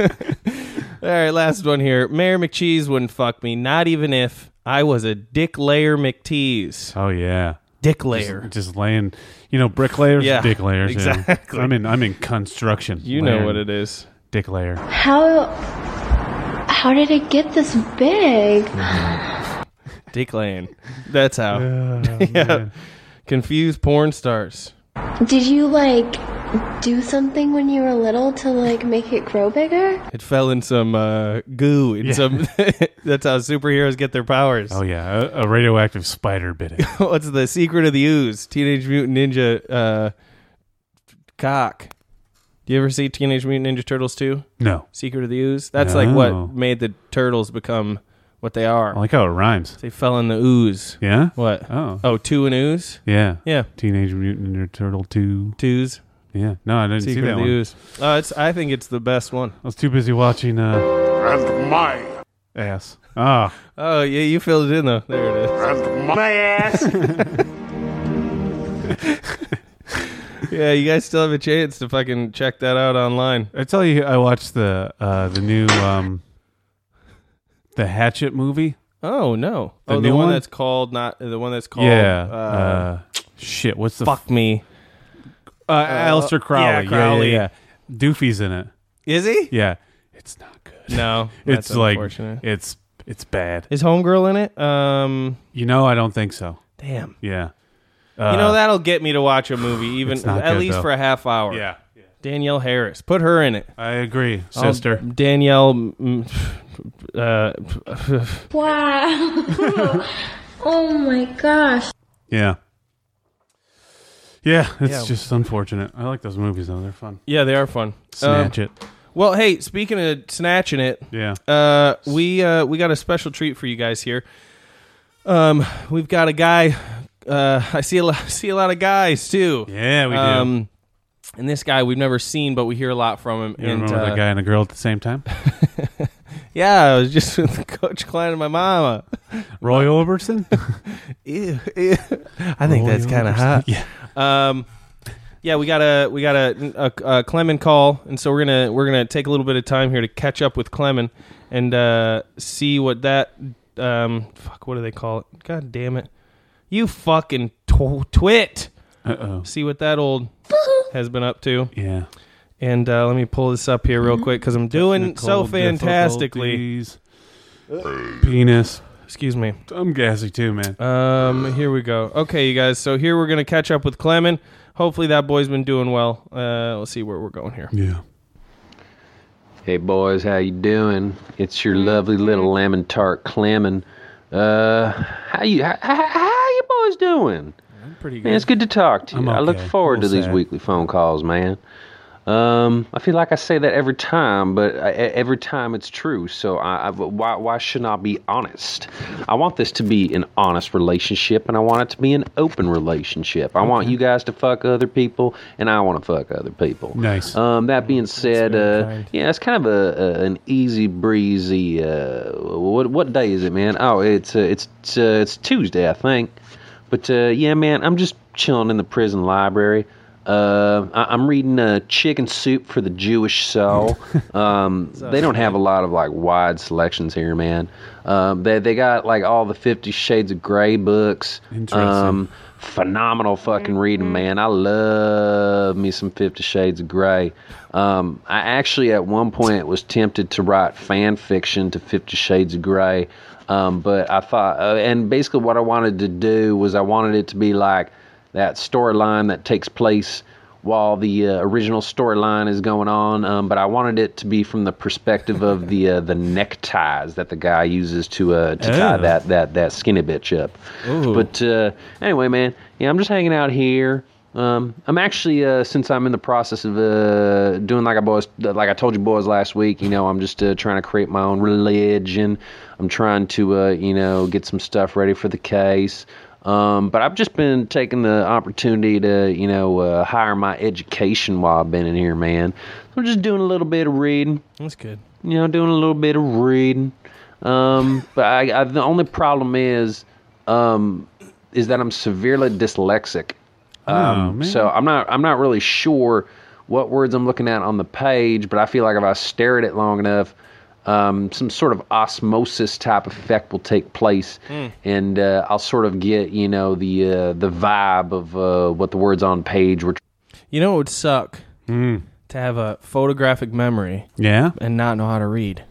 [SPEAKER 2] All right, last one here. Mayor McCheese wouldn't fuck me, not even if I was a dick layer McTease.
[SPEAKER 1] <laughs> Oh yeah.
[SPEAKER 2] Dick layer.
[SPEAKER 1] Just, just laying, you know, bricklayers,
[SPEAKER 2] Yeah,
[SPEAKER 1] dick layers. yeah.
[SPEAKER 2] exactly.
[SPEAKER 1] I'm in. I'm in construction.
[SPEAKER 2] You know
[SPEAKER 1] Laying
[SPEAKER 2] what it is.
[SPEAKER 1] Dick layer.
[SPEAKER 18] How how did it get this big?
[SPEAKER 2] Dick laying. That's <laughs> how. yeah.
[SPEAKER 18] man.
[SPEAKER 2] Confused porn stars.
[SPEAKER 18] Did you like do something when you were little to like make it grow bigger?
[SPEAKER 2] It fell in some uh, goo. In some. <laughs> that's how superheroes get their powers.
[SPEAKER 1] Oh yeah, a, a radioactive spider bit
[SPEAKER 2] <laughs>
[SPEAKER 1] it.
[SPEAKER 2] What's the secret of the ooze? Teenage Mutant Ninja uh, cock. Do you ever see Teenage Mutant Ninja Turtles 2?
[SPEAKER 1] No.
[SPEAKER 2] Secret of the ooze? That's like what
[SPEAKER 1] No.
[SPEAKER 2] made the turtles become what they are.
[SPEAKER 1] I like how it rhymes.
[SPEAKER 2] They fell in the ooze.
[SPEAKER 1] Oh, Yeah.
[SPEAKER 2] What?
[SPEAKER 1] Oh.
[SPEAKER 2] Oh, two and ooze?
[SPEAKER 1] Yeah.
[SPEAKER 2] Yeah.
[SPEAKER 1] Teenage Mutant Ninja Turtle two.
[SPEAKER 2] Twos.
[SPEAKER 1] Yeah. No, I didn't see
[SPEAKER 2] Secret
[SPEAKER 1] that
[SPEAKER 2] of the
[SPEAKER 1] one.
[SPEAKER 2] ooze. Uh, it's, I think it's the best one.
[SPEAKER 1] I was too busy watching. Uh,
[SPEAKER 5] And my
[SPEAKER 1] ass. Ah.
[SPEAKER 2] Oh, yeah, you filled it in, though. There it is.
[SPEAKER 5] my
[SPEAKER 1] <laughs>
[SPEAKER 5] ass.
[SPEAKER 2] yeah, you guys still have a chance to fucking check that out online.
[SPEAKER 1] I tell you, I watched the uh, the new um, the Hatchet movie.
[SPEAKER 2] Oh, no.
[SPEAKER 1] The
[SPEAKER 2] oh, the
[SPEAKER 1] new
[SPEAKER 2] one,
[SPEAKER 1] one?
[SPEAKER 2] that's called, not the one that's called.
[SPEAKER 1] yeah. Uh,
[SPEAKER 2] Oh, uh,
[SPEAKER 1] shit. What's the
[SPEAKER 2] fuck me.
[SPEAKER 1] Uh, Aleister Crowley.
[SPEAKER 2] yeah,
[SPEAKER 1] Yeah,
[SPEAKER 2] Crowley.
[SPEAKER 1] Yeah, yeah. Doofy's in it.
[SPEAKER 2] Is he?
[SPEAKER 1] Yeah.
[SPEAKER 2] No,
[SPEAKER 1] <laughs> It's
[SPEAKER 2] that's
[SPEAKER 1] like
[SPEAKER 2] unfortunate.
[SPEAKER 1] it's it's bad.
[SPEAKER 2] Is Homegirl in it? Um,
[SPEAKER 1] You know, I don't think so.
[SPEAKER 2] Damn.
[SPEAKER 1] Yeah.
[SPEAKER 2] you know that'll get me to watch a movie, even
[SPEAKER 1] Uh, it's not
[SPEAKER 2] at
[SPEAKER 1] good,
[SPEAKER 2] least
[SPEAKER 1] though.
[SPEAKER 2] for a half hour.
[SPEAKER 1] Yeah.
[SPEAKER 2] Danielle Harris, put her in it.
[SPEAKER 1] I agree,
[SPEAKER 2] I'll-
[SPEAKER 1] sister.
[SPEAKER 2] Danielle. mm, <laughs> Uh, <laughs>
[SPEAKER 18] Wow. <laughs> oh my gosh.
[SPEAKER 1] Yeah. Yeah, it's
[SPEAKER 2] Yeah. Uh,
[SPEAKER 1] just unfortunate. I like those movies though; they're fun.
[SPEAKER 2] yeah, they are fun.
[SPEAKER 1] Snatch
[SPEAKER 2] Um,
[SPEAKER 1] it.
[SPEAKER 2] Well, hey, speaking of snatching it,
[SPEAKER 1] Yeah.
[SPEAKER 2] uh, we uh, we got a special treat for you guys here. Um, we've got a guy. Uh, <laughs> I see a lot, see a lot of guys too.
[SPEAKER 1] Yeah, we do.
[SPEAKER 2] Um, and this guy we've never seen, but we hear a lot from him.
[SPEAKER 1] You
[SPEAKER 2] and
[SPEAKER 1] remember
[SPEAKER 2] uh,
[SPEAKER 1] that guy and a girl at the same time?
[SPEAKER 2] Yeah, I was just <laughs> with Coach Klein and my mama. <laughs>
[SPEAKER 1] Roy Orbison.
[SPEAKER 2] ew, ew. <laughs> I think
[SPEAKER 1] Roy
[SPEAKER 2] that's kind of
[SPEAKER 1] Orbison.
[SPEAKER 2] hot.
[SPEAKER 1] Oh, Yeah.
[SPEAKER 2] Um, yeah, we got a we got a, a, a Clement call, and so we're gonna we're gonna take a little bit of time here to catch up with Clement and uh, see what that um fuck what do they call it? God damn it! You fucking tw- twit.
[SPEAKER 1] Uh oh.
[SPEAKER 2] See what that old has been up to.
[SPEAKER 1] Yeah.
[SPEAKER 2] And uh, let me pull this up here real quick because I'm doing so
[SPEAKER 1] Technical
[SPEAKER 2] fantastically.
[SPEAKER 1] difficulties. Penis.
[SPEAKER 2] Excuse me.
[SPEAKER 1] I'm gassy too, man.
[SPEAKER 2] Um, here we go. Okay, you guys. So here we're gonna catch up with Clemen. Hopefully that boy's been doing well. Uh, let's see where we're going here.
[SPEAKER 1] Yeah.
[SPEAKER 19] Hey boys, how you doing? It's your lovely little lemon tart Clemen. Uh, how you how, how, how you guys doing?
[SPEAKER 1] I'm pretty
[SPEAKER 19] Man, it's good to talk to you.
[SPEAKER 1] I'm
[SPEAKER 19] I look
[SPEAKER 1] okay.
[SPEAKER 19] forward
[SPEAKER 1] A
[SPEAKER 19] to
[SPEAKER 1] little
[SPEAKER 19] these
[SPEAKER 1] sad.
[SPEAKER 19] weekly phone calls, man. Um, I feel like I say that every time, but I, e- every time it's true. So I, I've, why why shouldn't I be honest? I want this to be an honest relationship, and I want it to be an open relationship. I want you guys to fuck other people, and I want to fuck other people.
[SPEAKER 1] Nice.
[SPEAKER 2] uh,
[SPEAKER 19] Um, that being said, uh,
[SPEAKER 1] kind.
[SPEAKER 19] yeah, it's kind of a, a an easy breezy. Uh, what what day is it, man? Oh, it's uh, it's uh, it's Tuesday, I think. But uh, yeah, man, I'm just chilling in the prison library. Uh, I, I'm reading uh, Chicken Soup for the Jewish Soul. Um, they don't have a lot of like wide selections here, man. Um, they they got like all the Fifty Shades of Grey books.
[SPEAKER 1] Interesting.
[SPEAKER 19] Um, phenomenal fucking reading, man. I love me some Fifty Shades of Grey. Um, I actually at one point was tempted to write fan fiction to Fifty Shades of Grey, um, but I thought, uh, and basically what I wanted to do was I wanted it to be like that storyline that takes place while the uh, original storyline is going on, um, but I wanted it to be from the perspective of the uh, the neckties that the guy uses to uh, to tie
[SPEAKER 20] Oh.
[SPEAKER 19] that, that that skinny bitch up. But uh, anyway, man, yeah, I'm just hanging out here. Um, I'm actually uh, since I'm in the process of uh, doing like I boys like I told you boys last week. You know, I'm just uh, trying to create my own religion. I'm trying to uh, you know get some stuff ready for the case. Um, but I've just been taking the opportunity to, you know, uh, hire my education while I've been in here, man. So I'm just doing a little bit of reading.
[SPEAKER 2] That's good.
[SPEAKER 19] You know, doing a little bit of reading. Um, <laughs> but I, I, the only problem is, um, is that I'm severely dyslexic.
[SPEAKER 1] Oh,
[SPEAKER 19] Um,
[SPEAKER 1] man.
[SPEAKER 19] so I'm not, I'm not really sure what words I'm looking at on the page, but I feel like if I stare at it long enough, um, some sort of osmosis type effect will take place,
[SPEAKER 20] Mm.
[SPEAKER 19] and uh, I'll sort of get you know the uh, the vibe of uh, what the words on page were.
[SPEAKER 2] You know, it would suck to have a photographic memory.
[SPEAKER 1] Hmm. Yeah?
[SPEAKER 2] And not know how to read.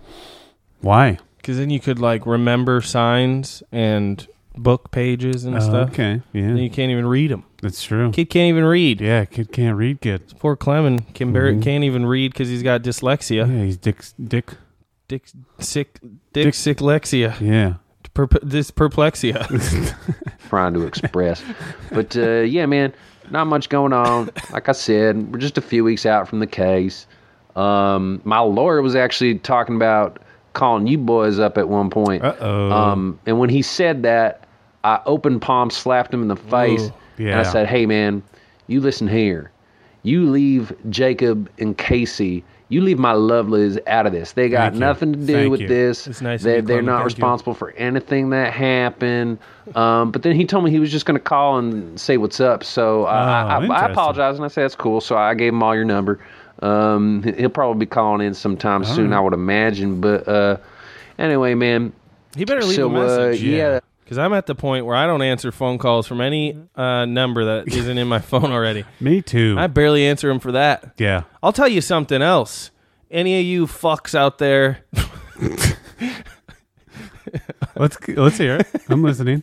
[SPEAKER 1] Why?
[SPEAKER 2] Because then you could like remember signs and book pages and
[SPEAKER 1] Oh,
[SPEAKER 2] stuff.
[SPEAKER 1] okay, yeah.
[SPEAKER 2] And you can't even read them.
[SPEAKER 1] That's true.
[SPEAKER 2] Kid can't even read.
[SPEAKER 1] Yeah, kid can't read good.
[SPEAKER 2] Poor Clemen can bar-
[SPEAKER 1] Mhm.
[SPEAKER 2] can't even read because he's got dyslexia.
[SPEAKER 1] Yeah, he's dick dick
[SPEAKER 2] dick sick dick, dyslexia.
[SPEAKER 1] Yeah.
[SPEAKER 2] Perp- this perplexia.
[SPEAKER 1] <laughs>
[SPEAKER 19] trying to express. but uh, yeah, man, not much going on. Like I said, we're just a few weeks out from the case. Um, my lawyer was actually talking about calling you boys up at one point.
[SPEAKER 1] Uh-oh.
[SPEAKER 20] Mm-hmm.
[SPEAKER 2] Uh,
[SPEAKER 19] Um, and when he said that, I open palm slapped him in the face.
[SPEAKER 1] Ooh,
[SPEAKER 19] And I
[SPEAKER 1] yeah.
[SPEAKER 19] said, hey, man, you listen here. You leave Jacob and Casey. You leave my lovelies out of this. They got
[SPEAKER 20] Thank you.
[SPEAKER 19] nothing to do
[SPEAKER 20] Thank
[SPEAKER 19] with
[SPEAKER 20] you.
[SPEAKER 19] this.
[SPEAKER 20] It's nice of
[SPEAKER 19] They,
[SPEAKER 20] you,
[SPEAKER 19] they're
[SPEAKER 20] Clement.
[SPEAKER 19] not
[SPEAKER 20] Thank you.
[SPEAKER 19] responsible responsible for anything that happened. Um, but then he told me he was just going to call and say what's up. So uh, I, I, I
[SPEAKER 20] Oh, interesting.
[SPEAKER 19] apologized and I said that's cool. So I gave him all your number. Um, he'll probably be calling in sometime
[SPEAKER 2] All
[SPEAKER 19] soon,
[SPEAKER 20] Oh.
[SPEAKER 2] right.
[SPEAKER 19] I would imagine. But uh, anyway, man.
[SPEAKER 2] He better leave
[SPEAKER 19] so,
[SPEAKER 2] a message.
[SPEAKER 19] Uh, yeah.
[SPEAKER 2] Because I'm at the point where I don't answer phone calls from any uh, number that isn't in my phone already.
[SPEAKER 1] Me too.
[SPEAKER 2] I barely answer them for that.
[SPEAKER 1] Yeah.
[SPEAKER 2] I'll tell you something else. Any of you fucks out there. <laughs>
[SPEAKER 1] Let's let's hear it. I'm
[SPEAKER 2] <laughs>
[SPEAKER 1] listening.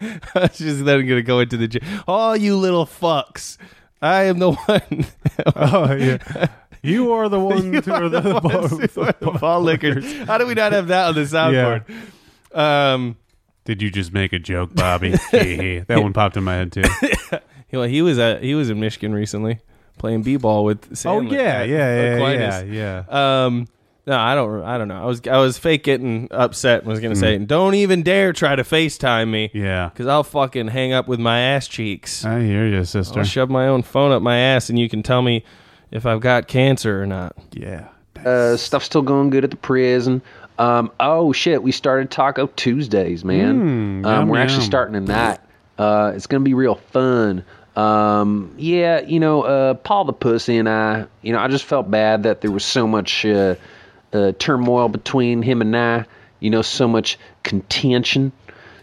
[SPEAKER 2] I was just then going to go into the gym. All you little fucks. I am the <laughs> one.
[SPEAKER 1] oh, yeah. <laughs> You are the one
[SPEAKER 2] You
[SPEAKER 1] to
[SPEAKER 2] are
[SPEAKER 1] are the, <laughs>
[SPEAKER 2] the
[SPEAKER 1] the,
[SPEAKER 2] ones
[SPEAKER 1] ball-
[SPEAKER 2] who are the
[SPEAKER 1] <laughs>
[SPEAKER 2] ball lickers. How do we not have that on the soundboard? Um,
[SPEAKER 1] Did you just make a joke,
[SPEAKER 2] <laughs>
[SPEAKER 1] Bobby? Hee hee. that one popped in my head too.
[SPEAKER 2] He, well, he was at he was in Michigan recently playing b ball with
[SPEAKER 1] Oh,
[SPEAKER 2] Sandler
[SPEAKER 1] yeah,
[SPEAKER 2] at
[SPEAKER 1] yeah, yeah,
[SPEAKER 2] Aquinas.
[SPEAKER 1] yeah,
[SPEAKER 2] Um, no, I don't. I don't know. I was I was fake getting upset. and was gonna say, don't even dare try to Facetime me.
[SPEAKER 1] Yeah,
[SPEAKER 2] because I'll fucking hang up with my ass cheeks.
[SPEAKER 1] I hear you, sister.
[SPEAKER 2] I'll shove my own phone up my ass, and you can tell me if I've got cancer or not.
[SPEAKER 1] Yeah.
[SPEAKER 19] Uh, stuff's still going good at the prison. Um, oh shit, we started Taco Tuesdays,
[SPEAKER 1] Hmm,
[SPEAKER 19] man.
[SPEAKER 20] Mm,
[SPEAKER 19] um,
[SPEAKER 20] yum,
[SPEAKER 19] we're actually
[SPEAKER 20] yum.
[SPEAKER 19] starting tonight. Uh, it's gonna be real fun. Um, yeah, you know, uh, Paul the Pussy and I, you know, I just felt bad that there was so much uh, uh, turmoil between him and I. You know, so much contention.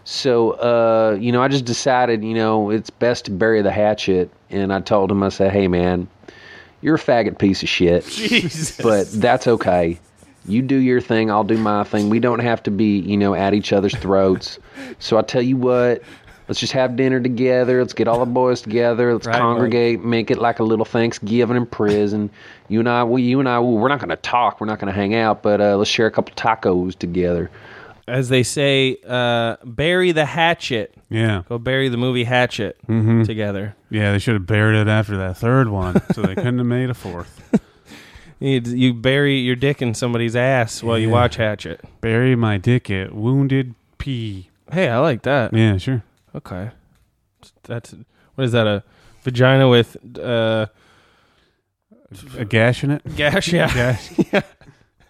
[SPEAKER 19] So, uh, you know, I just decided, you know, it's best to bury the hatchet. And I told him, I said, hey, man, you're a faggot piece of
[SPEAKER 1] <laughs>
[SPEAKER 19] shit.
[SPEAKER 2] Jesus.
[SPEAKER 19] But that's okay. You do your thing, I'll do my thing. We don't have to be, you know, at each
[SPEAKER 20] <laughs>
[SPEAKER 19] other's throats. so I tell you what, let's just have dinner together. Let's get all the boys together. Let's
[SPEAKER 20] Right, Mark.
[SPEAKER 19] congregate, make it like a little Thanksgiving in prison. You and I, we, you and I, we're not going to talk. We're not going to hang out, but uh, let's share a couple tacos together.
[SPEAKER 2] as they say, uh, bury the hatchet.
[SPEAKER 1] Yeah.
[SPEAKER 2] Go bury the movie Hatchet
[SPEAKER 1] Mhm.
[SPEAKER 2] together.
[SPEAKER 1] Yeah, they should have buried it after that third one, so they couldn't have made a fourth.
[SPEAKER 2] <laughs> You, you bury your dick in somebody's ass while you
[SPEAKER 1] Yeah.
[SPEAKER 2] watch Hatchet.
[SPEAKER 1] Bury my dick at Wounded P.
[SPEAKER 2] Hey, I like that.
[SPEAKER 1] Yeah, sure.
[SPEAKER 2] Okay. That's what is that a vagina with uh <laughs>
[SPEAKER 1] A gash in it?
[SPEAKER 2] Gash, yeah. <laughs>
[SPEAKER 1] Gash.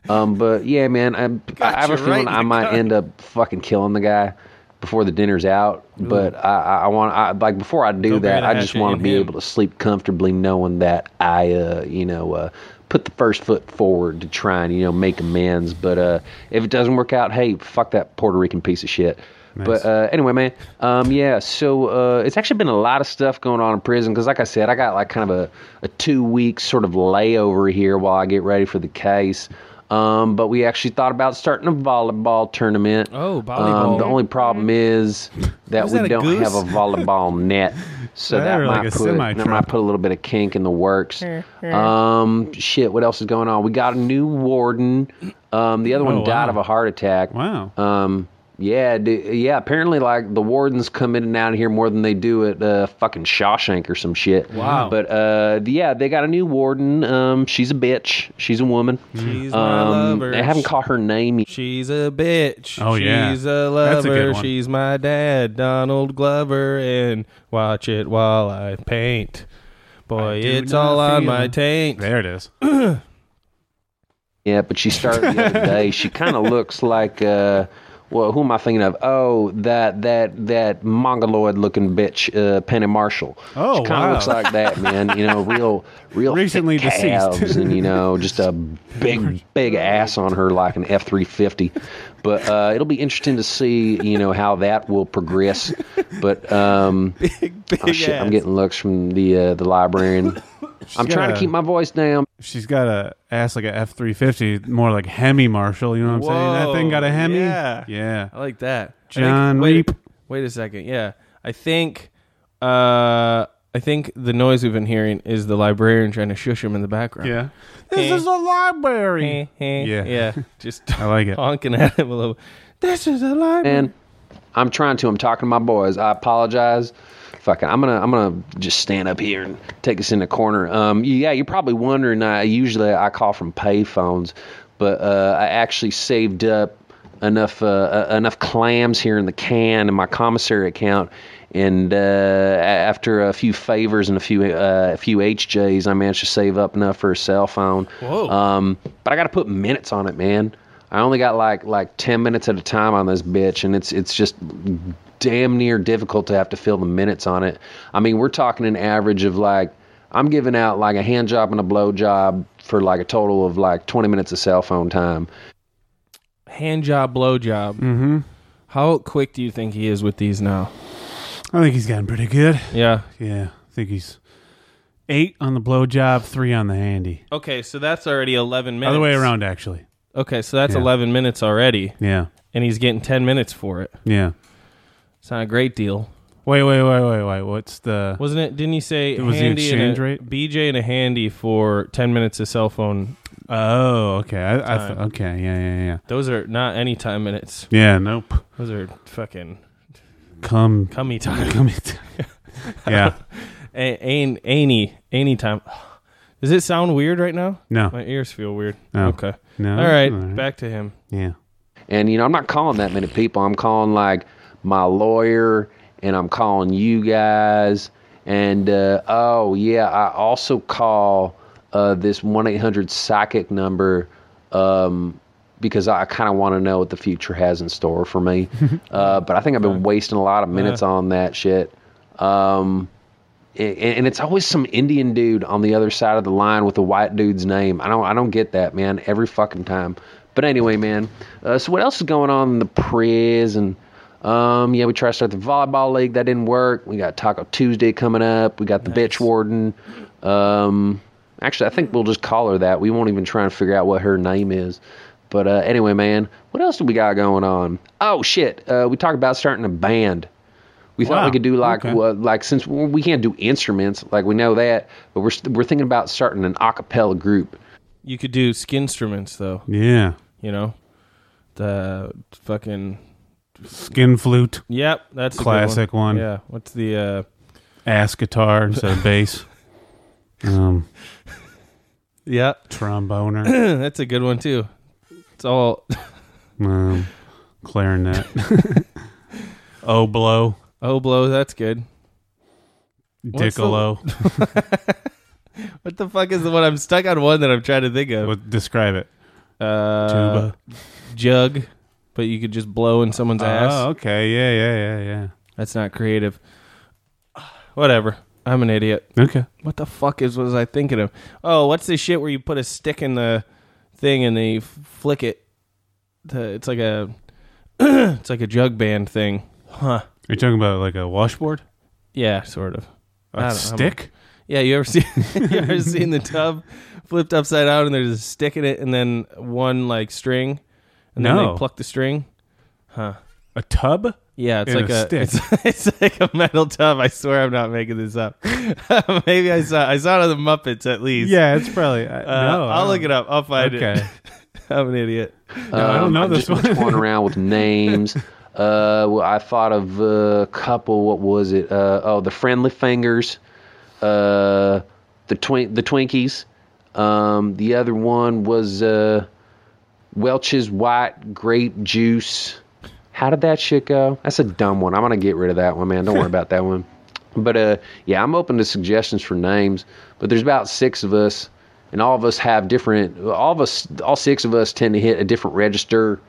[SPEAKER 19] Um, but yeah, man, I'm, I have a
[SPEAKER 2] you right
[SPEAKER 19] feeling
[SPEAKER 2] in
[SPEAKER 19] I
[SPEAKER 2] the
[SPEAKER 19] might
[SPEAKER 2] gut.
[SPEAKER 19] end up fucking killing the guy before the dinner's out. But I, I, I want, I, like, before I do
[SPEAKER 2] Go
[SPEAKER 19] that,
[SPEAKER 2] bury the
[SPEAKER 19] I just
[SPEAKER 2] hatchet
[SPEAKER 19] want
[SPEAKER 2] in
[SPEAKER 19] to be
[SPEAKER 2] him.
[SPEAKER 19] able to sleep comfortably, knowing that I, uh, you know, uh, put the first foot forward to try and you know make amends. But uh, if it doesn't work out, hey, fuck that Puerto Rican piece of shit. But uh, anyway, man, um, yeah. So uh, it's actually been a lot of stuff going on in prison because, like I said, I got like kind of a, a two week sort of layover here while I get ready for the case. Um, but we actually thought about starting a volleyball tournament. Um,
[SPEAKER 2] Oh, volleyball. Mm-hmm.
[SPEAKER 19] the only problem is that
[SPEAKER 2] Was
[SPEAKER 19] we
[SPEAKER 2] that a
[SPEAKER 19] don't
[SPEAKER 2] goose?
[SPEAKER 19] have a
[SPEAKER 1] <laughs>
[SPEAKER 19] volleyball net, so
[SPEAKER 1] That
[SPEAKER 19] that,
[SPEAKER 1] or like
[SPEAKER 19] might
[SPEAKER 1] a
[SPEAKER 19] put that
[SPEAKER 1] semi-truck.
[SPEAKER 19] might put a little bit of kink in the works. Um, shit, what else is going on? We got a new warden. Um, the other one
[SPEAKER 1] Oh, wow.
[SPEAKER 19] died of a heart attack.
[SPEAKER 1] Wow.
[SPEAKER 3] Uh,
[SPEAKER 19] Um, yeah, du- yeah. Apparently, like the wardens come in and out of here more than they do at uh, fucking Shawshank or some shit.
[SPEAKER 2] Wow.
[SPEAKER 19] But uh, yeah, they got a new warden. Um, she's a bitch. She's a woman.
[SPEAKER 2] She's
[SPEAKER 19] um,
[SPEAKER 2] my lover.
[SPEAKER 19] They haven't called her name yet.
[SPEAKER 2] She's a bitch.
[SPEAKER 19] Oh,
[SPEAKER 2] She's
[SPEAKER 19] yeah.
[SPEAKER 2] She's a lover.
[SPEAKER 19] That's a good one.
[SPEAKER 2] She's my dad, Donald Glover, and watch it while I paint. Boy,
[SPEAKER 1] do
[SPEAKER 2] it's
[SPEAKER 1] not
[SPEAKER 2] all on
[SPEAKER 1] feel-
[SPEAKER 2] my taint. <laughs>
[SPEAKER 1] There it is.
[SPEAKER 19] Yeah, but she started the
[SPEAKER 1] <laughs>
[SPEAKER 19] other day. She kind of looks like, uh, well, who am I thinking of? Oh, that that that mongoloid looking bitch, uh, Penny Marshall.
[SPEAKER 1] Oh,
[SPEAKER 19] she kind of
[SPEAKER 1] wow.
[SPEAKER 19] looks like that, man. You know,
[SPEAKER 1] <laughs>
[SPEAKER 19] real real
[SPEAKER 1] Recently
[SPEAKER 19] thick
[SPEAKER 1] deceased.
[SPEAKER 19] calves and you know just a big big ass on her like an F three fifty. But uh, it'll be interesting to see you know how that will progress. But um, oh, shit, I'm
[SPEAKER 1] ass.
[SPEAKER 19] getting looks from the uh, the librarian. I'm trying to
[SPEAKER 1] got a-
[SPEAKER 19] keep my voice down.
[SPEAKER 1] She's got a ass like a F three fifty, more like Hemi Marshall. You know what I'm saying? That thing got a Hemi.
[SPEAKER 2] Yeah.
[SPEAKER 1] Yeah.
[SPEAKER 2] I like that. I think-
[SPEAKER 1] John
[SPEAKER 2] wait, Wait a second. Yeah. I think uh I think the noise we've been hearing is the librarian trying to shush him in the background.
[SPEAKER 1] Yeah. This is a library.
[SPEAKER 2] <laughs> yeah. Yeah. Just
[SPEAKER 1] I like it.
[SPEAKER 2] honking at him a little. This is a library.
[SPEAKER 19] And I'm trying to. I'm talking to my boys. I apologize. Fucking, I'm gonna I'm gonna just stand up here and take us in the corner. Um, yeah, you're probably wondering. I usually I call from pay phones, but uh, I actually saved up enough uh, uh, enough clams here in the can in my commissary account. And uh, a- after a few favors and a few uh, a few HJs, I managed to save up enough for a cell phone.
[SPEAKER 2] Whoa.
[SPEAKER 19] Um, but I got to put minutes on it, man. I only got like like ten minutes at a time on this bitch, and it's it's just damn near difficult to have to fill the minutes on it. I mean, we're talking an average of like I'm giving out like a hand job and a blow job for like a total of like 20 minutes of cell phone time.
[SPEAKER 2] Hand job, blow job.
[SPEAKER 1] Mm-hmm.
[SPEAKER 2] How quick do you think he is with these now?
[SPEAKER 1] I think he's gotten pretty good.
[SPEAKER 2] Yeah.
[SPEAKER 1] Yeah. I think he's eight on the blowjob, three on the handy.
[SPEAKER 2] Okay, so that's already 11 minutes.
[SPEAKER 1] Other way around, actually.
[SPEAKER 2] Okay, so that's
[SPEAKER 1] Yeah.
[SPEAKER 2] 11 minutes already.
[SPEAKER 1] Yeah.
[SPEAKER 2] And he's getting 10 minutes for it.
[SPEAKER 1] Yeah.
[SPEAKER 2] It's not a great deal.
[SPEAKER 1] Wait, wait, wait, wait, wait. What's the?
[SPEAKER 2] Wasn't it? Didn't you say
[SPEAKER 1] It was the
[SPEAKER 2] handy and a-
[SPEAKER 1] exchange rate?
[SPEAKER 2] BJ and a handy for 10 minutes of cell phone.
[SPEAKER 1] Oh, okay. I, I
[SPEAKER 2] Time.
[SPEAKER 1] th- okay. Yeah, yeah, yeah.
[SPEAKER 2] Those are not any time minutes.
[SPEAKER 1] Yeah. Nope.
[SPEAKER 2] Those are fucking
[SPEAKER 1] Come. <laughs>
[SPEAKER 2] cummy time.
[SPEAKER 1] Cummy
[SPEAKER 2] <laughs> time.
[SPEAKER 1] Yeah.
[SPEAKER 2] Ain, any, any time. Does it sound weird right now?
[SPEAKER 19] No.
[SPEAKER 2] My ears feel weird.
[SPEAKER 19] No.
[SPEAKER 2] Okay.
[SPEAKER 19] No,
[SPEAKER 2] All right.
[SPEAKER 19] all right.
[SPEAKER 2] Back to him.
[SPEAKER 1] Yeah.
[SPEAKER 19] And you know, I'm not calling that many people. I'm calling like my lawyer, and I'm calling you guys. And uh, oh yeah, I also call uh, this one eight hundred psychic number um, because I kind of want to know what the future has in store for me. uh, but I think I've been wasting a lot of minutes
[SPEAKER 20] Yeah.
[SPEAKER 19] on that shit. Um, and, and it's always some Indian dude on the other side of the line with a white dude's name. I don't I don't get that, man. Every fucking time. But anyway, man. Uh, so what else is going on in the prison? Um, yeah, we tried to start the volleyball league. That didn't work. We got Taco Tuesday coming up. We got the bitch warden. Um, actually, I think we'll just call her that. We won't even try and figure out what her name is. But uh, anyway, man, what else do we got going on? Oh shit, uh, we talked about starting a band. We thought
[SPEAKER 20] Wow.
[SPEAKER 19] we could do like
[SPEAKER 20] Okay.
[SPEAKER 19] what, like since we we can't do instruments, like we know that, but we're st- we're thinking about starting an a cappella group.
[SPEAKER 2] You could do skin instruments though.
[SPEAKER 1] Yeah.
[SPEAKER 2] You know, the fucking
[SPEAKER 1] Skin flute.
[SPEAKER 2] Yep, that's a good
[SPEAKER 1] classic one.
[SPEAKER 2] Yeah, what's the uh,
[SPEAKER 1] Ass guitar instead of
[SPEAKER 2] <laughs>
[SPEAKER 1] bass. Um,
[SPEAKER 2] yeah
[SPEAKER 1] tromboner.
[SPEAKER 2] <clears throat> that's a good one too. It's all <laughs>
[SPEAKER 1] um, clarinet. Oblow.
[SPEAKER 2] oh blow. That's good. What's the-
[SPEAKER 1] Diccolo.
[SPEAKER 2] What the fuck is the one I'm stuck on? One that I'm trying to think of.
[SPEAKER 1] describe it.
[SPEAKER 2] Uh,
[SPEAKER 1] Tuba.
[SPEAKER 2] jug, but you could just blow in someone's ass.
[SPEAKER 1] Oh, okay. Yeah, yeah, yeah, yeah.
[SPEAKER 2] That's not creative. Whatever. I'm an idiot.
[SPEAKER 1] Okay.
[SPEAKER 2] What the fuck is was I thinking of? Oh, what's this shit where you put a stick in the thing and they f- flick it? The- it's like a <clears throat> it's like a jug band thing. Huh.
[SPEAKER 1] You're talking about like a washboard?
[SPEAKER 2] Yeah, sort of.
[SPEAKER 1] A
[SPEAKER 2] I don't- I'm-
[SPEAKER 1] stick?
[SPEAKER 2] yeah, you ever seen <laughs> you ever seen the tub flipped upside down and there's a stick in it and then one like string and then
[SPEAKER 1] No.
[SPEAKER 2] they pluck the string? Huh.
[SPEAKER 1] A tub?
[SPEAKER 2] Yeah, it's
[SPEAKER 1] And
[SPEAKER 2] like
[SPEAKER 1] a
[SPEAKER 2] a,
[SPEAKER 1] stick.
[SPEAKER 2] It's, <laughs> it's like a metal tub. I swear I'm not making this up. <laughs> Maybe I saw I saw it on the Muppets at least.
[SPEAKER 1] Yeah, it's probably- I-
[SPEAKER 2] Uh,
[SPEAKER 1] no, I
[SPEAKER 2] I'll
[SPEAKER 1] don't-
[SPEAKER 2] look it up. I'll find
[SPEAKER 1] Okay.
[SPEAKER 2] it. <laughs> I'm an idiot.
[SPEAKER 19] Um, I'm just
[SPEAKER 1] <laughs>
[SPEAKER 19] Going around with names. Uh, well, I thought of a couple. What was it? Uh, oh, the Friendly Fingers, uh, the twin, the Twinkies. Um, the other one was uh, Welch's White Grape Juice. How did that shit go? That's a dumb one. I'm gonna get rid of that one, man. Don't worry about that one. But uh, yeah, I'm open to suggestions for names. But there's about six of us, and all of us have different. All of us, all six of us, tend to hit a different register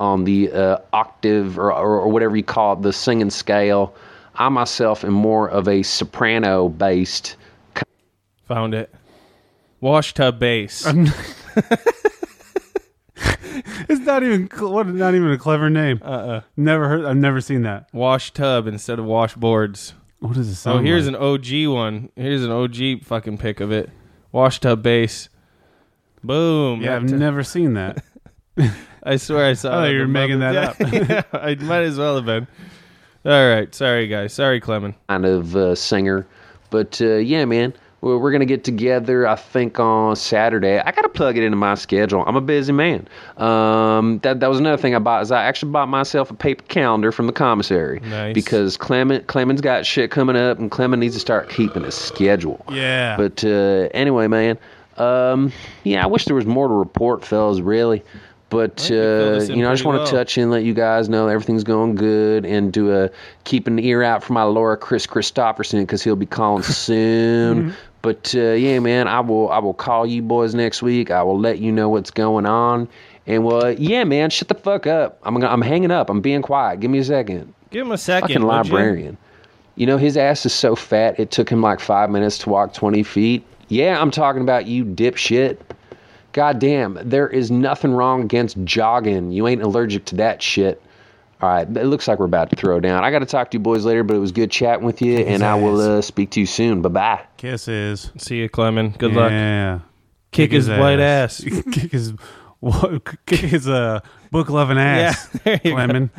[SPEAKER 19] on the uh, octave or, or, or whatever you call it, the singing scale. I myself am more of a soprano based.
[SPEAKER 2] Found it. Wash
[SPEAKER 1] <laughs>
[SPEAKER 2] tub bass.
[SPEAKER 1] It's not even cl- what not even a clever name.
[SPEAKER 2] Uh-uh.
[SPEAKER 1] Never heard I've never seen that.
[SPEAKER 2] Wash tub instead of washboards.
[SPEAKER 1] What does it
[SPEAKER 2] Oh,
[SPEAKER 1] sound
[SPEAKER 2] here's an OG one. Here's an OG fucking pick of it. Wash tub bass. Boom.
[SPEAKER 1] Yeah, I've
[SPEAKER 2] That-
[SPEAKER 1] never seen that.
[SPEAKER 2] I swear I saw.
[SPEAKER 1] I thought
[SPEAKER 2] it on
[SPEAKER 1] you
[SPEAKER 2] the
[SPEAKER 1] were making
[SPEAKER 2] <laughs> Muppets.
[SPEAKER 1] that
[SPEAKER 2] Yeah, yeah, I might as well have been. All right, sorry guys, sorry Clemen.
[SPEAKER 19] kind of uh, singer. But uh, yeah, man, we're, we're going to get together, I think, on Saturday. I got to plug it into my schedule. I'm a busy man. Um, that, that was another thing I bought is I actually bought myself a paper calendar from the commissary.
[SPEAKER 2] Nice.
[SPEAKER 19] Because Clement, Clement's got shit coming up, and Clement needs to start keeping his schedule.
[SPEAKER 1] <laughs> Yeah.
[SPEAKER 19] But uh, anyway, man, um, yeah, I wish there was more to report, fellas, really. But uh,
[SPEAKER 2] this in
[SPEAKER 19] you know, I just
[SPEAKER 2] pretty
[SPEAKER 19] want
[SPEAKER 2] well.
[SPEAKER 19] to touch in, let you guys know everything's going good, and do a keep an ear out for my Laura Chris Christopherson because he'll be
[SPEAKER 2] <laughs>
[SPEAKER 19] calling
[SPEAKER 2] Mm-hmm.
[SPEAKER 19] soon. But uh, yeah, man, I will I will call you boys next week. I will let you know what's going on. And well, yeah, man, shut the fuck up. I'm gonna, I'm hanging up. I'm being quiet. Give me a second.
[SPEAKER 2] Give him a second.
[SPEAKER 19] Fucking
[SPEAKER 2] would you?
[SPEAKER 19] librarian. You know, his ass is so fat, it took him like five minutes to walk 20 feet. Yeah, I'm talking about you, dipshit. God damn, there is nothing wrong against jogging. You ain't allergic to that shit. All right, it looks like we're about to throw down. I got to talk to you boys later, but it was good chatting with you, and I will uh, speak to you soon. Bye bye.
[SPEAKER 1] Kisses.
[SPEAKER 2] See you, Clemen. Good
[SPEAKER 1] yeah.
[SPEAKER 2] luck.
[SPEAKER 1] Yeah.
[SPEAKER 2] Kick his white ass.
[SPEAKER 1] <laughs> kick his wha- kick his uh, book loving ass.
[SPEAKER 2] Yeah, <laughs> there you go.
[SPEAKER 1] Clemen.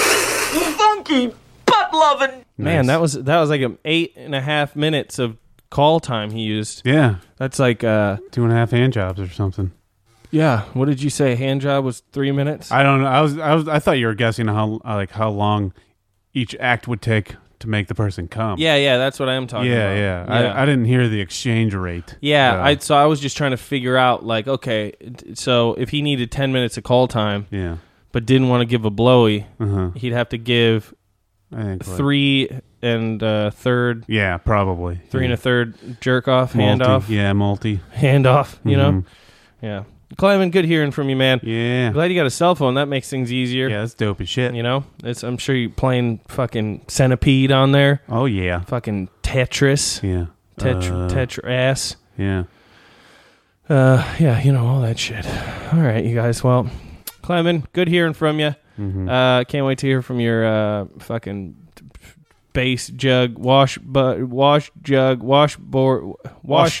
[SPEAKER 7] Funky butt loving.
[SPEAKER 2] Man, that was that was like an eight and a half minutes of call time he used.
[SPEAKER 1] Yeah.
[SPEAKER 2] That's like uh
[SPEAKER 1] Two and a half hand jobs or something.
[SPEAKER 2] yeah. What did you say? Hand job was three minutes.
[SPEAKER 1] I don't know. I was I was I thought you were guessing how uh, like how long each act would take to make the person come.
[SPEAKER 2] yeah, yeah. That's what I am talking
[SPEAKER 1] yeah,
[SPEAKER 2] about.
[SPEAKER 1] yeah. I, I didn't hear the exchange rate.
[SPEAKER 2] Yeah,
[SPEAKER 1] Uh,
[SPEAKER 2] I so I was just trying to figure out like okay, t- so if he needed 10 minutes of call time,
[SPEAKER 1] Yeah.
[SPEAKER 2] but didn't want to give a blowy,
[SPEAKER 1] Uh-huh.
[SPEAKER 2] he'd have to give
[SPEAKER 1] I think like-
[SPEAKER 2] 3 and a third
[SPEAKER 1] Yeah, probably.
[SPEAKER 2] 3 and
[SPEAKER 1] Yeah.
[SPEAKER 2] a third jerk off hand
[SPEAKER 1] Mm. Multi.
[SPEAKER 2] off.
[SPEAKER 1] Yeah, multi.
[SPEAKER 2] Hand off,
[SPEAKER 1] Mhm.
[SPEAKER 2] you know. Yeah. Clayman, good hearing from you, man.
[SPEAKER 1] Yeah.
[SPEAKER 2] Glad you got a cell phone. That makes things easier. Yeah,
[SPEAKER 1] that's dope as shit.
[SPEAKER 2] You know? It's I'm sure you're playing fucking centipede on there.
[SPEAKER 1] Oh yeah.
[SPEAKER 2] Fucking Tetris.
[SPEAKER 1] Yeah.
[SPEAKER 2] Tetra
[SPEAKER 1] Uh,
[SPEAKER 2] Tetra ass.
[SPEAKER 1] Yeah.
[SPEAKER 2] Uh, yeah, you know all that shit. All right, you guys. Well, Clemen, good hearing from you.
[SPEAKER 1] Mhm.
[SPEAKER 2] Uh, can't wait to hear from your uh fucking base jug wash but wash jug wash board wash,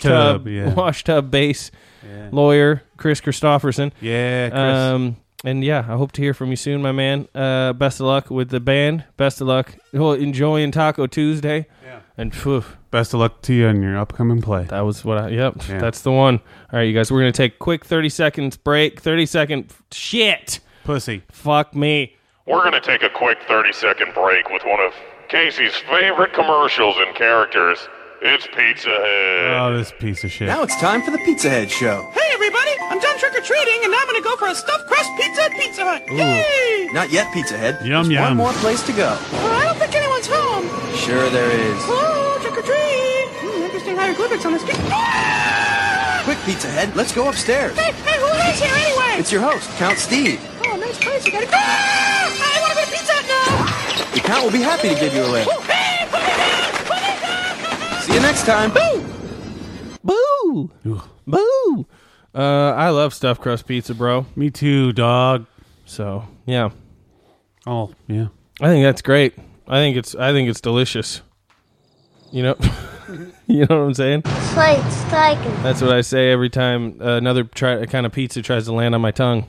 [SPEAKER 1] Wash
[SPEAKER 2] tub,
[SPEAKER 1] tub, yeah.
[SPEAKER 2] <laughs> wash tub base
[SPEAKER 1] Yeah.
[SPEAKER 2] lawyer Chris Christopherson.
[SPEAKER 1] Yeah, Chris.
[SPEAKER 2] Um, and yeah, I hope to hear from you soon, my man. Uh, best of luck with the band. Best of luck. Well, enjoying Taco Tuesday. Yeah. And phew.
[SPEAKER 1] Best of luck to you in your upcoming play.
[SPEAKER 2] That was what I. Yep, that's the one. All right, you guys, we're gonna take a quick thirty seconds break. Thirty second shit.
[SPEAKER 1] Pussy.
[SPEAKER 2] Fuck me.
[SPEAKER 9] We're going to take a quick 30 second break with one of Casey's favorite commercials and characters. It's Pizza Head.
[SPEAKER 1] Oh, this piece of shit.
[SPEAKER 20] Now it's time for the Pizza Head Show.
[SPEAKER 7] Hey, everybody! I'm done trick or treating, and now I'm gonna go for a stuffed crust pizza at Pizza Hut.
[SPEAKER 20] Ooh.
[SPEAKER 7] Yay!
[SPEAKER 20] Not yet, Pizza Head.
[SPEAKER 1] Yum
[SPEAKER 20] There's
[SPEAKER 1] yum.
[SPEAKER 20] One more place to go.
[SPEAKER 7] Well, I don't think anyone's home.
[SPEAKER 20] Sure, there is.
[SPEAKER 7] Hello, trick or treat. Hmm, interesting hieroglyphics on the street.
[SPEAKER 20] Quick, Pizza Head, let's go upstairs.
[SPEAKER 7] Hey, hey, who is here anyway?
[SPEAKER 20] It's your host, Count Steve.
[SPEAKER 7] Oh, nice place. You gotta go. I wanna go to Pizza Hut now.
[SPEAKER 20] The Count will be happy to give you a lift.
[SPEAKER 7] Oh, hey, put me down! Put me
[SPEAKER 20] See you next time.
[SPEAKER 2] Boo. Boo. Uh, I love stuffed crust pizza, bro.
[SPEAKER 1] Me too, dog.
[SPEAKER 2] So yeah.
[SPEAKER 1] Oh yeah.
[SPEAKER 2] I think that's great. I think it's I think it's delicious. You know, <laughs> you know what I'm saying.
[SPEAKER 21] Slate's taken.
[SPEAKER 2] That's what I say every time uh, another try, a kind of pizza tries to land on my tongue,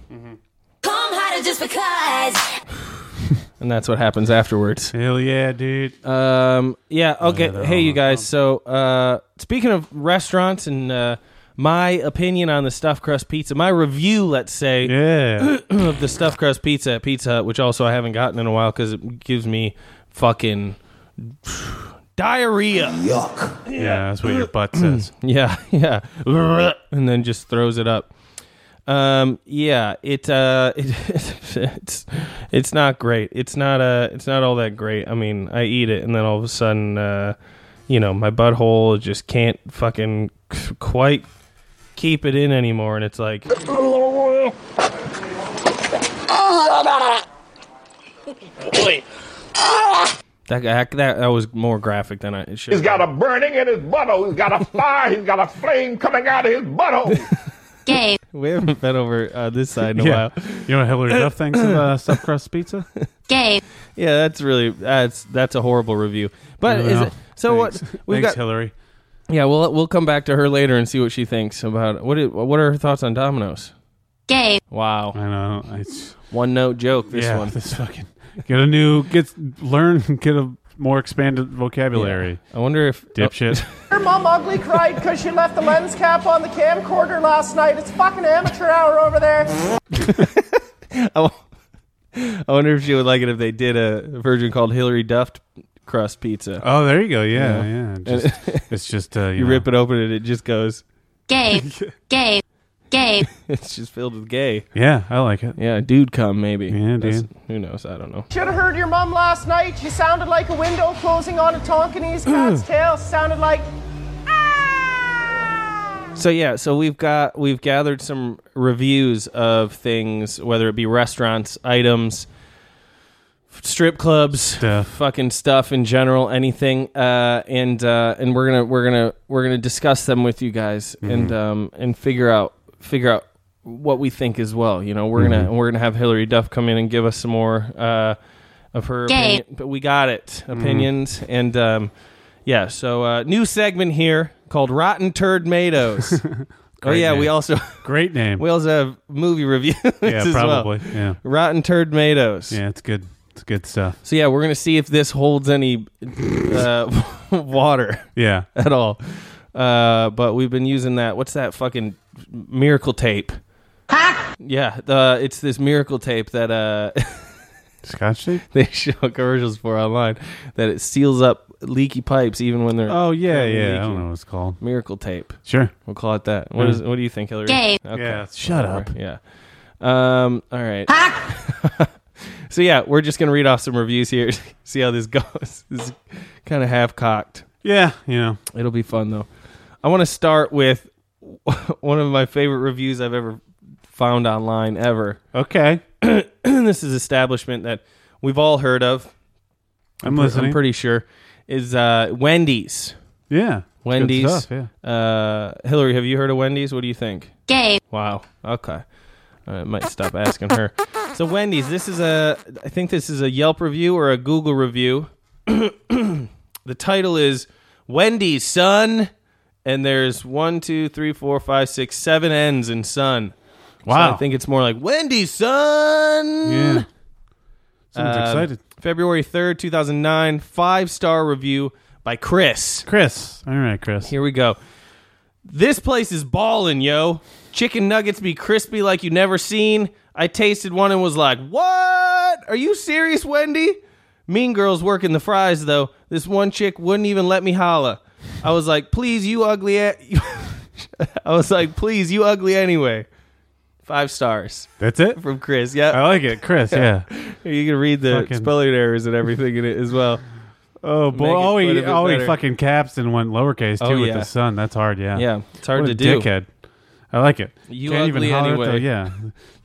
[SPEAKER 15] Come harder just because.
[SPEAKER 2] and that's what happens afterwards.
[SPEAKER 1] Hell yeah, dude.
[SPEAKER 2] Um, yeah. Okay. hey, you guys. So, uh, speaking of restaurants and uh, my opinion on the stuffed crust pizza, my review, let's say, <coughs>
[SPEAKER 1] yeah,
[SPEAKER 2] of the stuffed crust pizza at Pizza Hut, which also I haven't gotten in a while because it gives me fucking <sighs> diarrhea.
[SPEAKER 1] Yuck. Yeah, that's what your butt
[SPEAKER 2] <coughs>
[SPEAKER 1] says.
[SPEAKER 2] Yeah, <laughs> yeah. And then just throws it up. Um, yeah, it, uh, <laughs> it it's it's not great. It's not uh it's not all that great. I mean, I eat it and then all of a sudden uh you know, my butthole just can't fucking quite keep it in anymore and it's like
[SPEAKER 7] Boy.
[SPEAKER 2] that that, that was more graphic than I it should.
[SPEAKER 22] He's
[SPEAKER 2] have
[SPEAKER 22] got a burning in his butthole. He's got a fire. He's got a flame coming out of his butthole.
[SPEAKER 2] been. <laughs> We haven't been over uh, this side in a
[SPEAKER 1] Yeah.
[SPEAKER 2] while.
[SPEAKER 1] You know what Hillary Duff thinks of
[SPEAKER 2] <coughs>
[SPEAKER 1] uh, stuffed crust pizza?
[SPEAKER 15] Gay.
[SPEAKER 2] Yeah, that's really that's that's a horrible review. But
[SPEAKER 1] I don't
[SPEAKER 2] is
[SPEAKER 1] know.
[SPEAKER 2] it, so
[SPEAKER 1] Thanks.
[SPEAKER 2] what we've
[SPEAKER 1] Thanks,
[SPEAKER 2] got?
[SPEAKER 1] Hillary.
[SPEAKER 2] Yeah, we'll we'll come back to her later and see what she thinks about what. Is, what are her thoughts on Domino's?
[SPEAKER 15] Gay.
[SPEAKER 2] Wow,
[SPEAKER 1] I know. It's
[SPEAKER 2] <laughs> one note joke. This
[SPEAKER 1] yeah, <laughs>
[SPEAKER 2] one.
[SPEAKER 1] This fucking get a new get learn get a more expanded vocabulary.
[SPEAKER 2] I wonder if
[SPEAKER 1] dipshit.
[SPEAKER 3] Your mom ugly cried because she left the lens cap on the camcorder last night. It's fucking amateur hour over there.
[SPEAKER 2] I wonder if she would like it if they did a version called Hillary Duffed crust pizza.
[SPEAKER 1] Oh, there you go. Yeah, yeah. Just-
[SPEAKER 2] <laughs>
[SPEAKER 1] it's just uh, you,
[SPEAKER 2] you
[SPEAKER 1] know.
[SPEAKER 2] rip it open and it just goes.
[SPEAKER 1] <laughs>
[SPEAKER 15] Gay. Gay. Gay.
[SPEAKER 2] <laughs> it's just filled with gay.
[SPEAKER 1] Yeah, I like it.
[SPEAKER 2] Yeah, dude, come maybe. Yeah,
[SPEAKER 1] dude.
[SPEAKER 2] Who knows? I don't know.
[SPEAKER 3] Should have heard your mom last night. She sounded like a window closing on a
[SPEAKER 2] <clears throat>
[SPEAKER 3] Tonkinese cat's tail. Sounded like
[SPEAKER 2] So yeah, so we've got we've gathered some reviews of things, whether it be restaurants, items, strip clubs, fucking stuff in general, anything, uh, and uh, and we're gonna we're gonna we're gonna discuss them with you guys and um, and figure out figure out what we think as well. You know, we're gonna
[SPEAKER 1] Mhm.
[SPEAKER 2] we're gonna have Hillary Duff come in and give us some more uh, of her
[SPEAKER 1] Gay.
[SPEAKER 2] opinion, but we got it opinions and um, yeah. So uh, new segment here called Rotten
[SPEAKER 1] <laughs>
[SPEAKER 2] Turd Tomatoes. oh
[SPEAKER 1] Great
[SPEAKER 2] yeah, we
[SPEAKER 1] name.
[SPEAKER 2] also <laughs>
[SPEAKER 1] great name.
[SPEAKER 2] We also have movie reviews.
[SPEAKER 1] <laughs> Yeah,
[SPEAKER 2] as well.
[SPEAKER 1] probably. Yeah.
[SPEAKER 2] Rotten Turd Tomatoes.
[SPEAKER 1] Yeah, it's good. It's good stuff.
[SPEAKER 2] So yeah, we're gonna see if this
[SPEAKER 1] <laughs>
[SPEAKER 2] holds any uh, <laughs> water. <laughs>
[SPEAKER 1] Yeah.
[SPEAKER 2] at all. Uh, but we've been using that. What's that fucking miracle tape? Yeah, the it's this miracle tape that uh, <laughs>
[SPEAKER 1] Scotch tape
[SPEAKER 2] they show commercials for online that it seals up leaky pipes even when they're
[SPEAKER 1] Oh, yeah,
[SPEAKER 2] leaking.
[SPEAKER 1] yeah, I don't know what it's called.
[SPEAKER 2] Miracle tape.
[SPEAKER 1] Sure.
[SPEAKER 2] we'll call it that. What
[SPEAKER 1] Yeah.
[SPEAKER 2] is? What do you think, Hillary?
[SPEAKER 1] Gay. Hmm. Yeah, shut
[SPEAKER 2] whatever. Yeah. Um. All right. <laughs> so yeah, we're just gonna read off some reviews here. <laughs> See how this goes. <laughs> This is kind of half cocked.
[SPEAKER 1] Yeah. You know,
[SPEAKER 2] it'll be fun though. I want to start with <laughs> one of my favorite reviews I've ever found online ever.
[SPEAKER 1] Okay.
[SPEAKER 2] this is establishment that we've all heard of.
[SPEAKER 1] I'm
[SPEAKER 2] pre-
[SPEAKER 1] listening.
[SPEAKER 2] I'm pretty sure is uh, Wendy's.
[SPEAKER 1] Yeah.
[SPEAKER 2] Wendy's.
[SPEAKER 1] Good stuff,
[SPEAKER 2] Uh, Hillary, have you heard of Wendy's? What do you think?
[SPEAKER 15] Gay.
[SPEAKER 2] Wow. Okay. I might stop asking her. So Wendy's, this is a I think this is a Yelp review or a Google review. <clears throat> the title is Wendy's son, and there's one, two, three, four, five, six, seven N's in son.
[SPEAKER 1] Wow.
[SPEAKER 2] So I think uh, it's more like Wendy's son. Yeah. um,
[SPEAKER 1] Someone's excited.
[SPEAKER 2] February 3rd, 2009, five star review by Chris.
[SPEAKER 1] Chris. All right, Chris.
[SPEAKER 2] Here we go. This place is ballin', yo. Chicken nuggets be crispy like you never seen. I tasted one and was like, "What? Are you serious, Wendy?" Mean girls working the fries though. This one chick wouldn't even let me holla. I was like, "Please, you ugly." A-. <laughs> I was like, "Please, you ugly anyway." Five stars.
[SPEAKER 1] That's it
[SPEAKER 2] from Chris. <laughs> Yeah,
[SPEAKER 1] I like it, Chris. Yeah,
[SPEAKER 2] you can read the
[SPEAKER 1] Oh. Fucking-
[SPEAKER 2] spelling errors and everything in it as well.
[SPEAKER 1] <laughs> Oh boy!
[SPEAKER 2] Make it
[SPEAKER 1] All
[SPEAKER 2] a little
[SPEAKER 1] he,
[SPEAKER 2] bit
[SPEAKER 1] all he
[SPEAKER 2] better.
[SPEAKER 1] fucking caps and went lowercase too
[SPEAKER 2] Oh,
[SPEAKER 1] with
[SPEAKER 2] yeah.
[SPEAKER 1] the sun. That's hard. Yeah.
[SPEAKER 2] Yeah, it's hard
[SPEAKER 1] What
[SPEAKER 2] to
[SPEAKER 1] a
[SPEAKER 2] do.
[SPEAKER 1] Dickhead. I like it.
[SPEAKER 2] You
[SPEAKER 1] can't
[SPEAKER 2] ugly
[SPEAKER 1] even holler at
[SPEAKER 2] anyway.
[SPEAKER 1] the- yeah.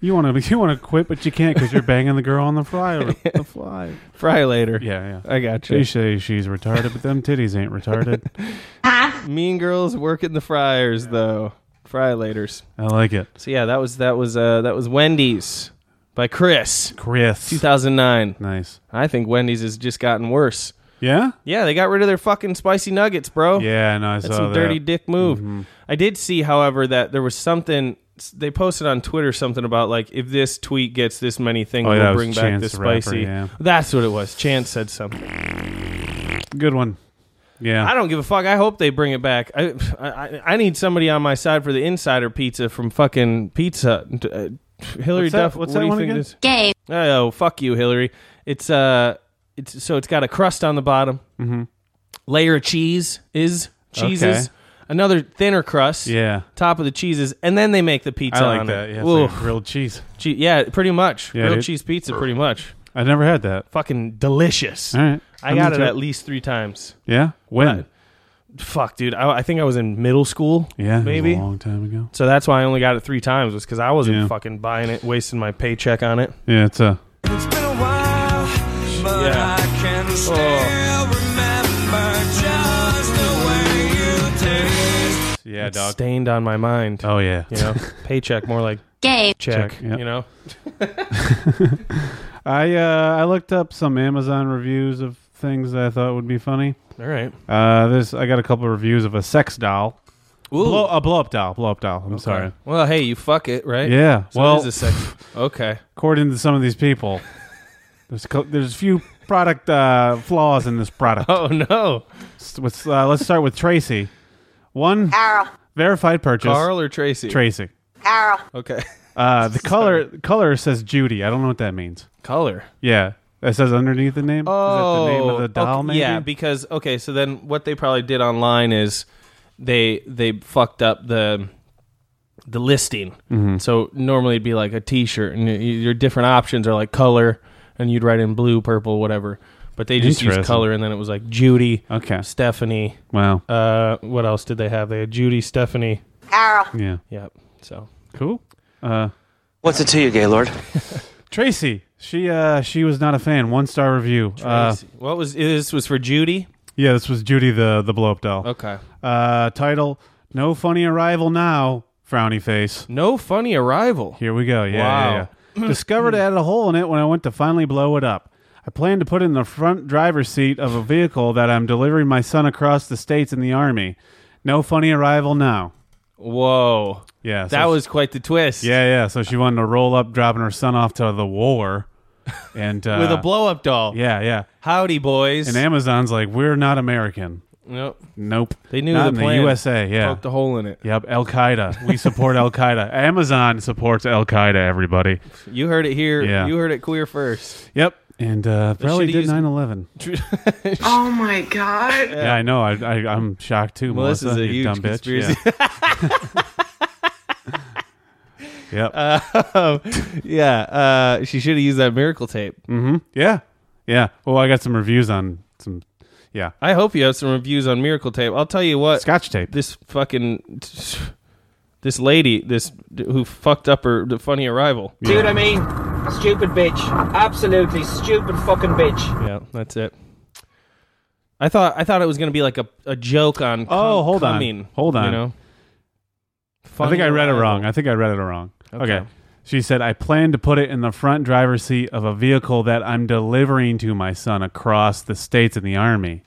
[SPEAKER 1] You want to <laughs> you want to quit, but you can't because you're banging the girl on the
[SPEAKER 2] <laughs>
[SPEAKER 1] fry. The fly.
[SPEAKER 2] Fry later.
[SPEAKER 1] Yeah, yeah.
[SPEAKER 2] I got you.
[SPEAKER 1] They say she's retarded, but them titties ain't retarded.
[SPEAKER 2] <laughs> Mean Girls working the fryers though. Frylators.
[SPEAKER 1] I like it.
[SPEAKER 2] So yeah, that was that was uh that was Wendy's
[SPEAKER 1] <laughs>
[SPEAKER 2] by Chris.
[SPEAKER 1] Chris.
[SPEAKER 2] 2009.
[SPEAKER 1] Nice.
[SPEAKER 2] I think Wendy's has just gotten worse.
[SPEAKER 1] Yeah?
[SPEAKER 2] Yeah, they got rid of their fucking spicy nuggets, bro.
[SPEAKER 1] Yeah, no, I
[SPEAKER 2] Oh. That's
[SPEAKER 1] saw
[SPEAKER 2] some
[SPEAKER 1] that. Mm-hmm.
[SPEAKER 2] dirty dick move. I did see, however, that there was something they posted on Twitter something about like if this tweet gets this many things,
[SPEAKER 1] Oh, yeah,
[SPEAKER 2] we'll
[SPEAKER 1] it was
[SPEAKER 2] bring back
[SPEAKER 1] Chance
[SPEAKER 2] this
[SPEAKER 1] the rapper,
[SPEAKER 2] spicy.
[SPEAKER 1] yeah.
[SPEAKER 2] That's what it was. Chance said something.
[SPEAKER 1] Good one. Yeah.
[SPEAKER 2] I don't give a fuck. I hope they bring it back. I, I I need somebody on my side for the insider pizza from fucking Pizza Hut. Uh, Hillary
[SPEAKER 1] What's that-
[SPEAKER 2] Duff.
[SPEAKER 1] what's
[SPEAKER 2] what
[SPEAKER 1] that
[SPEAKER 2] do you
[SPEAKER 1] one
[SPEAKER 2] think
[SPEAKER 1] again?
[SPEAKER 2] it is? Oh, fuck you, Hillary. It's uh, it's so it's got a crust on the bottom,
[SPEAKER 1] Mhm.
[SPEAKER 2] layer of cheese is cheeses,
[SPEAKER 1] Okay.
[SPEAKER 2] another thinner crust,
[SPEAKER 1] Yeah.
[SPEAKER 2] top of the cheeses, and then they make the pizza.
[SPEAKER 1] I like
[SPEAKER 2] on
[SPEAKER 1] that.
[SPEAKER 2] It.
[SPEAKER 1] Yeah, it's like
[SPEAKER 2] Ooh.
[SPEAKER 1] grilled cheese.
[SPEAKER 2] Che- yeah, pretty much.
[SPEAKER 1] Yeah,
[SPEAKER 2] Grilled
[SPEAKER 1] dude.
[SPEAKER 2] cheese pizza, pretty much.
[SPEAKER 1] I never had that.
[SPEAKER 2] Fucking delicious.
[SPEAKER 1] All right.
[SPEAKER 2] I
[SPEAKER 1] I'm
[SPEAKER 2] got it
[SPEAKER 1] into it.
[SPEAKER 2] at least three times.
[SPEAKER 1] Yeah? When?
[SPEAKER 2] Uh, fuck, dude. I, I think I was in middle school.
[SPEAKER 1] yeah, it was
[SPEAKER 2] maybe.
[SPEAKER 1] a long time ago.
[SPEAKER 2] So that's why I only got it three times was because I wasn't
[SPEAKER 1] Yeah.
[SPEAKER 2] fucking buying it, wasting my paycheck on it.
[SPEAKER 1] Yeah, it's uh, a
[SPEAKER 2] But yeah. I can still
[SPEAKER 1] yeah,
[SPEAKER 2] dog. Stained on my mind.
[SPEAKER 1] Oh yeah. <laughs>
[SPEAKER 2] You know, paycheck more like
[SPEAKER 15] Gay.
[SPEAKER 2] check.
[SPEAKER 1] Check, yeah.
[SPEAKER 2] You know,
[SPEAKER 1] I uh, I looked up some Amazon reviews of things that I thought would be funny.
[SPEAKER 2] All right.
[SPEAKER 1] Uh, this I got a couple of reviews of a sex doll.
[SPEAKER 2] Ooh.
[SPEAKER 1] Blow, a blow up doll. Blow up doll. I'm sorry.
[SPEAKER 2] Well, hey, you fuck it, right?
[SPEAKER 1] Yeah,
[SPEAKER 2] So
[SPEAKER 1] well-
[SPEAKER 2] it is a sex.
[SPEAKER 1] <laughs>
[SPEAKER 2] Okay.
[SPEAKER 1] According to some of these
[SPEAKER 2] <laughs>
[SPEAKER 1] people, there's co- there's a few product uh, flaws in this product.
[SPEAKER 2] Oh no.
[SPEAKER 1] S- Let's uh, let's start with Tracy. One verified purchase.
[SPEAKER 2] Carl or Tracy?
[SPEAKER 1] Tracy.
[SPEAKER 14] Carl.
[SPEAKER 2] Okay. <laughs>
[SPEAKER 1] Uh, the color color says Judy. I don't know what that means.
[SPEAKER 2] Color.
[SPEAKER 1] Yeah, that says underneath the name.
[SPEAKER 2] Oh,
[SPEAKER 1] is that the name of the doll?
[SPEAKER 2] okay,
[SPEAKER 1] Maybe.
[SPEAKER 2] Yeah, because okay, so then what they probably did online is they they fucked up the the listing.
[SPEAKER 1] Mhm.
[SPEAKER 2] So normally it'd be like a T-shirt, and y- y- your different options are like color, and you'd write in blue, purple, whatever. But they just used
[SPEAKER 1] Interesting.
[SPEAKER 2] color, and then it was like Judy,
[SPEAKER 1] Okay.
[SPEAKER 2] Stephanie.
[SPEAKER 1] Wow.
[SPEAKER 2] Uh, what else did they have? They had Judy, Stephanie.
[SPEAKER 14] Carl.
[SPEAKER 1] Yeah.
[SPEAKER 2] Yep. So
[SPEAKER 1] Cool. Uh,
[SPEAKER 17] What's it to you, Gaylord?
[SPEAKER 1] Tracy, she uh she was not a fan. One star review. Uh,
[SPEAKER 2] what was this was for Judy?
[SPEAKER 1] yeah, this was Judy the the blow up doll.
[SPEAKER 2] Okay.
[SPEAKER 1] Uh, title: No funny arrival now. Frowny face.
[SPEAKER 2] No funny arrival.
[SPEAKER 1] Here we go. Yeah,
[SPEAKER 2] Wow. <clears throat>
[SPEAKER 1] yeah, yeah. Discovered it had a hole in it when I went to finally blow it up. I plan to put it in the front driver's seat of a vehicle that I'm delivering my son across the states in the army. No funny arrival now.
[SPEAKER 2] Whoa.
[SPEAKER 1] Yeah, so
[SPEAKER 2] that was quite the twist.
[SPEAKER 1] Yeah, yeah. So she wanted to roll up, dropping her son off to the war, and uh,
[SPEAKER 2] <laughs> With a blow up doll.
[SPEAKER 1] Yeah, yeah.
[SPEAKER 2] Howdy, boys.
[SPEAKER 1] And Amazon's like, we're not American.
[SPEAKER 2] Nope.
[SPEAKER 1] Nope.
[SPEAKER 2] They knew
[SPEAKER 1] Not
[SPEAKER 2] the
[SPEAKER 1] in
[SPEAKER 2] plan.
[SPEAKER 1] the USA. Yeah.
[SPEAKER 2] Poked a hole in it.
[SPEAKER 1] Yep. Al Qaeda. We support Al
[SPEAKER 2] <laughs>
[SPEAKER 1] Qaeda. Amazon supports Al Qaeda. Everybody.
[SPEAKER 2] You heard it here.
[SPEAKER 1] Yeah.
[SPEAKER 2] You heard it queer first. <laughs>
[SPEAKER 1] Yep. And uh, probably
[SPEAKER 2] should've
[SPEAKER 1] did
[SPEAKER 2] used-
[SPEAKER 1] 9/11.
[SPEAKER 12] Oh my god.
[SPEAKER 1] Yeah, I know. I, I I'm shocked too.
[SPEAKER 2] Melissa's
[SPEAKER 1] Melissa,
[SPEAKER 2] a
[SPEAKER 1] you
[SPEAKER 2] huge
[SPEAKER 1] dumb bitch.
[SPEAKER 2] conspiracy.
[SPEAKER 1] Yeah.
[SPEAKER 2] <laughs>
[SPEAKER 1] yep.
[SPEAKER 2] Uh, yeah. Uh, she should have used that miracle tape.
[SPEAKER 1] mm-hmm. Yeah. Yeah. Well, I got some reviews on some. Yeah.
[SPEAKER 2] I hope you have some reviews on miracle tape. I'll tell you what.
[SPEAKER 1] Scotch tape.
[SPEAKER 2] This fucking. This lady, this who fucked up her the funny arrival.
[SPEAKER 1] Yeah.
[SPEAKER 16] See what I mean? A stupid bitch. Absolutely stupid fucking bitch.
[SPEAKER 2] Yeah, that's it. I thought I thought it was gonna be like a, a joke on.
[SPEAKER 1] Oh, hold on.
[SPEAKER 2] coming,
[SPEAKER 1] Hold
[SPEAKER 2] You
[SPEAKER 1] on.
[SPEAKER 2] know?
[SPEAKER 1] I think I read it
[SPEAKER 2] Funny
[SPEAKER 1] wrong. I think I read it wrong. Okay.
[SPEAKER 2] Okay.
[SPEAKER 1] She said, I plan to put it in the front driver's seat of a vehicle that I'm delivering to my son across the states in the Army.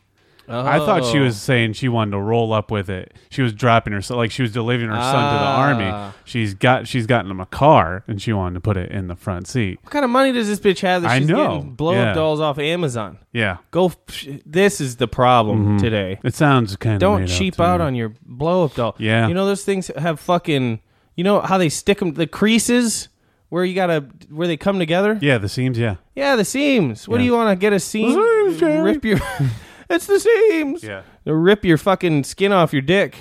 [SPEAKER 1] I thought she
[SPEAKER 2] Oh.
[SPEAKER 1] was saying she wanted to roll up with it. She was dropping her son, like she was delivering her son to the
[SPEAKER 2] Ah.
[SPEAKER 1] army. She's got she's gotten him a car, and she wanted to put it in the front seat.
[SPEAKER 2] What kind of money does this bitch have that
[SPEAKER 1] I
[SPEAKER 2] she's
[SPEAKER 1] know.
[SPEAKER 2] getting blow
[SPEAKER 1] Yeah.
[SPEAKER 2] up dolls off Amazon?
[SPEAKER 1] Yeah.
[SPEAKER 2] Go. F- this is the problem
[SPEAKER 1] Mhm.
[SPEAKER 2] today.
[SPEAKER 1] It sounds kind of
[SPEAKER 2] Don't cheap out on your blow up doll.
[SPEAKER 1] Yeah.
[SPEAKER 2] You know those things have fucking. You know how they stick them the creases where you gotta where they come together.
[SPEAKER 1] Yeah, the seams. Yeah.
[SPEAKER 2] Yeah, the seams. What do
[SPEAKER 1] Yeah.
[SPEAKER 2] you want to get a seam? Rip your. <laughs> it's the seams.
[SPEAKER 1] Yeah. Mm.
[SPEAKER 2] They'll rip your fucking skin off your dick.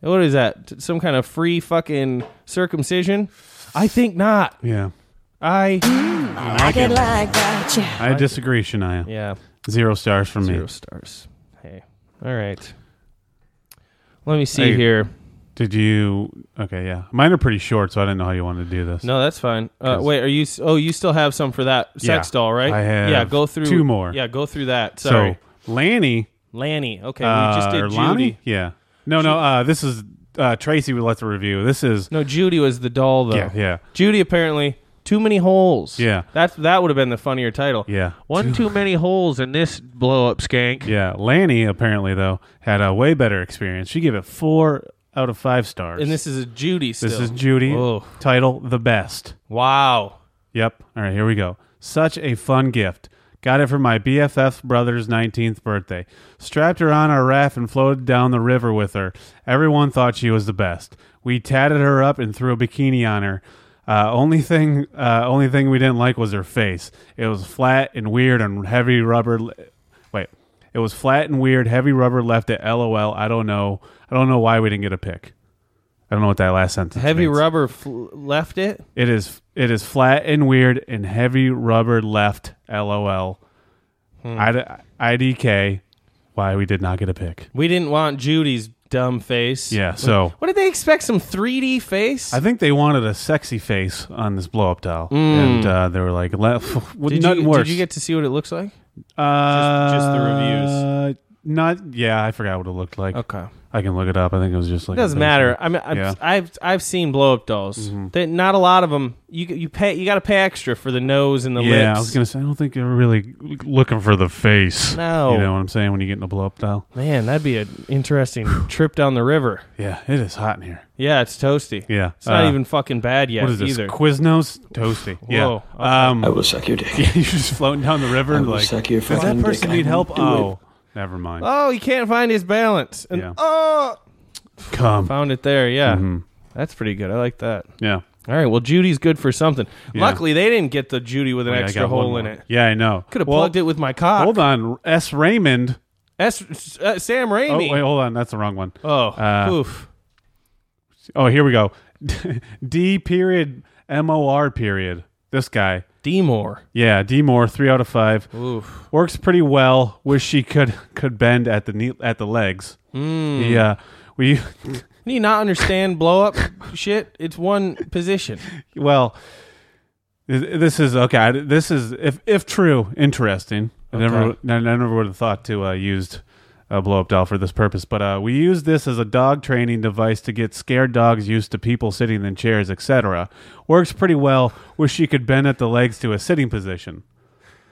[SPEAKER 2] What is that? T- Some kind of free fucking circumcision? I think not.
[SPEAKER 1] Yeah.
[SPEAKER 2] I.
[SPEAKER 1] I like it like
[SPEAKER 2] that.
[SPEAKER 1] I disagree, Shania.
[SPEAKER 2] Yeah.
[SPEAKER 1] Zero stars from me.
[SPEAKER 2] Zero stars. Hey. All right. Let me see
[SPEAKER 1] Hey,
[SPEAKER 2] here.
[SPEAKER 1] Did you? Okay, yeah. Mine are pretty short, so I didn't know how you wanted to do this.
[SPEAKER 2] No, that's fine. Uh,
[SPEAKER 1] 'Cause-
[SPEAKER 2] wait, are you? s- Oh, you still have some for that sex
[SPEAKER 1] Yeah.
[SPEAKER 2] doll, right?
[SPEAKER 1] I have
[SPEAKER 2] Yeah, go through
[SPEAKER 1] two more.
[SPEAKER 2] Yeah, go through that. Sorry,
[SPEAKER 1] So Lanny.
[SPEAKER 2] Lanny. Okay, we just
[SPEAKER 1] uh,
[SPEAKER 2] did
[SPEAKER 1] or
[SPEAKER 2] Judy.
[SPEAKER 1] Lonnie? Yeah. No, no. Uh, this is uh, Tracy. We left the review. This is
[SPEAKER 2] no. Judy was the doll though.
[SPEAKER 1] Yeah, yeah.
[SPEAKER 2] Judy apparently too many holes.
[SPEAKER 1] Yeah.
[SPEAKER 2] That's that would have been the funnier title.
[SPEAKER 1] Yeah.
[SPEAKER 2] One too many holes in this blow up skank.
[SPEAKER 1] Yeah, Lanny apparently though had a way better experience. She gave it four out of five stars.
[SPEAKER 2] And this is a Judy still.
[SPEAKER 1] This is Judy. Title The Best.
[SPEAKER 2] Wow.
[SPEAKER 1] Yep. All right, here we go. Such a fun gift. Got it for my BFF brother's 19th birthday. Strapped her on our raft and floated down the river with her. Everyone thought she was the best. We tatted her up and threw a bikini on her. Uh, only thing, uh, only thing we didn't like was her face. It was flat and weird and heavy rubber. li- Wait, it was flat and weird. Heavy rubber left at LOL. I don't know. I don't know why we didn't get a pick. I don't know what that last sentence.
[SPEAKER 2] Heavy
[SPEAKER 1] means.
[SPEAKER 2] rubber fl- left it.
[SPEAKER 1] It is it is flat and weird and heavy rubber left. LOL.
[SPEAKER 2] Hmm.
[SPEAKER 1] I, IDK. Why we did not get a pick?
[SPEAKER 2] We didn't want Judy's dumb face.
[SPEAKER 1] Yeah, so-
[SPEAKER 2] what did they expect? Some 3D face?
[SPEAKER 1] I think they wanted a sexy face on this blow up doll,
[SPEAKER 2] Mm.
[SPEAKER 1] and uh, they were like, <laughs> le-
[SPEAKER 2] did
[SPEAKER 1] "Nothing
[SPEAKER 2] you,
[SPEAKER 1] worse."
[SPEAKER 2] Did you get to see what it looks like?
[SPEAKER 1] uh,
[SPEAKER 2] just, just the reviews.
[SPEAKER 1] reviews. Not yeah, I forgot what it looked like.
[SPEAKER 2] Okay,
[SPEAKER 1] I can look it up. I think it was just
[SPEAKER 2] It
[SPEAKER 1] like
[SPEAKER 2] doesn't matter. I mean, I've,
[SPEAKER 1] yeah. Mm-hmm.
[SPEAKER 2] I've I've seen blow up dolls. They, not a lot of them. You you pay you got to pay extra for the nose and the
[SPEAKER 1] yeah,
[SPEAKER 2] lips.
[SPEAKER 1] I was gonna say I don't think you're really looking for the face.
[SPEAKER 2] No.
[SPEAKER 1] you know what I'm saying when you get in a blow up doll.
[SPEAKER 2] Man, that'd be an interesting trip down the river.
[SPEAKER 1] Yeah, it is hot in here.
[SPEAKER 2] Yeah, it's toasty.
[SPEAKER 1] Yeah,
[SPEAKER 2] it's not
[SPEAKER 1] uh,
[SPEAKER 2] even fucking bad yet
[SPEAKER 1] What is this?
[SPEAKER 2] either.
[SPEAKER 1] Quiznos toasty. Yeah.
[SPEAKER 2] Whoa, okay.
[SPEAKER 1] Um,
[SPEAKER 2] I will suck your dick.
[SPEAKER 1] Yeah, <laughs> you're just floating down the river
[SPEAKER 2] I
[SPEAKER 1] and
[SPEAKER 2] will
[SPEAKER 1] like,
[SPEAKER 2] suck your
[SPEAKER 1] does that
[SPEAKER 2] fucking
[SPEAKER 1] person
[SPEAKER 2] dick.
[SPEAKER 1] need
[SPEAKER 2] I
[SPEAKER 1] help?
[SPEAKER 2] will do
[SPEAKER 1] Oh, never mind.
[SPEAKER 2] Oh, he can't find his balance. And
[SPEAKER 1] Yeah.
[SPEAKER 2] oh,
[SPEAKER 1] Come.
[SPEAKER 2] found it there. Yeah,
[SPEAKER 1] Mhm.
[SPEAKER 2] that's pretty good. I like that.
[SPEAKER 1] Yeah.
[SPEAKER 2] All right. Well, Judy's good for something.
[SPEAKER 1] Yeah.
[SPEAKER 2] Luckily, they didn't get the Judy with an
[SPEAKER 1] Wait, I
[SPEAKER 2] extra
[SPEAKER 1] got one
[SPEAKER 2] hole in
[SPEAKER 1] more.
[SPEAKER 2] it.
[SPEAKER 1] Yeah, I know.
[SPEAKER 2] Could have
[SPEAKER 1] Well,
[SPEAKER 2] plugged it with my cock.
[SPEAKER 1] Hold on, S. Raymond.
[SPEAKER 2] S. Uh, Sam
[SPEAKER 1] Oh,
[SPEAKER 2] Raimi.
[SPEAKER 1] wait, hold on. That's the wrong one.
[SPEAKER 2] Oh,
[SPEAKER 1] Uh,
[SPEAKER 2] oof.
[SPEAKER 1] Oh, here we go. <laughs> D period M O R period. This guy.
[SPEAKER 2] D more.
[SPEAKER 1] Yeah, D more. Three out of five.
[SPEAKER 2] Oof.
[SPEAKER 1] Works pretty well. Wish she could could bend at the knee, at the legs.
[SPEAKER 2] Mm.
[SPEAKER 1] Yeah. We
[SPEAKER 2] Can you not understand blow up shit? It's one position.
[SPEAKER 1] well th- this is okay I- this is if if true interesting i never
[SPEAKER 2] Okay.
[SPEAKER 1] i never would have thought to uh used a blow up doll for this purpose but uh we use this as a dog training device to get scared dogs used to people sitting in chairs etc works pretty well wish she could bend at the legs to a sitting position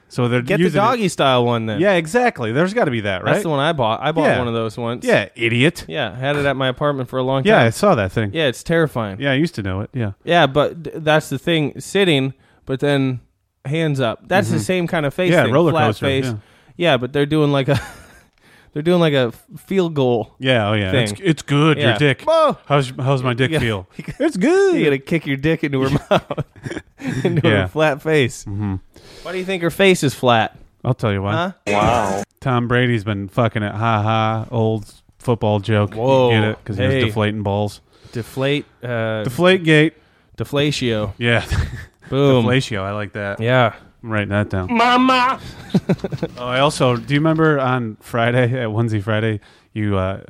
[SPEAKER 1] so they're
[SPEAKER 2] Get the
[SPEAKER 1] using it-
[SPEAKER 2] doggy style one then.
[SPEAKER 1] yeah exactly there's got to be that right
[SPEAKER 2] That's the one I bought. I bought
[SPEAKER 1] Yeah.
[SPEAKER 2] one of those once.
[SPEAKER 1] yeah idiot
[SPEAKER 2] Yeah, had it at my apartment for a long time.
[SPEAKER 1] yeah i saw that thing
[SPEAKER 2] Yeah, it's terrifying.
[SPEAKER 1] yeah i used to know it yeah
[SPEAKER 2] Yeah, but th- that's the thing. Sitting, but then hands up. That's the
[SPEAKER 1] Mhm.
[SPEAKER 2] same kind of face.
[SPEAKER 1] Yeah,
[SPEAKER 2] thing,
[SPEAKER 1] roller
[SPEAKER 2] flat
[SPEAKER 1] coaster,
[SPEAKER 2] Face.
[SPEAKER 1] yeah.
[SPEAKER 2] Yeah, but they're doing like a, <laughs> they're doing like a f- field goal.
[SPEAKER 1] Yeah, oh yeah,
[SPEAKER 2] thing.
[SPEAKER 1] it's, it's good.
[SPEAKER 2] Yeah.
[SPEAKER 1] Your dick.
[SPEAKER 2] Whoa.
[SPEAKER 1] How's how's my dick
[SPEAKER 2] Yeah. <laughs>
[SPEAKER 1] feel? <laughs> It's good.
[SPEAKER 2] You gotta kick your dick into her <laughs> mouth, into
[SPEAKER 1] Yeah.
[SPEAKER 2] her flat face.
[SPEAKER 1] Mhm.
[SPEAKER 2] Why do you think her face is flat?
[SPEAKER 1] I'll tell you why.
[SPEAKER 2] Huh? Wow.
[SPEAKER 1] Tom Brady's been fucking it. Ha ha. Old football joke.
[SPEAKER 2] Whoa,
[SPEAKER 1] You get it? Because he
[SPEAKER 2] hey.
[SPEAKER 1] was deflating balls.
[SPEAKER 2] Deflate. Uh,
[SPEAKER 1] Deflate gate.
[SPEAKER 2] Deflatio.
[SPEAKER 1] Yeah. <laughs>
[SPEAKER 2] Boom.
[SPEAKER 1] Deflatio. I like that.
[SPEAKER 2] Yeah.
[SPEAKER 1] I'm writing that down.
[SPEAKER 2] Mama.
[SPEAKER 1] oh, I also do you remember on Friday <laughs> at Wednesday Friday you uh,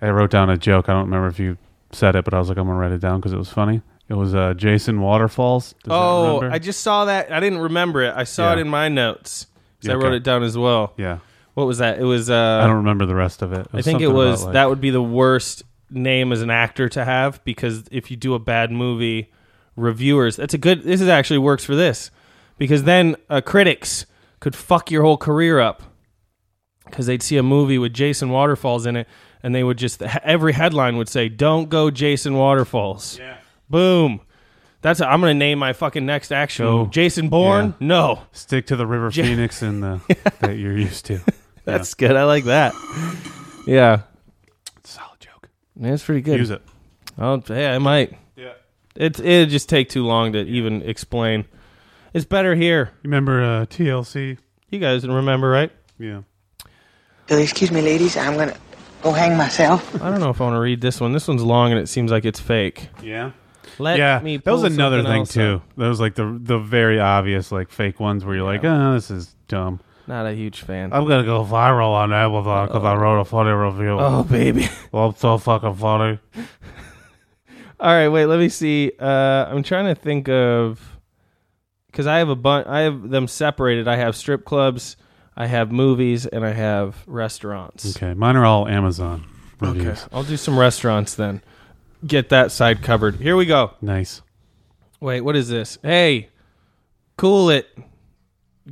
[SPEAKER 1] I wrote down a joke. I don't remember if you said it, but I was like I'm gonna write it down because it was funny. It was uh, Jason Waterfalls. Does that
[SPEAKER 2] oh,
[SPEAKER 1] remember?
[SPEAKER 2] I just saw that. I didn't remember it. I saw
[SPEAKER 1] Yeah.
[SPEAKER 2] it in my notes. So I
[SPEAKER 1] Yeah,
[SPEAKER 2] wrote
[SPEAKER 1] okay.
[SPEAKER 2] it down as well.
[SPEAKER 1] Yeah.
[SPEAKER 2] What was that? It was. Uh,
[SPEAKER 1] I don't remember the rest of it.
[SPEAKER 2] I think
[SPEAKER 1] something
[SPEAKER 2] it
[SPEAKER 1] about,
[SPEAKER 2] was
[SPEAKER 1] like-
[SPEAKER 2] that would be the worst name as an actor to have because if you do a bad movie, reviewers that's a good. This is actually works for this because then uh, critics could fuck your whole career up. because they'd see a movie with Jason Waterfalls in it, and they would just every headline would say, "Don't go Jason Waterfalls." Yeah. Boom. That's I'm gonna name my fucking next action.
[SPEAKER 1] Go.
[SPEAKER 2] movie. Jason Bourne.
[SPEAKER 1] Yeah.
[SPEAKER 2] No.
[SPEAKER 1] Stick to the River
[SPEAKER 2] <laughs> Ja-
[SPEAKER 1] Phoenix and the
[SPEAKER 2] <laughs>
[SPEAKER 1] that you're used to.
[SPEAKER 2] That's good. I like that. Yeah. Solid joke. That's pretty good.
[SPEAKER 1] Use it.
[SPEAKER 2] Oh yeah, I might. Yeah. It's it'd just take too long to even explain. It's better here.
[SPEAKER 1] Remember uh, TLC?
[SPEAKER 2] You guys remember, right?
[SPEAKER 1] Yeah.
[SPEAKER 4] You'll excuse me, ladies. I'm gonna go hang myself.
[SPEAKER 2] I don't know if I want to read this one. This one's long and it seems like it's fake.
[SPEAKER 1] Yeah.
[SPEAKER 2] Let
[SPEAKER 1] yeah,
[SPEAKER 2] me
[SPEAKER 1] that was
[SPEAKER 2] pull
[SPEAKER 1] another
[SPEAKER 2] something
[SPEAKER 1] thing
[SPEAKER 2] else
[SPEAKER 1] too. That was like the the very obvious like fake ones where you're like, oh, this is dumb.
[SPEAKER 2] Not a huge fan.
[SPEAKER 1] I'm gonna go viral on Amazon because I wrote a funny review.
[SPEAKER 2] Oh, baby. <laughs>
[SPEAKER 1] well, I'm so fucking funny.
[SPEAKER 2] All right, wait. Let me see. Uh, I'm trying to think of because I have a bunch. I have them separated. I have strip clubs, I have movies, and I have restaurants.
[SPEAKER 1] Okay, mine are all Amazon reviews.
[SPEAKER 2] I'll do some restaurants then. Get that side covered. Here we go.
[SPEAKER 1] Nice.
[SPEAKER 2] Wait, what is this? Hey, cool it.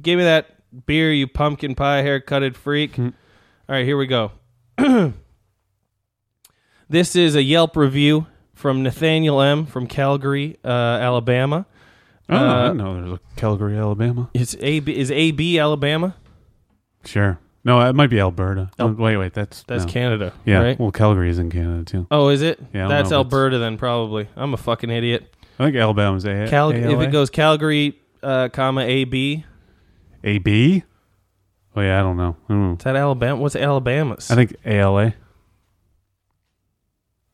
[SPEAKER 2] Give me that beer, you pumpkin pie haircutted freak.
[SPEAKER 1] Hmm.
[SPEAKER 2] All right, here we go. <clears throat> this is a Yelp review from Nathaniel M. from Calgary, uh, Alabama.
[SPEAKER 1] Oh, I
[SPEAKER 2] Uh,
[SPEAKER 1] didn't know there's a Calgary, Alabama.
[SPEAKER 2] Is AB, is AB Alabama?
[SPEAKER 1] Sure. No, it might be Alberta.
[SPEAKER 2] Oh.
[SPEAKER 1] Oh, wait, wait, that's
[SPEAKER 2] That's
[SPEAKER 1] no.
[SPEAKER 2] Canada,
[SPEAKER 1] Yeah.
[SPEAKER 2] right?
[SPEAKER 1] Well, Calgary is in Canada too.
[SPEAKER 2] Oh, is it?
[SPEAKER 1] Yeah, I don't
[SPEAKER 2] That's
[SPEAKER 1] know if it's-
[SPEAKER 2] Alberta then, probably. I'm a fucking idiot.
[SPEAKER 1] I think Alabama's A.
[SPEAKER 2] Cal- if
[SPEAKER 1] ALA?
[SPEAKER 2] it goes Calgary, uh, comma AB,
[SPEAKER 1] A B. Oh yeah, I don't know. I don't know.
[SPEAKER 2] is that Alabama? What's Alabama's?
[SPEAKER 1] I think ALA.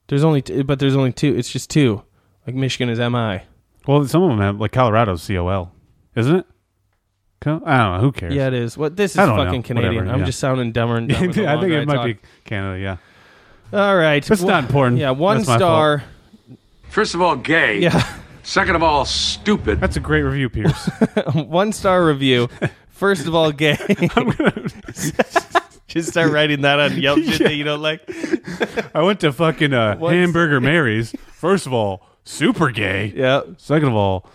[SPEAKER 2] There's only, t- but there's only two. It's just two. Like Michigan is MI.
[SPEAKER 1] Well, some of them have like Colorado's COL, isn't it? Co- I don't know. Who cares?
[SPEAKER 2] Yeah, it is. What this is
[SPEAKER 1] I don't know.
[SPEAKER 2] fucking Canadian.
[SPEAKER 1] Whatever,
[SPEAKER 2] I'm
[SPEAKER 1] yeah.
[SPEAKER 2] just sounding dumber and dumber.
[SPEAKER 1] <laughs>
[SPEAKER 2] the
[SPEAKER 1] I think
[SPEAKER 2] longer
[SPEAKER 1] it might
[SPEAKER 2] talk.
[SPEAKER 1] be Canada. Yeah.
[SPEAKER 2] All right,
[SPEAKER 1] But it's
[SPEAKER 2] One-
[SPEAKER 1] not important.
[SPEAKER 2] Yeah, one
[SPEAKER 1] That's my
[SPEAKER 2] star.
[SPEAKER 21] First of all, gay.
[SPEAKER 2] Yeah.
[SPEAKER 21] Second of all,
[SPEAKER 1] <laughs>
[SPEAKER 21] stupid.
[SPEAKER 1] That's a great review,
[SPEAKER 2] <laughs>
[SPEAKER 1] Pierce.
[SPEAKER 2] one star
[SPEAKER 1] <laughs>
[SPEAKER 2] review. First of all, gay. just start writing that on Yelp shit that you don't like.
[SPEAKER 1] I went to fucking uh,
[SPEAKER 2] Once- <laughs>
[SPEAKER 1] Hamburger Mary's. First of all, super gay.
[SPEAKER 2] Yeah.
[SPEAKER 1] Second of all,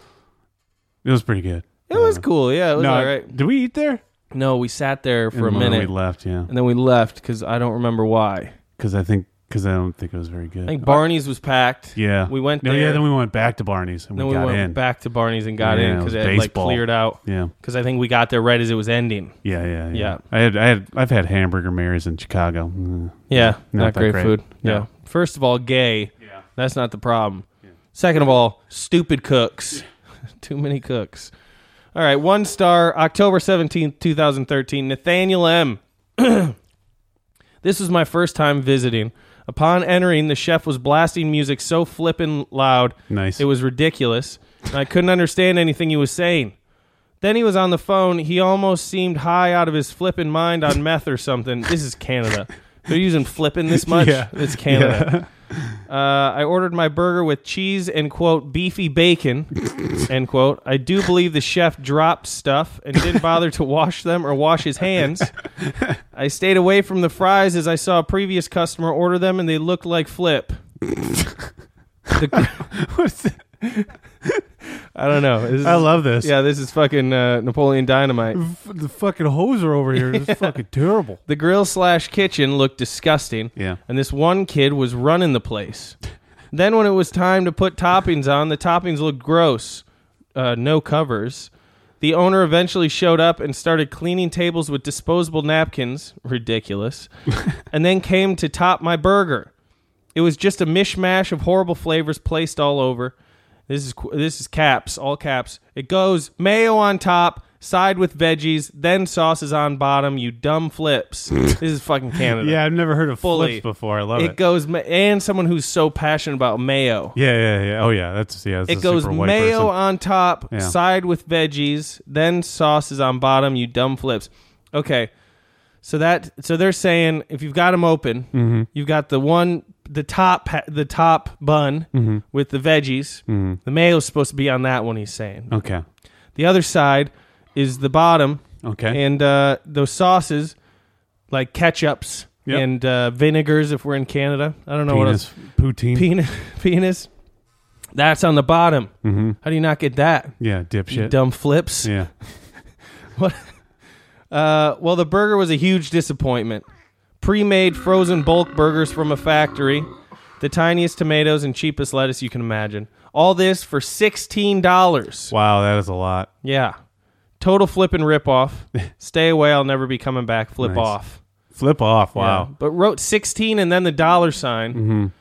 [SPEAKER 1] it was pretty good.
[SPEAKER 2] It was cool. Yeah, it was
[SPEAKER 1] No,
[SPEAKER 2] all right.
[SPEAKER 1] Did we eat there?
[SPEAKER 2] No, we sat there for
[SPEAKER 1] And
[SPEAKER 2] a
[SPEAKER 1] then
[SPEAKER 2] minute.
[SPEAKER 1] we left, yeah.
[SPEAKER 2] and then we left because I don't remember why.
[SPEAKER 1] Because I think because I don't think it was very good.
[SPEAKER 2] I think Barney's was packed.
[SPEAKER 1] yeah.
[SPEAKER 2] we went
[SPEAKER 1] No,
[SPEAKER 2] there.
[SPEAKER 1] yeah. Then we went back to Barney's and
[SPEAKER 2] then
[SPEAKER 1] we got
[SPEAKER 2] went
[SPEAKER 1] in.
[SPEAKER 2] back to Barney's and got
[SPEAKER 1] Yeah,
[SPEAKER 2] in
[SPEAKER 1] it
[SPEAKER 2] because
[SPEAKER 1] was
[SPEAKER 2] it, had like
[SPEAKER 1] baseball.
[SPEAKER 2] cleared out.
[SPEAKER 1] Yeah.
[SPEAKER 2] because I think we got there right as it was ending.
[SPEAKER 1] Yeah, yeah, yeah,
[SPEAKER 2] Yeah.
[SPEAKER 1] I had, I had, I've had Hamburger Mary's in
[SPEAKER 2] <laughs>
[SPEAKER 1] Chicago. Mm.
[SPEAKER 2] Yeah, not,
[SPEAKER 1] that
[SPEAKER 2] great, food. Yeah. First of all, gay. Yeah. That's not the problem. Second of all, stupid cooks. <laughs> Too many cooks. All right, one star, October 17th, 2013, Nathaniel M. <clears throat> this was my first time visiting. Upon entering, the chef was blasting music so flippin' loud.
[SPEAKER 1] Nice.
[SPEAKER 2] It was ridiculous. and I couldn't understand anything he was saying. Then he was on the phone. He almost seemed high out of his flippin' mind on meth or something. This is Canada. They're using flippin' this much.
[SPEAKER 1] Yeah.
[SPEAKER 2] It's Canada. Uh, I ordered my burger with cheese and quote beefy bacon end quote. I do believe the chef dropped stuff and didn't bother to wash them or wash his hands. I stayed away from the fries as I saw a previous customer order them and they looked like flip. The- <laughs> I don't know. This is-
[SPEAKER 1] I love this.
[SPEAKER 2] Yeah, this is fucking uh, Napoleon Dynamite.
[SPEAKER 1] F- the fucking hoser over here <laughs> is fucking terrible.
[SPEAKER 2] The grill slash kitchen looked disgusting.
[SPEAKER 1] Yeah.
[SPEAKER 2] And this one kid was running the place. then when it was time to put toppings on, the toppings looked gross. Uh, no covers. The owner eventually showed up and started cleaning tables with disposable napkins. Ridiculous. and then came to top my burger. It was just a mishmash of horrible flavors placed all over. This is qu- this is caps, all caps. It goes mayo on top, side with veggies, then sauces on bottom. You dumb flips. this is fucking Canada.
[SPEAKER 1] Yeah, I've never heard of
[SPEAKER 2] Fully.
[SPEAKER 1] flips before. I love
[SPEAKER 2] it
[SPEAKER 1] it.
[SPEAKER 2] goes ma- and someone who's so passionate about mayo.
[SPEAKER 1] yeah, yeah, yeah. Oh yeah, that's yeah. That's
[SPEAKER 2] it goes mayo on top,
[SPEAKER 1] Yeah.
[SPEAKER 2] side with veggies, then sauces on bottom. You dumb flips. Okay, so that so they're saying if you've got them open,
[SPEAKER 1] Mhm.
[SPEAKER 2] you've got the one the top pa- the top bun
[SPEAKER 1] Mhm.
[SPEAKER 2] with the veggies.
[SPEAKER 1] Mhm.
[SPEAKER 2] The mayo's supposed to be on that one. He's saying
[SPEAKER 1] on. Okay.
[SPEAKER 2] the other side is the bottom.
[SPEAKER 1] Okay.
[SPEAKER 2] And uh, those sauces, like ketchups
[SPEAKER 1] Yep.
[SPEAKER 2] and uh, vinegars, if we're in Canada. I don't know
[SPEAKER 1] Penis.
[SPEAKER 2] what else.
[SPEAKER 1] Poutine.
[SPEAKER 2] Penis. Penis. That's on the bottom.
[SPEAKER 1] Mhm.
[SPEAKER 2] How do you not get that?
[SPEAKER 1] Yeah,
[SPEAKER 2] You
[SPEAKER 1] dipshit.
[SPEAKER 2] dumb flips.
[SPEAKER 1] Yeah.
[SPEAKER 2] What? Uh, well, the burger was a huge disappointment. Pre made frozen bulk burgers from a factory, the tiniest tomatoes and cheapest lettuce you can imagine. All this for $16.
[SPEAKER 1] Wow, that is a lot.
[SPEAKER 2] Yeah. Total flip and
[SPEAKER 1] <laughs>
[SPEAKER 2] rip off. Stay away, I'll never be coming back. Flip
[SPEAKER 1] Nice.
[SPEAKER 2] off.
[SPEAKER 1] Flip off. Wow.
[SPEAKER 2] Yeah. But wrote 16 and then the dollar sign.
[SPEAKER 1] Mhm.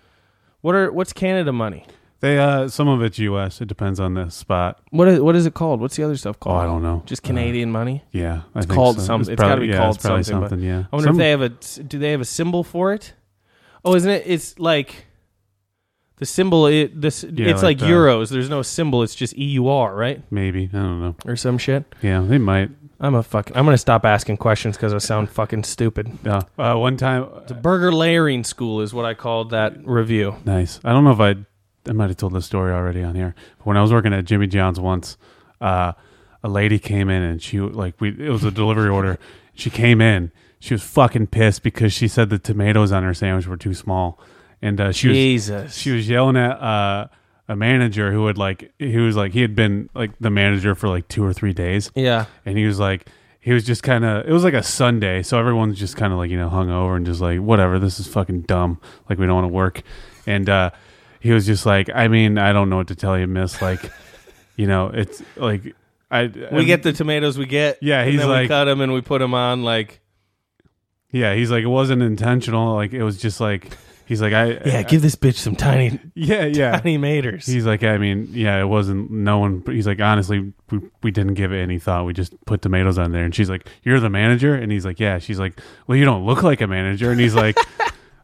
[SPEAKER 2] What are what's Canada money?
[SPEAKER 1] They uh some of it's US. It depends on the spot.
[SPEAKER 2] What is, what is it called? What's the other stuff called?
[SPEAKER 1] Oh, I don't know. Uh,
[SPEAKER 2] Just Canadian money?
[SPEAKER 1] yeah, I
[SPEAKER 2] It's
[SPEAKER 1] think
[SPEAKER 2] called
[SPEAKER 1] so.
[SPEAKER 2] some-
[SPEAKER 1] It's
[SPEAKER 2] it's got to
[SPEAKER 1] probably-
[SPEAKER 2] be
[SPEAKER 1] yeah,
[SPEAKER 2] called
[SPEAKER 1] it's probably
[SPEAKER 2] something. but
[SPEAKER 1] something, yeah.
[SPEAKER 2] I wonder
[SPEAKER 1] Some-
[SPEAKER 2] if they have a do they have a symbol for it? Oh, isn't it it's like the symbol it this
[SPEAKER 1] Yeah,
[SPEAKER 2] it's
[SPEAKER 1] like
[SPEAKER 2] like,
[SPEAKER 1] the-
[SPEAKER 2] euros. There's no symbol. It's just EUR, right?
[SPEAKER 1] Maybe. I don't know.
[SPEAKER 2] Or some shit.
[SPEAKER 1] Yeah, they might.
[SPEAKER 2] I'm a fucking I'm going to stop asking questions cuz I sound fucking stupid.
[SPEAKER 1] Yeah. Uh, one time
[SPEAKER 2] the burger layering school is what I called that review.
[SPEAKER 1] Nice. I don't know if I I might have told this story already on here. But when I was working at Jimmy John's once, uh, a lady came in and she like we it was a delivery order. She came in. She was fucking pissed because she said the tomatoes on her sandwich were too small, and uh, she was
[SPEAKER 2] Jesus.
[SPEAKER 1] she was yelling at uh, a manager who had like he was like he had been like the manager for like two or three days.
[SPEAKER 2] Yeah.
[SPEAKER 1] and he was like. He was just kind of. It was like a Sunday, so everyone's just kind of like you know hung over and just like whatever. This is fucking dumb. Like we don't want to work. And uh, he was just like, I mean, I don't know what to tell you, Miss. Like, <laughs> you know, it's like I um,
[SPEAKER 2] We get the tomatoes we get.
[SPEAKER 1] Yeah, he's
[SPEAKER 2] and then we
[SPEAKER 1] like-
[SPEAKER 2] cut them and we put them on like
[SPEAKER 1] Yeah, he's like, it wasn't intentional. Like it was just like he's like, I
[SPEAKER 2] Yeah, give this bitch some <laughs> tiny
[SPEAKER 1] yeah yeah
[SPEAKER 2] tiny maters.
[SPEAKER 1] He's like, I mean, yeah, it wasn't. No one. He's like, honestly, we, we didn't give it any thought. We just put tomatoes on there. And she's like, you're the manager. And he's like, yeah. She's like, well, you don't look like a manager. And he's
[SPEAKER 2] <laughs>
[SPEAKER 1] like,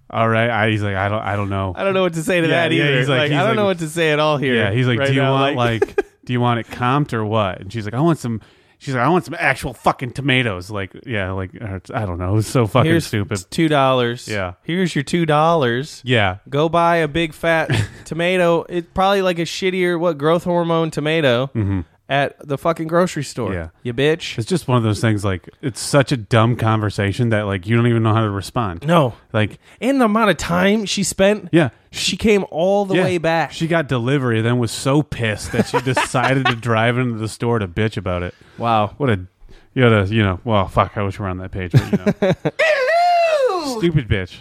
[SPEAKER 1] all right. I, he's like, I don't, I don't know.
[SPEAKER 2] I don't know what to say to
[SPEAKER 1] Yeah,
[SPEAKER 2] that
[SPEAKER 1] yeah,
[SPEAKER 2] either.
[SPEAKER 1] he's
[SPEAKER 2] like,
[SPEAKER 1] he's
[SPEAKER 2] I don't know what to say at all here.
[SPEAKER 1] Yeah, he's like,
[SPEAKER 2] right
[SPEAKER 1] do you
[SPEAKER 2] now,
[SPEAKER 1] want like,
[SPEAKER 2] <laughs>
[SPEAKER 1] do you want it comped or what? And she's like, I want some. She's like, I want some actual fucking tomatoes. Like, yeah, like uh, I don't know. It was so fucking
[SPEAKER 2] Here's
[SPEAKER 1] stupid.
[SPEAKER 2] two dollars.
[SPEAKER 1] Yeah.
[SPEAKER 2] Here's your two dollars.
[SPEAKER 1] Yeah.
[SPEAKER 2] Go buy a
[SPEAKER 1] <laughs>
[SPEAKER 2] big fat tomato. It's probably like a shittier what growth hormone tomato
[SPEAKER 1] Mhm.
[SPEAKER 2] at the fucking grocery store.
[SPEAKER 1] Yeah.
[SPEAKER 2] You bitch.
[SPEAKER 1] It's just one of those things. Like, it's such a dumb conversation that like you don't even know how to respond.
[SPEAKER 2] No.
[SPEAKER 1] Like,
[SPEAKER 2] And the amount of time she spent.
[SPEAKER 1] Yeah.
[SPEAKER 2] She came all the
[SPEAKER 1] Yeah.
[SPEAKER 2] way back.
[SPEAKER 1] She got delivery, then was so pissed that she decided to drive into the store to bitch about it.
[SPEAKER 2] Wow,
[SPEAKER 1] what a you know, you know. Well, fuck, I wish we were on that page. But, you know.
[SPEAKER 2] <laughs>
[SPEAKER 1] Stupid bitch.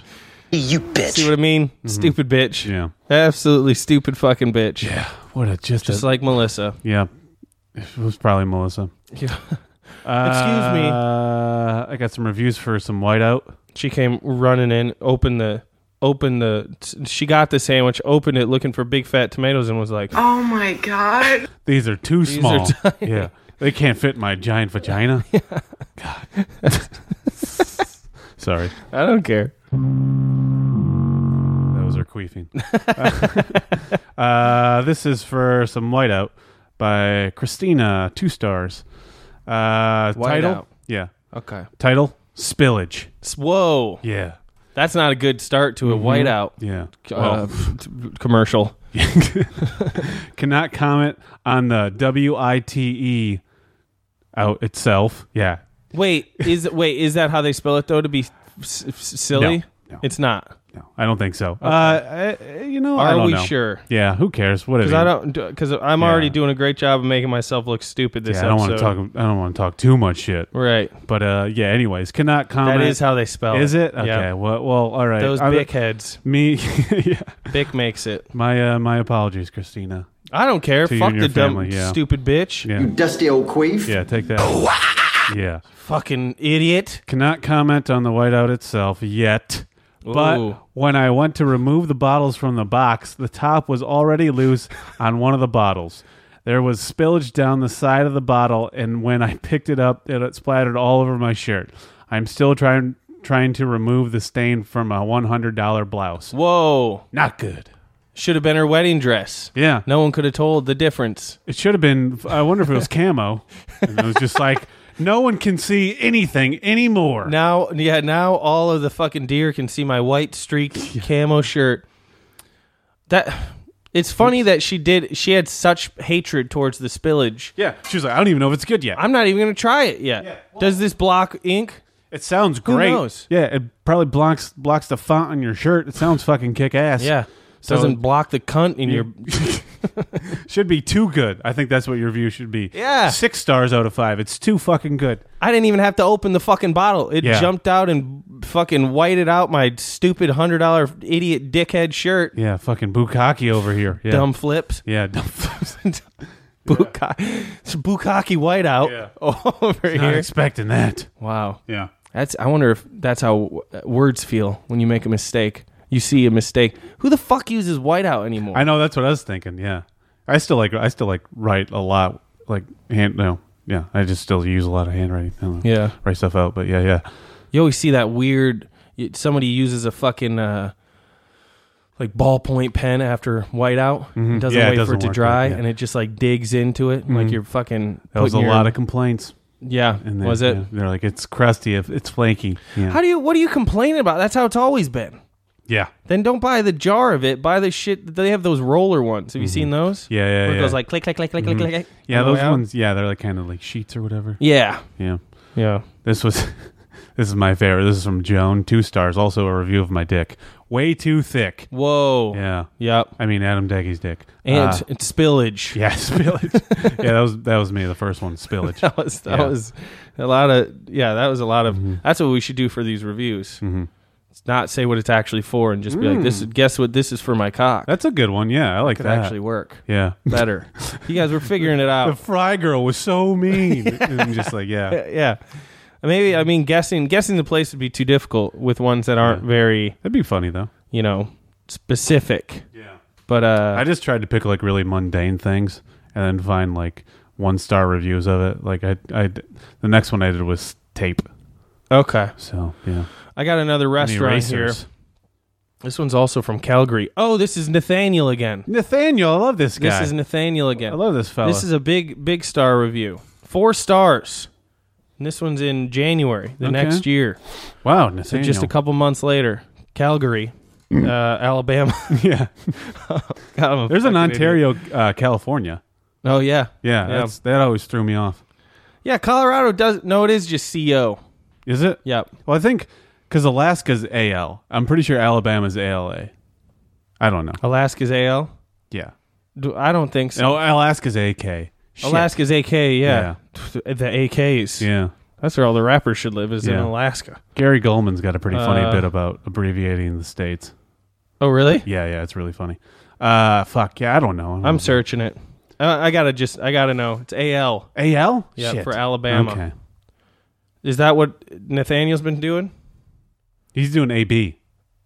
[SPEAKER 2] You bitch. See what I mean? Stupid bitch.
[SPEAKER 1] Mm-hmm. Yeah.
[SPEAKER 2] Absolutely stupid fucking bitch. Yeah.
[SPEAKER 1] What a just
[SPEAKER 2] just
[SPEAKER 1] a-
[SPEAKER 2] like Melissa.
[SPEAKER 1] Yeah, it was probably Melissa.
[SPEAKER 2] Yeah. <laughs>
[SPEAKER 1] Uh,
[SPEAKER 2] Excuse me.
[SPEAKER 1] I got some reviews for some whiteout.
[SPEAKER 2] She came running in, opened the, opened the. She got the sandwich, opened it, looking for big fat tomatoes, and was like,
[SPEAKER 7] Oh my god.
[SPEAKER 1] These are too
[SPEAKER 2] These
[SPEAKER 1] small.
[SPEAKER 2] are <laughs> tiny.
[SPEAKER 1] yeah, they can't fit in my giant vagina.
[SPEAKER 2] <laughs>
[SPEAKER 1] God. <laughs> Sorry.
[SPEAKER 2] I don't care.
[SPEAKER 1] Those are queefing. uh, this is for some whiteout by Christina, two stars. Uh,
[SPEAKER 2] Whiteout.
[SPEAKER 1] title? Yeah.
[SPEAKER 2] Okay.
[SPEAKER 1] Title? Spillage.
[SPEAKER 2] "Whoa,
[SPEAKER 1] Yeah.
[SPEAKER 2] that's not a good start to a
[SPEAKER 1] Mhm.
[SPEAKER 2] whiteout."
[SPEAKER 1] Yeah.
[SPEAKER 2] Uh,
[SPEAKER 1] Well.
[SPEAKER 2] t-
[SPEAKER 1] <laughs>
[SPEAKER 2] commercial.
[SPEAKER 1] Cannot comment on the W I T E out itself. Yeah.
[SPEAKER 2] Wait, is wait is that how they spell it though? To be s- s- silly,
[SPEAKER 1] No, no.
[SPEAKER 2] it's not.
[SPEAKER 1] No, I don't think so.
[SPEAKER 2] Okay.
[SPEAKER 1] Uh, I- I- you know, I
[SPEAKER 2] Are
[SPEAKER 1] don't
[SPEAKER 2] we
[SPEAKER 1] know.
[SPEAKER 2] sure?
[SPEAKER 1] Yeah. Who cares? Whatever.
[SPEAKER 2] Because I don't. Because I'm already doing a great job of making myself look stupid. This
[SPEAKER 1] Yeah, I don't want to
[SPEAKER 2] episode.
[SPEAKER 1] talk. I don't want to talk too much shit.
[SPEAKER 2] Right.
[SPEAKER 1] But uh, yeah. Anyways, cannot comment.
[SPEAKER 2] is how they spell
[SPEAKER 1] Is
[SPEAKER 2] it.
[SPEAKER 1] it? Okay.
[SPEAKER 2] Yeah.
[SPEAKER 1] Well, well. All right.
[SPEAKER 2] Those
[SPEAKER 1] I'm-
[SPEAKER 2] bick heads.
[SPEAKER 1] Me. <laughs> yeah.
[SPEAKER 2] Bick makes it.
[SPEAKER 1] My uh, my apologies, Christina.
[SPEAKER 2] I don't care.
[SPEAKER 1] To you
[SPEAKER 2] Fuck
[SPEAKER 1] and
[SPEAKER 2] the
[SPEAKER 1] your
[SPEAKER 2] dumb,
[SPEAKER 1] family, yeah.
[SPEAKER 2] stupid bitch.
[SPEAKER 1] Yeah. You
[SPEAKER 2] dusty old queef.
[SPEAKER 1] Yeah. Take that. yeah.
[SPEAKER 2] Fucking idiot.
[SPEAKER 1] Cannot comment on the whiteout itself yet. But
[SPEAKER 2] Ooh.
[SPEAKER 1] when I went to remove the bottles from the box, the top was already loose on one of the bottles. There was spillage down the side of the bottle, and when I picked it up, it splattered all over my shirt. I'm still trying trying to remove the stain from a $100 blouse.
[SPEAKER 2] Whoa.
[SPEAKER 1] Not good.
[SPEAKER 2] Should have been her wedding dress.
[SPEAKER 1] Yeah.
[SPEAKER 2] No one could have told the difference.
[SPEAKER 1] It should have been. I wonder if it
[SPEAKER 2] <laughs>
[SPEAKER 1] was camo. And it was just like no one can see anything anymore.
[SPEAKER 2] Now, yeah, now all of the fucking deer can see my white
[SPEAKER 1] <laughs>
[SPEAKER 2] streaked camo shirt. That it's funny that she did. She had such hatred towards the spillage.
[SPEAKER 1] Yeah, she was like, I don't even know if it's good yet.
[SPEAKER 2] I'm not even gonna try it yet. Does this block ink?
[SPEAKER 1] It sounds
[SPEAKER 2] Who
[SPEAKER 1] great.
[SPEAKER 2] knows?
[SPEAKER 1] Yeah, it probably blocks blocks the font on your shirt. It sounds fucking kick ass.
[SPEAKER 2] Yeah.
[SPEAKER 1] So-
[SPEAKER 2] doesn't block the cunt in your.
[SPEAKER 1] <laughs> should be too good. I think that's what your review should be.
[SPEAKER 2] Yeah.
[SPEAKER 1] Six stars out of five. It's too fucking good.
[SPEAKER 2] I didn't even have to open the fucking bottle. It
[SPEAKER 1] Yeah.
[SPEAKER 2] jumped out and fucking whited out my stupid hundred dollar idiot dickhead shirt.
[SPEAKER 1] Yeah, fucking bukkake over here. Yeah.
[SPEAKER 2] Dumb flips. <laughs>
[SPEAKER 1] Yeah, dumb <laughs> flips.
[SPEAKER 2] Bukaki, it's Bukaki whiteout <laughs> over
[SPEAKER 1] Not
[SPEAKER 2] here.
[SPEAKER 1] expecting that.
[SPEAKER 2] Wow.
[SPEAKER 1] Yeah.
[SPEAKER 2] That's. I wonder if that's how w- words feel when you make a mistake. You see a mistake. Who the fuck uses whiteout anymore?
[SPEAKER 1] I know that's what I was thinking. Yeah, I still like I still like write a lot. Like hand no, yeah, I just still use a lot of handwriting. I don't know.
[SPEAKER 2] Yeah.
[SPEAKER 1] write stuff out. But yeah, yeah,
[SPEAKER 2] You always see that weird. you- Somebody uses a fucking uh, like ballpoint pen after whiteout.
[SPEAKER 1] Mhm.
[SPEAKER 2] It doesn't
[SPEAKER 1] Yeah, it
[SPEAKER 2] wait for
[SPEAKER 1] doesn't
[SPEAKER 2] it to
[SPEAKER 1] work,
[SPEAKER 2] dry,
[SPEAKER 1] yeah.
[SPEAKER 2] and it just like digs into it. Like
[SPEAKER 1] Mhm.
[SPEAKER 2] you're fucking.
[SPEAKER 1] That was a
[SPEAKER 2] putting your-
[SPEAKER 1] lot of complaints.
[SPEAKER 2] Yeah,
[SPEAKER 1] and
[SPEAKER 2] was it?
[SPEAKER 1] yeah, they're like it's crusty, if it's flaky. Yeah,
[SPEAKER 2] How do you? What are you complaining about? That's how it's always been.
[SPEAKER 1] yeah,
[SPEAKER 2] Then don't buy the jar of it. Buy the shit. They have those roller ones. Have you seen those?
[SPEAKER 1] Mm-hmm. yeah, yeah.
[SPEAKER 2] Where it
[SPEAKER 1] yeah.
[SPEAKER 2] goes like click, click, click, click, click,
[SPEAKER 1] Mhm.
[SPEAKER 2] click, click.
[SPEAKER 1] Yeah,
[SPEAKER 2] on the
[SPEAKER 1] those
[SPEAKER 2] way out.
[SPEAKER 1] ones. Yeah, they're like kind of like sheets or whatever.
[SPEAKER 2] Yeah.
[SPEAKER 1] yeah,
[SPEAKER 2] yeah.
[SPEAKER 1] This was. <laughs> This is my favorite. This is from Joan. Two stars. Also a review of my dick. Way too thick.
[SPEAKER 2] Whoa.
[SPEAKER 1] Yeah.
[SPEAKER 2] Yep.
[SPEAKER 1] I mean Adam Deggy's dick.
[SPEAKER 2] And
[SPEAKER 1] Uh,
[SPEAKER 2] it's
[SPEAKER 1] <laughs>
[SPEAKER 2] spillage.
[SPEAKER 1] Yeah,
[SPEAKER 2] <laughs>
[SPEAKER 1] spillage. yeah, that was that was me. The first one, spillage.
[SPEAKER 2] that was that
[SPEAKER 1] Yeah. Mm-hmm.
[SPEAKER 2] was a lot of yeah. That was a lot of. That's what we should do for these reviews. It's Not say what it's actually for, and just be like, "This is
[SPEAKER 1] Mm.
[SPEAKER 2] guess what this is for my cock."
[SPEAKER 1] That's a good one. Yeah, I like
[SPEAKER 2] could
[SPEAKER 1] that.
[SPEAKER 2] actually work.
[SPEAKER 1] Yeah, <laughs>
[SPEAKER 2] better. you guys were figuring it out.
[SPEAKER 1] The fry girl was so mean. <laughs> And just like
[SPEAKER 2] <laughs>
[SPEAKER 1] yeah,
[SPEAKER 2] yeah. Maybe I mean guessing guessing the place would be too difficult with ones that aren't very.
[SPEAKER 1] That'd be funny though.
[SPEAKER 2] You know, specific. Yeah. But uh,
[SPEAKER 1] I just tried to pick like really mundane things and then find like one star reviews of it. Like I, I, the next one I did was tape.
[SPEAKER 2] Okay.
[SPEAKER 1] So yeah,
[SPEAKER 2] I got another restaurant here.
[SPEAKER 1] erasers.
[SPEAKER 2] This one's also from Calgary. Oh, this is Nathaniel again.
[SPEAKER 1] Nathaniel, I love this guy.
[SPEAKER 2] This is Nathaniel again.
[SPEAKER 1] I love this fella.
[SPEAKER 2] This is a big, big star review. Four stars. And this one's in January, the
[SPEAKER 1] Okay.
[SPEAKER 2] next year.
[SPEAKER 1] Wow,
[SPEAKER 2] So
[SPEAKER 1] Nathaniel.
[SPEAKER 2] just a couple months later, Calgary, uh, Alabama.
[SPEAKER 1] <laughs>
[SPEAKER 2] <laughs>
[SPEAKER 1] yeah. There's an Ontario, uh, California.
[SPEAKER 2] Oh yeah,
[SPEAKER 1] yeah.
[SPEAKER 2] Yeah.
[SPEAKER 1] That's, that always threw me off.
[SPEAKER 2] Yeah, Colorado does. No, it is just CO.
[SPEAKER 1] Is it?
[SPEAKER 2] Yep.
[SPEAKER 1] Well, I think because Alaska's AL. I'm pretty sure Alabama's ALA. I don't know.
[SPEAKER 2] Alaska's AL.
[SPEAKER 1] Yeah.
[SPEAKER 2] Do, I don't think so.
[SPEAKER 1] No, Alaska's AK. Oh, Shit.
[SPEAKER 2] Alaska's AK. Yeah. The AKs.
[SPEAKER 1] Yeah.
[SPEAKER 2] That's where all the rappers should live. Is in
[SPEAKER 1] Yeah.
[SPEAKER 2] Alaska.
[SPEAKER 1] Gary Goldman's got a pretty funny
[SPEAKER 2] Uh,
[SPEAKER 1] bit about abbreviating the states.
[SPEAKER 2] Oh really?
[SPEAKER 1] Yeah, yeah, it's really funny. Uh, fuck yeah, I don't know.
[SPEAKER 2] I'm searching it. Uh, I gotta just. I gotta know. It's AL.
[SPEAKER 1] AL.
[SPEAKER 2] Yeah,
[SPEAKER 1] Shit.
[SPEAKER 2] for Alabama.
[SPEAKER 1] Okay,
[SPEAKER 2] Is that what Nathaniel's been doing?
[SPEAKER 1] he's doing AB,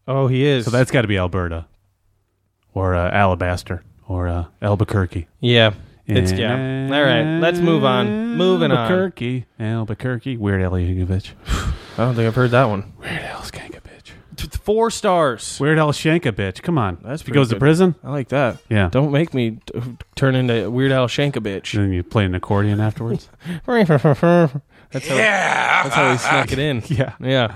[SPEAKER 2] Oh, he is.
[SPEAKER 1] so that's got to be Alberta, or uh, Alabaster, or uh, Albuquerque.
[SPEAKER 2] Yeah. It's yeah.
[SPEAKER 1] And
[SPEAKER 2] All right, let's move on. Moving on.
[SPEAKER 1] Albuquerque, Albuquerque, Weird Al Yankovic.
[SPEAKER 2] I don't think I've heard that one.
[SPEAKER 1] Weird Al Skankovic.
[SPEAKER 2] Four stars.
[SPEAKER 1] Weird Al Shankovic. Come on,
[SPEAKER 2] That's
[SPEAKER 1] if he
[SPEAKER 2] pretty
[SPEAKER 1] goes to
[SPEAKER 2] good.
[SPEAKER 1] prison,
[SPEAKER 2] I like that.
[SPEAKER 1] Yeah.
[SPEAKER 2] Don't make me t- turn into Weird Al Shankovic.
[SPEAKER 1] then you play an accordion afterwards.
[SPEAKER 2] that's how, yeah. That's how he snuck it in.
[SPEAKER 1] Yeah.
[SPEAKER 2] <laughs> Yeah.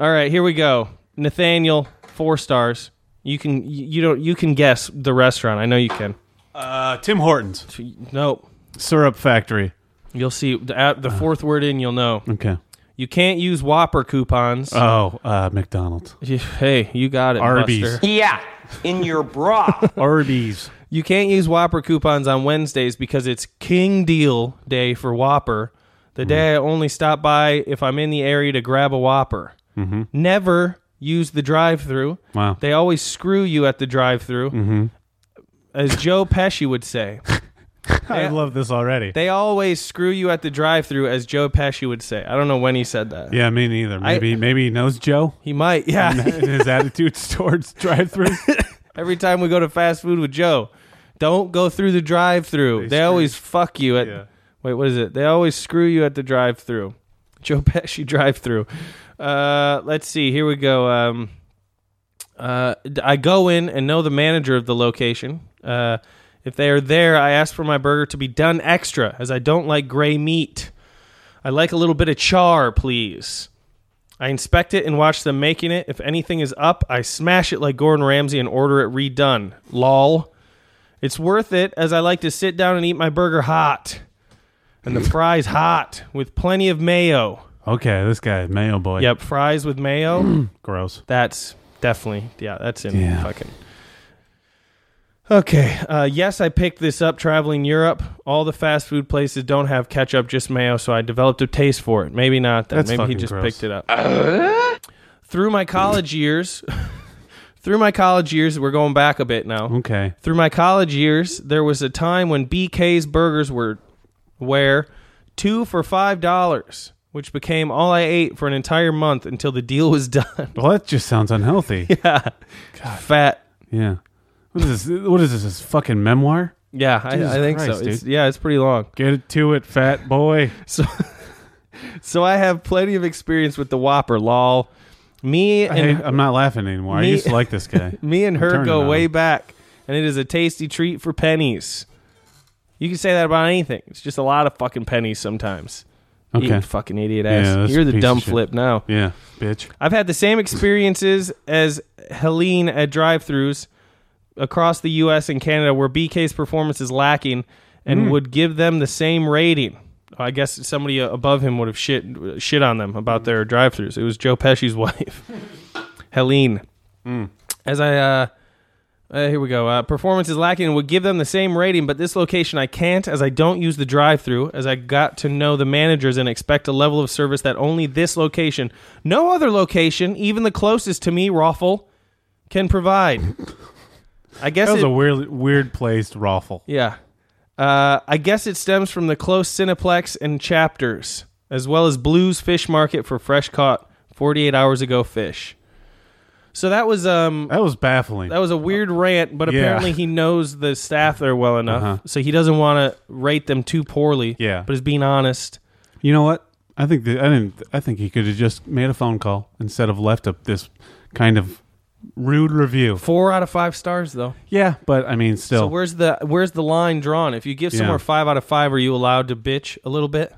[SPEAKER 2] All right, here we go. Nathaniel, four stars. You can you you don't you can guess the restaurant. I know you can.
[SPEAKER 1] Uh, Tim Hortons.
[SPEAKER 2] Nope.
[SPEAKER 1] Syrup Factory.
[SPEAKER 2] You'll see the, at the fourth word in. You'll know.
[SPEAKER 1] Okay.
[SPEAKER 2] You can't use Whopper coupons.
[SPEAKER 1] Oh, uh,
[SPEAKER 2] <laughs>
[SPEAKER 1] McDonald's.
[SPEAKER 2] Hey, you got it,
[SPEAKER 1] Arby's.
[SPEAKER 2] Buster.
[SPEAKER 7] Yeah, in your bra.
[SPEAKER 1] Arby's.
[SPEAKER 2] You can't use Whopper coupons on Wednesdays because it's King Deal Day for Whopper.
[SPEAKER 1] Mm-hmm.
[SPEAKER 2] The day I only stop by if I'm in the area to grab a Whopper.
[SPEAKER 1] Mm-hmm.
[SPEAKER 2] Never use the drive-through.
[SPEAKER 1] Wow.
[SPEAKER 2] They always screw you at the drive-through,
[SPEAKER 1] Mm-hmm.
[SPEAKER 2] as Joe Pesci would say.
[SPEAKER 1] I love this already.
[SPEAKER 2] They always screw you at the drive-through, as Joe Pesci would say. I don't know when he said that.
[SPEAKER 1] yeah, me neither.
[SPEAKER 2] I-
[SPEAKER 1] Maybe maybe he knows Joe.
[SPEAKER 2] He
[SPEAKER 1] <laughs>
[SPEAKER 2] might. <laughs> Yeah.
[SPEAKER 1] And his attitudes <laughs> towards
[SPEAKER 2] <laughs>
[SPEAKER 1] drive-through.
[SPEAKER 2] Every time we go to fast food with Joe, don't go through the drive-through. They, always fuck you at. Wait, what is it? They always screw you at the drive-through. <laughs> Joe Pesci drive-through. Uh, let's see. Here we go. Um, uh, d- I go in and know the manager of the location. Uh, if they are there, I ask for my burger to be done extra, as I don't like gray meat. I like a little bit of char, please. I inspect it and watch them making it. If anything is up, I smash it like Gordon Ramsay and order it redone. Lol. It's worth it as I like to sit down and eat my burger hot. And the fries hot with plenty of mayo.
[SPEAKER 1] okay, this guy, Mayo boy.
[SPEAKER 2] Yep, fries with mayo.
[SPEAKER 1] Gross.
[SPEAKER 2] that's definitely yeah, that's in
[SPEAKER 1] Yeah.
[SPEAKER 2] fucking Okay. Uh, yes, I picked this up traveling Europe. All the fast food places don't have ketchup, just mayo, so I developed a taste for it. Maybe not. Then.
[SPEAKER 1] That's
[SPEAKER 2] Maybe he
[SPEAKER 1] fucking
[SPEAKER 2] just
[SPEAKER 1] gross.
[SPEAKER 2] picked it up. Through my college years, <laughs> through my college years, we're going back a bit now.
[SPEAKER 1] Okay.
[SPEAKER 2] Through my college years, there was a time when BK's burgers were where two for five dollars, which became all I ate for an entire month until the deal was <laughs> done.
[SPEAKER 1] Well, that just sounds unhealthy.
[SPEAKER 2] <laughs> yeah. Fat.
[SPEAKER 1] Yeah. What is this? What is this? This fucking memoir?
[SPEAKER 2] Yeah, I,
[SPEAKER 1] Jesus
[SPEAKER 2] I think
[SPEAKER 1] Christ,
[SPEAKER 2] so.
[SPEAKER 1] dude.
[SPEAKER 2] It's, yeah, it's pretty long.
[SPEAKER 1] Get it to it, fat boy.
[SPEAKER 2] So, so I have plenty of experience with the Whopper. Lol. Me
[SPEAKER 1] I
[SPEAKER 2] and
[SPEAKER 1] hate- I'm not laughing anymore. I used to like this guy.
[SPEAKER 2] <laughs> me and
[SPEAKER 1] I'm
[SPEAKER 2] her
[SPEAKER 1] turning on
[SPEAKER 2] go
[SPEAKER 1] him.
[SPEAKER 2] way back, and it is a tasty treat for pennies. You can say that about anything. It's just a lot of fucking pennies sometimes.
[SPEAKER 1] Okay.
[SPEAKER 2] You fucking idiot
[SPEAKER 1] Yeah,
[SPEAKER 2] ass.
[SPEAKER 1] that's
[SPEAKER 2] You're
[SPEAKER 1] a piece
[SPEAKER 2] the
[SPEAKER 1] of
[SPEAKER 2] dumb
[SPEAKER 1] shit.
[SPEAKER 2] flip now.
[SPEAKER 1] Yeah, bitch.
[SPEAKER 2] I've had the same experiences as Helene at drive-throughs across the U.S. and Canada, where BK's performance is lacking, and
[SPEAKER 1] Mm.
[SPEAKER 2] would give them the same rating. I guess somebody above him would have shit shit on them about their drive-throughs. It was Joe Pesci's <laughs> wife, Helene. As I uh, uh, here we go. Uh, performance is lacking and would give them the same rating, but this location I can't as I don't use the drive through, as I got to know the managers and expect a level of service that only this location, no other location, even the closest to me, Raffle, can provide. I guess
[SPEAKER 1] That was
[SPEAKER 2] it-
[SPEAKER 1] a weird, weird placed raffle.
[SPEAKER 2] yeah. Uh, I guess it stems from the close Cineplex and chapters, as well as Blues Fish Market for fresh caught 48 hours ago fish. So that was um
[SPEAKER 1] that was baffling.
[SPEAKER 2] That was a weird rant, but
[SPEAKER 1] Oh. Yeah.
[SPEAKER 2] apparently he knows the staff there well enough,
[SPEAKER 1] Uh-huh.
[SPEAKER 2] so he doesn't want to rate them too poorly.
[SPEAKER 1] Yeah.
[SPEAKER 2] but is being honest.
[SPEAKER 1] You know what? I think that I didn't. I think he could have just made a phone call instead of left a, this kind of rude review.
[SPEAKER 2] Four out of five stars, though.
[SPEAKER 1] Yeah, but I mean, still.
[SPEAKER 2] So where's the where's the line drawn? If you give
[SPEAKER 1] Yeah.
[SPEAKER 2] somewhere five out of five, are you allowed to bitch a little bit?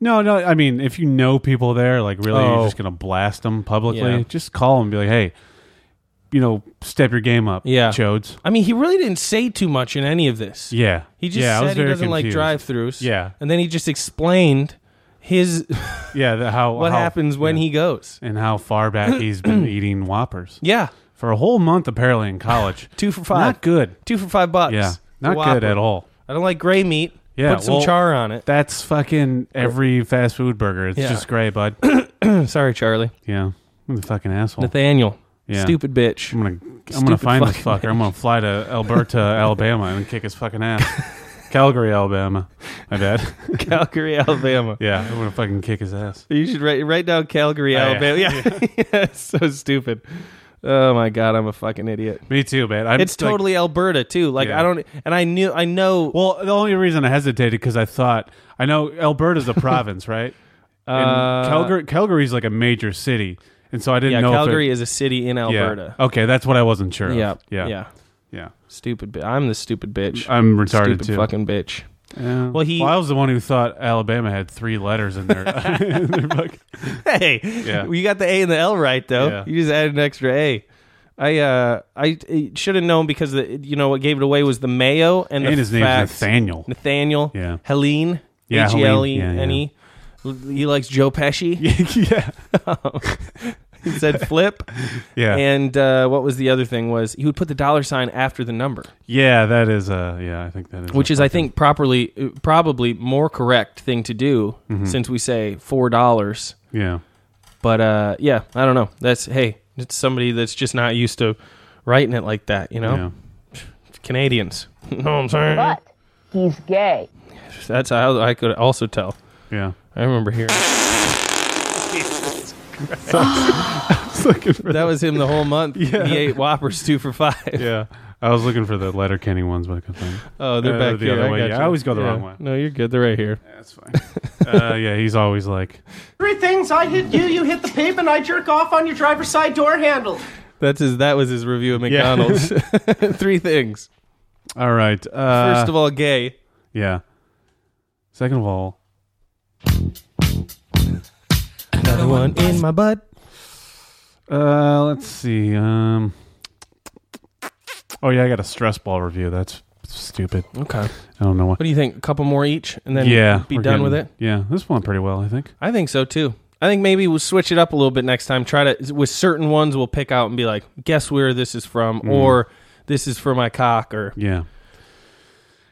[SPEAKER 1] no, no. I mean, if you know people there, like really,
[SPEAKER 2] Oh.
[SPEAKER 1] you're just gonna blast them publicly.
[SPEAKER 2] Yeah.
[SPEAKER 1] Just call them and be like, hey, you know, step your game up.
[SPEAKER 2] Yeah,
[SPEAKER 1] chodes.
[SPEAKER 2] I mean, he really didn't say too much in any of this.
[SPEAKER 1] Yeah.
[SPEAKER 2] he just
[SPEAKER 1] Yeah, I
[SPEAKER 2] said
[SPEAKER 1] was
[SPEAKER 2] he
[SPEAKER 1] very
[SPEAKER 2] doesn't like
[SPEAKER 1] confused.
[SPEAKER 2] drive-throughs.
[SPEAKER 1] Yeah.
[SPEAKER 2] and then he just explained his
[SPEAKER 1] Yeah, the, how
[SPEAKER 2] what
[SPEAKER 1] how-
[SPEAKER 2] happens when
[SPEAKER 1] yeah.
[SPEAKER 2] he goes.
[SPEAKER 1] and how far
[SPEAKER 2] <coughs>
[SPEAKER 1] back he's been eating Whoppers.
[SPEAKER 2] Yeah,
[SPEAKER 1] for a whole month apparently in college.
[SPEAKER 2] <laughs> Two for five.
[SPEAKER 1] Not good.
[SPEAKER 2] Two for five bucks.
[SPEAKER 1] Yeah,
[SPEAKER 2] The
[SPEAKER 1] not
[SPEAKER 2] Whopper.
[SPEAKER 1] good at all.
[SPEAKER 2] I don't like gray meat.
[SPEAKER 1] Yeah,
[SPEAKER 2] put some
[SPEAKER 1] well,
[SPEAKER 2] char on it. <laughs>
[SPEAKER 1] That's fucking every fast food burger. It's
[SPEAKER 2] Yeah.
[SPEAKER 1] just gray,
[SPEAKER 2] <clears throat>
[SPEAKER 1] bud.
[SPEAKER 2] Sorry, Charlie.
[SPEAKER 1] Yeah, I'm the fucking asshole.
[SPEAKER 2] Nathaniel.
[SPEAKER 1] Yeah.
[SPEAKER 2] Stupid
[SPEAKER 1] <laughs>
[SPEAKER 2] bitch.
[SPEAKER 1] I'm gonna I'm gonna
[SPEAKER 2] Stupid
[SPEAKER 1] find this
[SPEAKER 2] fucking
[SPEAKER 1] fucker. I'm gonna fly to Alberta,
[SPEAKER 2] <laughs>
[SPEAKER 1] Alabama, and kick his fucking ass. Calgary, Alabama. My bad.
[SPEAKER 2] Calgary, Alabama.
[SPEAKER 1] <laughs> yeah, I'm gonna fucking kick his ass.
[SPEAKER 2] You should write write down Calgary,
[SPEAKER 1] Oh, yeah.
[SPEAKER 2] Alabama. Yeah, <laughs> Yeah, it's so stupid. Oh my god, I'm a fucking idiot.
[SPEAKER 1] Me too, man. I'm
[SPEAKER 2] it's
[SPEAKER 1] like-
[SPEAKER 2] totally Alberta too. Like
[SPEAKER 1] Yeah.
[SPEAKER 2] I don't, and I knew, I know.
[SPEAKER 1] Well, the only reason I hesitated because I thought I know Alberta's
[SPEAKER 2] <laughs>
[SPEAKER 1] a province, right? And
[SPEAKER 2] Uh,
[SPEAKER 1] Calgary, Calgary's like a major city, and so I didn't
[SPEAKER 2] yeah,
[SPEAKER 1] know.
[SPEAKER 2] Calgary
[SPEAKER 1] if
[SPEAKER 2] is a city in
[SPEAKER 1] Yeah.
[SPEAKER 2] Alberta.
[SPEAKER 1] Okay, that's what I wasn't sure. of.
[SPEAKER 2] Yeah,
[SPEAKER 1] yeah,
[SPEAKER 2] yeah,
[SPEAKER 1] yeah.
[SPEAKER 2] Stupid. bi- I'm the stupid bitch.
[SPEAKER 1] I'm retarded
[SPEAKER 2] Stupid
[SPEAKER 1] too.
[SPEAKER 2] Fucking bitch.
[SPEAKER 1] Yeah.
[SPEAKER 2] Well, he.
[SPEAKER 1] I was the one who thought Alabama had three letters in their, in their <laughs> book.
[SPEAKER 2] <laughs> hey,
[SPEAKER 1] Yeah.
[SPEAKER 2] you got the A and the L right though.
[SPEAKER 1] Yeah.
[SPEAKER 2] You just added an extra A. I uh I I should have known because the, you know what gave it away was the mayo and, the
[SPEAKER 1] And his name's
[SPEAKER 2] fact- <laughs>
[SPEAKER 1] Nathaniel. <laughs>
[SPEAKER 2] Nathaniel.
[SPEAKER 1] Yeah.
[SPEAKER 2] Helene.
[SPEAKER 1] Yeah,
[SPEAKER 2] H e l e n
[SPEAKER 1] Helene.
[SPEAKER 2] e. He likes Joe Pesci.
[SPEAKER 1] <laughs>
[SPEAKER 2] yeah. he said flip.
[SPEAKER 1] Yeah.
[SPEAKER 2] And uh, what was the other thing was he would put the dollar sign after the number
[SPEAKER 1] Yeah, that is uh yeah, I think that is.
[SPEAKER 2] which is, I think, properly uh, probably more correct thing to do
[SPEAKER 1] Mhm.
[SPEAKER 2] since we say four dollars.
[SPEAKER 1] Yeah.
[SPEAKER 2] But uh, yeah, I don't know. That's hey, it's somebody that's just not used to writing it like that. You know, Canadians. <laughs> know what I'm saying?
[SPEAKER 6] But he's gay.
[SPEAKER 2] That's how I could also tell.
[SPEAKER 1] Yeah, <laughs>
[SPEAKER 2] I remember hearing. that was him the
[SPEAKER 1] <laughs>
[SPEAKER 2] whole month.
[SPEAKER 1] Yeah.
[SPEAKER 2] He ate Whoppers two for five.
[SPEAKER 1] yeah. I was looking for the letter Kenny ones, but I couldn't find them.
[SPEAKER 2] <laughs> Oh, they're
[SPEAKER 1] Uh,
[SPEAKER 2] back
[SPEAKER 1] the
[SPEAKER 2] here.
[SPEAKER 1] other
[SPEAKER 2] I
[SPEAKER 1] way.
[SPEAKER 2] got
[SPEAKER 1] Yeah,
[SPEAKER 2] you.
[SPEAKER 1] I always go the
[SPEAKER 2] Yeah.
[SPEAKER 1] wrong way.
[SPEAKER 2] No, you're good. They're right here.
[SPEAKER 1] Yeah, that's fine. uh, yeah, he's always like,
[SPEAKER 3] Three things I hit you, you hit the pavement, I jerk off on your driver's side door handle.
[SPEAKER 2] That's his. That was his review
[SPEAKER 1] <laughs>
[SPEAKER 2] of McDonald's. <laughs> Three things.
[SPEAKER 1] "All right, uh,
[SPEAKER 2] First of all, gay.
[SPEAKER 1] yeah. Second of all,
[SPEAKER 2] Another one in my butt.
[SPEAKER 1] Uh, let's see. Um. Oh yeah, I got a stress ball review. That's stupid.
[SPEAKER 2] Okay.
[SPEAKER 1] I don't know what.
[SPEAKER 2] What do you think? A couple more each, and then
[SPEAKER 1] yeah,
[SPEAKER 2] be
[SPEAKER 1] we're
[SPEAKER 2] done
[SPEAKER 1] getting-
[SPEAKER 2] with it.
[SPEAKER 1] Yeah, this went pretty well, I think.
[SPEAKER 2] I think so too. I think maybe we'll switch it up a little bit next time. Try to with certain ones we'll pick out and be like, guess where this is from,
[SPEAKER 1] Mm.
[SPEAKER 2] or this is for my cock or
[SPEAKER 1] yeah.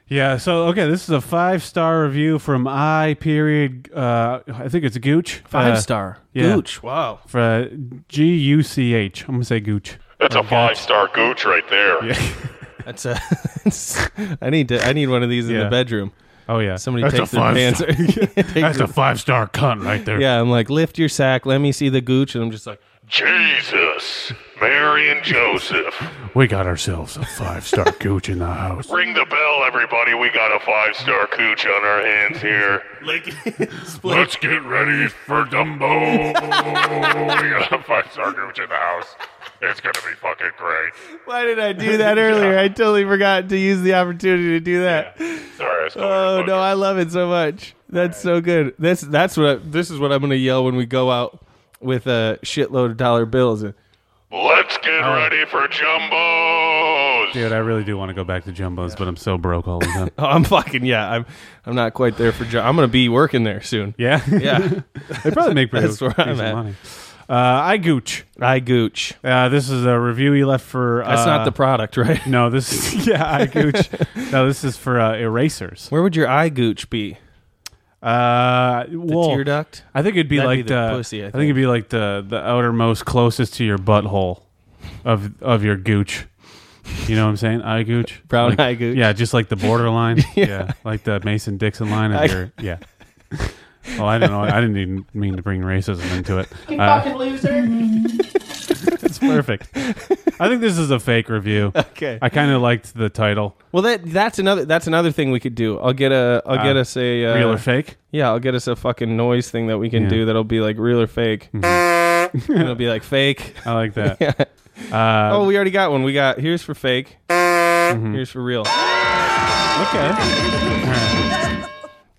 [SPEAKER 1] Yeah. So okay, this is a five star review from I period. Uh, I think it's Gooch.
[SPEAKER 2] Five
[SPEAKER 1] Uh,
[SPEAKER 2] star.
[SPEAKER 1] yeah.
[SPEAKER 2] Gooch, wow.
[SPEAKER 1] For uh, G U C H. I'm gonna say Gooch.
[SPEAKER 9] That's
[SPEAKER 1] Or
[SPEAKER 9] a
[SPEAKER 1] Gooch.
[SPEAKER 9] five star gooch right there.
[SPEAKER 2] That's a. <laughs> I need to. I need one of these in
[SPEAKER 1] Yeah.
[SPEAKER 2] the bedroom.
[SPEAKER 1] Oh yeah.
[SPEAKER 2] Somebody
[SPEAKER 1] That's
[SPEAKER 2] takes
[SPEAKER 1] a
[SPEAKER 2] their
[SPEAKER 1] five
[SPEAKER 2] pants. <laughs>
[SPEAKER 1] star- <laughs> That's a five star cunt right there.
[SPEAKER 2] Yeah, I'm like, lift your sack. Let me see the gooch, and I'm just like,
[SPEAKER 9] <laughs> Jesus, Mary and Joseph.
[SPEAKER 1] We got ourselves a five star Gooch in the house.
[SPEAKER 9] Ring the bell, everybody. We got a five star cooch on our hands here.
[SPEAKER 2] <laughs>
[SPEAKER 9] Let's get ready for Dumbo. we got a five star cooch in the house. It's going to be fucking great.
[SPEAKER 2] why did I do
[SPEAKER 1] <laughs>
[SPEAKER 2] that earlier? I totally forgot to use the opportunity to do that.
[SPEAKER 9] Sorry, I
[SPEAKER 2] <laughs>
[SPEAKER 9] was
[SPEAKER 2] Oh no, I love it so much. That's so good. That's that's what I, this is what I'm gonna yell when we go out with a shitload of dollar bills. <laughs> Oh,
[SPEAKER 9] Let's get ready for
[SPEAKER 1] <laughs>
[SPEAKER 9] Jumbos.
[SPEAKER 1] Dude, I really do want to go back to Jumbo's, but I'm so broke all the
[SPEAKER 2] <laughs>
[SPEAKER 1] time.
[SPEAKER 2] Oh, I'm fucking yeah. I'm I'm not quite there for job. I'm gonna be working
[SPEAKER 1] <laughs>
[SPEAKER 2] there soon.
[SPEAKER 1] Yeah,
[SPEAKER 2] yeah.
[SPEAKER 1] they probably make pretty
[SPEAKER 2] That's where I'm
[SPEAKER 1] decent
[SPEAKER 2] at.
[SPEAKER 1] money. Uh, I gooch.
[SPEAKER 2] I gooch.
[SPEAKER 1] Uh, this is a review he left for.
[SPEAKER 2] That's
[SPEAKER 1] uh,
[SPEAKER 2] not
[SPEAKER 1] <laughs>
[SPEAKER 2] the product, right?
[SPEAKER 1] No, this is <laughs> yeah. I gooch. no, this is for uh, erasers.
[SPEAKER 2] Where would your eye gooch be?
[SPEAKER 1] Uh, well,
[SPEAKER 2] tear duct?
[SPEAKER 1] I think it'd be
[SPEAKER 2] That'd be
[SPEAKER 1] like
[SPEAKER 2] the
[SPEAKER 1] the,
[SPEAKER 2] pussy, I
[SPEAKER 1] I think it'd be like the the outermost closest to your butthole of of your gooch. You know what I'm saying? Eye gooch,
[SPEAKER 2] Brown
[SPEAKER 1] Like-
[SPEAKER 2] eye gooch.
[SPEAKER 1] Yeah, just like the
[SPEAKER 2] <laughs>
[SPEAKER 1] borderline.
[SPEAKER 2] Yeah.
[SPEAKER 1] yeah. like the Mason Dixon line
[SPEAKER 2] I-
[SPEAKER 1] of your yeah. Oh, I don't know. I didn't even mean to bring racism into it.
[SPEAKER 3] You
[SPEAKER 1] Uh,
[SPEAKER 2] <laughs>
[SPEAKER 3] fucking loser.
[SPEAKER 1] it's perfect. I think this is a fake review.
[SPEAKER 2] Okay.
[SPEAKER 1] I kind of liked the title.
[SPEAKER 2] Well, that that's another that's another thing we could do. I'll get a I'll get
[SPEAKER 1] Uh,
[SPEAKER 2] us a uh,
[SPEAKER 1] real or fake?
[SPEAKER 2] Yeah, I'll get us a fucking noise thing that we can
[SPEAKER 1] Yeah.
[SPEAKER 2] do that'll be like real or fake. <laughs> And it'll be like fake.
[SPEAKER 1] I like that.
[SPEAKER 2] Yeah.
[SPEAKER 1] Uh,
[SPEAKER 2] oh, we already got one. We got here's for fake. Here's for real.
[SPEAKER 1] Okay.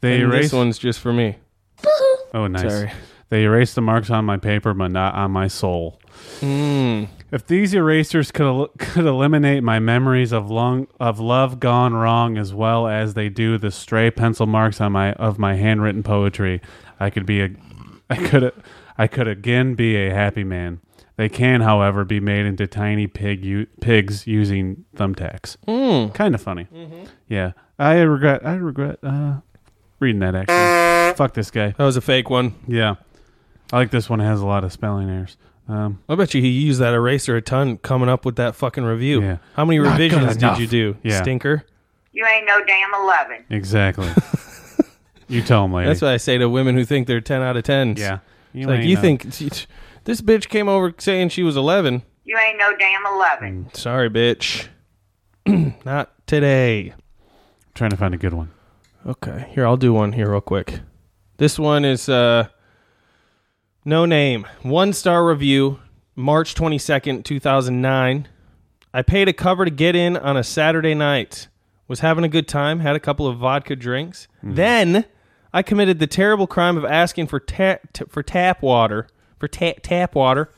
[SPEAKER 1] They
[SPEAKER 2] And This
[SPEAKER 1] erased.
[SPEAKER 2] one's just for me.
[SPEAKER 1] Oh, nice.
[SPEAKER 2] Sorry.
[SPEAKER 1] They erased the marks on my paper, but not on my soul. If these erasers could el- <laughs> could eliminate my memories of long of love gone wrong, as well as they do the stray pencil marks on my of my handwritten poetry, I could be a I could I could again be a happy man. They can, however, be made into tiny pig u- pigs using thumbtacks. Kind of funny. Yeah, I regret I regret uh, reading that actually. Fuck this guy.
[SPEAKER 2] That was a fake one.
[SPEAKER 1] Yeah, I like this one. It has a lot of spelling errors. Um,
[SPEAKER 2] I bet you he used that eraser a ton coming up with that fucking review.
[SPEAKER 1] Yeah.
[SPEAKER 2] How many
[SPEAKER 1] Not good
[SPEAKER 2] revisions did
[SPEAKER 1] enough.
[SPEAKER 2] you do?
[SPEAKER 1] Yeah.
[SPEAKER 2] Stinker.
[SPEAKER 14] You ain't no damn 11.
[SPEAKER 2] <laughs>
[SPEAKER 1] exactly. you tell him, lady.
[SPEAKER 2] That's what I say to women who think they're ten out of tens.
[SPEAKER 1] Yeah. uh,
[SPEAKER 2] It's
[SPEAKER 1] You
[SPEAKER 2] like
[SPEAKER 1] ain't
[SPEAKER 2] you
[SPEAKER 1] no-
[SPEAKER 2] think this bitch came over saying she was eleven.
[SPEAKER 14] You ain't no damn 11.
[SPEAKER 2] Sorry, bitch. <clears throat> Not today.
[SPEAKER 1] trying to find a good one.
[SPEAKER 2] Okay, here I'll do one here real quick. This one is uh no name. One star review, March 22nd, 2009. I paid a cover to get in on a Saturday night. Was having a good time, had a couple of vodka drinks. Then I committed the terrible crime of asking for ta- t- for tap water, for ta- tap water.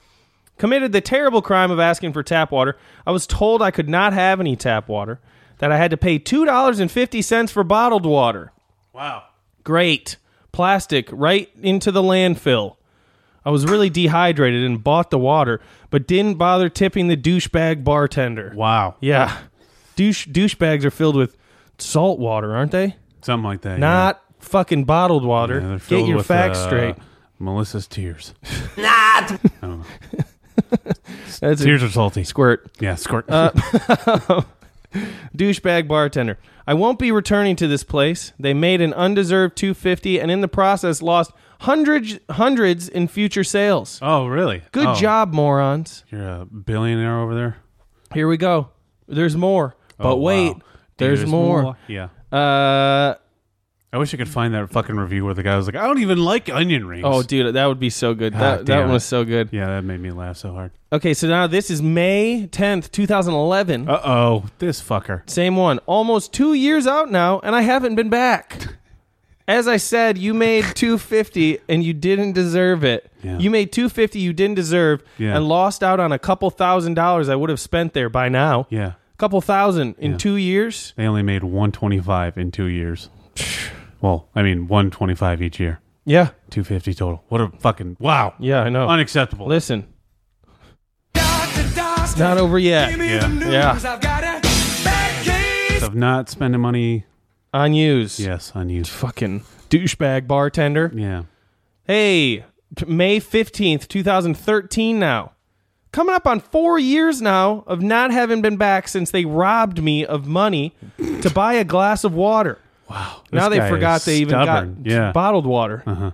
[SPEAKER 2] Committed the terrible crime of asking for tap water. I was told I could not have any tap water, that I had to pay $2.50 for bottled water.
[SPEAKER 1] Wow.
[SPEAKER 2] Great. Plastic right into the landfill. I was really dehydrated and bought the water, but didn't bother tipping the douchebag bartender.
[SPEAKER 1] Wow.
[SPEAKER 2] Yeah. Douche douchebags are filled with salt water, aren't they?
[SPEAKER 1] Something like that.
[SPEAKER 2] Not fucking bottled water.
[SPEAKER 1] yeah. Yeah, they're
[SPEAKER 2] Get
[SPEAKER 1] filled
[SPEAKER 2] your
[SPEAKER 1] with,
[SPEAKER 2] facts
[SPEAKER 1] uh,
[SPEAKER 2] straight.
[SPEAKER 1] Melissa's tears.
[SPEAKER 2] That's
[SPEAKER 1] Tears are salty.
[SPEAKER 2] Squirt.
[SPEAKER 1] Yeah, squirt.
[SPEAKER 2] Uh, douchebag bartender. I won't be returning to this place. They made an undeserved 250 and in the process lost hundreds hundreds in future sales.
[SPEAKER 1] <laughs> oh, really?
[SPEAKER 2] Good
[SPEAKER 1] Oh,
[SPEAKER 2] job, morons.
[SPEAKER 1] You're a billionaire over there.
[SPEAKER 2] Here we go. There's more. but
[SPEAKER 1] Oh,
[SPEAKER 2] wait,
[SPEAKER 1] wow.
[SPEAKER 2] there's, more.
[SPEAKER 1] Yeah.
[SPEAKER 2] Uh
[SPEAKER 1] I wish I could find that fucking review where the guy was like, "I don't even like onion rings."
[SPEAKER 2] oh dude, that would be so good.
[SPEAKER 1] God
[SPEAKER 2] That that
[SPEAKER 1] damn
[SPEAKER 2] one
[SPEAKER 1] it.
[SPEAKER 2] was so good.
[SPEAKER 1] yeah, that made me laugh so hard.
[SPEAKER 2] Okay, so now this is May 10th, 2011.
[SPEAKER 1] Uh oh, this fucker.
[SPEAKER 2] Same one. Almost two years out now, and I haven't been back.
[SPEAKER 1] <laughs>
[SPEAKER 2] As I said, you made 250 and you didn't deserve it.
[SPEAKER 1] Yeah.
[SPEAKER 2] You made 250 you didn't deserve
[SPEAKER 1] Yeah.
[SPEAKER 2] and lost out on a couple thousand dollars I would have spent there by now.
[SPEAKER 1] Yeah,
[SPEAKER 2] Couple thousand in
[SPEAKER 1] Yeah.
[SPEAKER 2] 2 years?
[SPEAKER 1] they only made one twenty five in two years. well, I mean, one twenty five each year,
[SPEAKER 2] Yeah.
[SPEAKER 1] two fifty total. What a fucking wow!
[SPEAKER 2] Yeah, I know.
[SPEAKER 1] Unacceptable.
[SPEAKER 2] Listen. It's not over yet.
[SPEAKER 1] Yeah.
[SPEAKER 2] Yeah.
[SPEAKER 20] I've got a
[SPEAKER 1] of not spending money
[SPEAKER 2] on use.
[SPEAKER 1] Yes, on use.
[SPEAKER 2] Fucking douchebag bartender.
[SPEAKER 1] Yeah.
[SPEAKER 2] Hey, t- May 15th, 2013 now. Coming up on four years now of not having been back since they robbed me of money to buy a glass of water. Wow. Now
[SPEAKER 1] This
[SPEAKER 2] they
[SPEAKER 1] guy
[SPEAKER 2] forgot
[SPEAKER 1] is
[SPEAKER 2] they even
[SPEAKER 1] stubborn.
[SPEAKER 2] got
[SPEAKER 1] Yeah.
[SPEAKER 2] bottled water.
[SPEAKER 1] Uh-huh.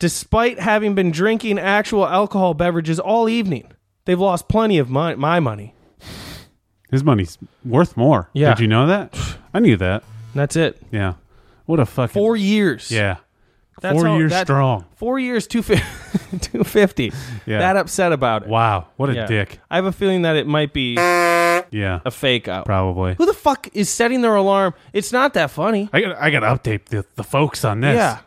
[SPEAKER 2] Despite having been drinking actual alcohol beverages all evening, they've lost plenty of my, my money.
[SPEAKER 1] His money's worth more.
[SPEAKER 2] Yeah.
[SPEAKER 1] Did you know that? I knew that.
[SPEAKER 2] That's it.
[SPEAKER 1] Yeah. What a fucking
[SPEAKER 2] Four years.
[SPEAKER 1] Yeah.
[SPEAKER 2] That's
[SPEAKER 1] Four
[SPEAKER 2] how-
[SPEAKER 1] years
[SPEAKER 2] that-
[SPEAKER 1] strong.
[SPEAKER 2] Four years, <laughs> 250. 250.
[SPEAKER 1] Yeah.
[SPEAKER 2] That upset about it.
[SPEAKER 1] Wow. What a
[SPEAKER 2] Yeah.
[SPEAKER 1] dick.
[SPEAKER 2] I have a feeling that it
[SPEAKER 1] <laughs>
[SPEAKER 2] might be
[SPEAKER 1] Yeah.
[SPEAKER 2] a fake out.
[SPEAKER 1] Probably.
[SPEAKER 2] Who the fuck is setting their alarm? It's not that funny.
[SPEAKER 1] I got I got to update the, the folks on this.
[SPEAKER 2] Yeah.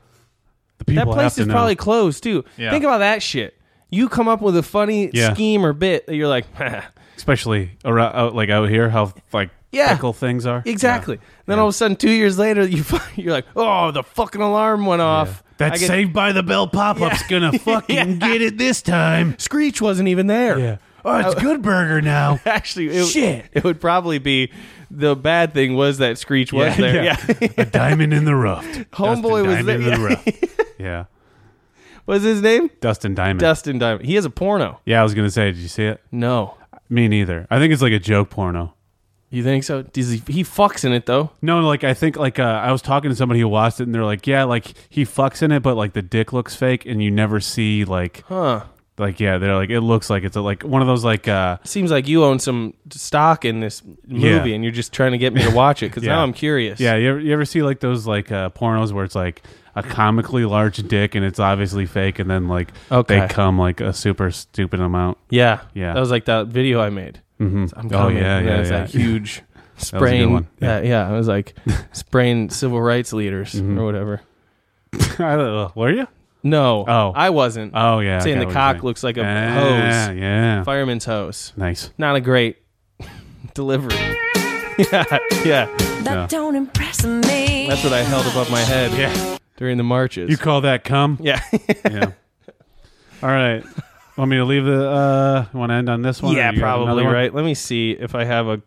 [SPEAKER 1] The people
[SPEAKER 2] that place
[SPEAKER 1] have to
[SPEAKER 2] is
[SPEAKER 1] know.
[SPEAKER 2] probably closed too.
[SPEAKER 1] Yeah.
[SPEAKER 2] Think about that shit. You come up with a funny
[SPEAKER 1] Yeah.
[SPEAKER 2] scheme or bit that you're like, <laughs>
[SPEAKER 1] especially around, out, like out here how like
[SPEAKER 2] Yeah.
[SPEAKER 1] fickle things are.
[SPEAKER 2] exactly. Then all of a sudden, two years later, you <laughs> find, you're like, oh, the fucking alarm went off.
[SPEAKER 1] That
[SPEAKER 2] I get-
[SPEAKER 1] Saved by the Bell pop up's
[SPEAKER 2] <laughs>
[SPEAKER 1] gonna fucking get it this time.
[SPEAKER 2] Screech wasn't even there. Yeah.
[SPEAKER 1] Oh, it's Good Burger now.
[SPEAKER 2] <laughs> Actually, it,
[SPEAKER 1] Shit.
[SPEAKER 2] it would probably be the bad thing was that Screech was
[SPEAKER 1] Yeah,
[SPEAKER 2] there.
[SPEAKER 1] yeah.
[SPEAKER 2] Yeah.
[SPEAKER 1] <laughs> A diamond in the rough.
[SPEAKER 2] <laughs> Homeboy
[SPEAKER 1] Dustin
[SPEAKER 2] was
[SPEAKER 1] diamond
[SPEAKER 2] there.
[SPEAKER 1] in the
[SPEAKER 2] <laughs>
[SPEAKER 1] rough. Yeah.
[SPEAKER 2] What's his name?
[SPEAKER 1] Dustin Diamond.
[SPEAKER 2] Dustin Diamond. He has a porno.
[SPEAKER 1] yeah, I was gonna say, did you see it?
[SPEAKER 2] No.
[SPEAKER 1] Me neither. I think it's like a joke porno.
[SPEAKER 2] You think so? Does he, he fucks in it though?
[SPEAKER 1] No, like I think like uh, I was talking to somebody who watched it, and they're like, "Yeah, like he fucks in it, but like the dick looks fake, and you never see like,
[SPEAKER 2] Huh.
[SPEAKER 1] like yeah, they're like it looks like it's a, like one of those like uh,
[SPEAKER 2] Seems like you own some stock in this movie,
[SPEAKER 1] Yeah.
[SPEAKER 2] and you're just trying to get me to watch
[SPEAKER 1] <laughs>
[SPEAKER 2] it because
[SPEAKER 1] Yeah.
[SPEAKER 2] now I'm curious.
[SPEAKER 1] yeah, you ever, you ever see like those like uh, pornos where it's like a comically large dick and it's obviously fake, and then like
[SPEAKER 2] Okay.
[SPEAKER 1] they come like a super stupid
[SPEAKER 2] <laughs>
[SPEAKER 1] amount.
[SPEAKER 2] yeah,
[SPEAKER 1] Yeah.
[SPEAKER 2] That was like that video I made.
[SPEAKER 1] Mhm.
[SPEAKER 2] I'm
[SPEAKER 1] Oh,
[SPEAKER 2] coming.
[SPEAKER 1] yeah, yeah,
[SPEAKER 2] It's
[SPEAKER 1] yeah. <laughs>
[SPEAKER 2] that huge
[SPEAKER 1] was a good one.
[SPEAKER 2] sprain. Yeah. yeah, I
[SPEAKER 1] <laughs>
[SPEAKER 2] was like sprain civil rights leaders
[SPEAKER 1] Mm-hmm.
[SPEAKER 2] or whatever.
[SPEAKER 1] I don't know. Were you?
[SPEAKER 2] No,
[SPEAKER 1] Oh.
[SPEAKER 2] I wasn't.
[SPEAKER 1] Oh, yeah, I
[SPEAKER 2] saying
[SPEAKER 1] got
[SPEAKER 2] the
[SPEAKER 1] what you're
[SPEAKER 2] cock
[SPEAKER 1] saying.
[SPEAKER 2] looks like a
[SPEAKER 1] Yeah,
[SPEAKER 2] hose.
[SPEAKER 1] yeah.
[SPEAKER 2] fireman's hose.
[SPEAKER 1] Nice.
[SPEAKER 2] Not a great <laughs> delivery. <laughs> yeah, yeah.
[SPEAKER 1] Yeah.
[SPEAKER 10] Don't impress me.
[SPEAKER 2] That's what I held above my head. Yeah. During the marches.
[SPEAKER 1] You call that cum?
[SPEAKER 2] Yeah.
[SPEAKER 1] yeah. All right. Want me to leave the? uh Want to end on this one?
[SPEAKER 2] yeah,
[SPEAKER 1] Or you got another
[SPEAKER 2] probably
[SPEAKER 1] one?
[SPEAKER 2] right. Let me see if I have a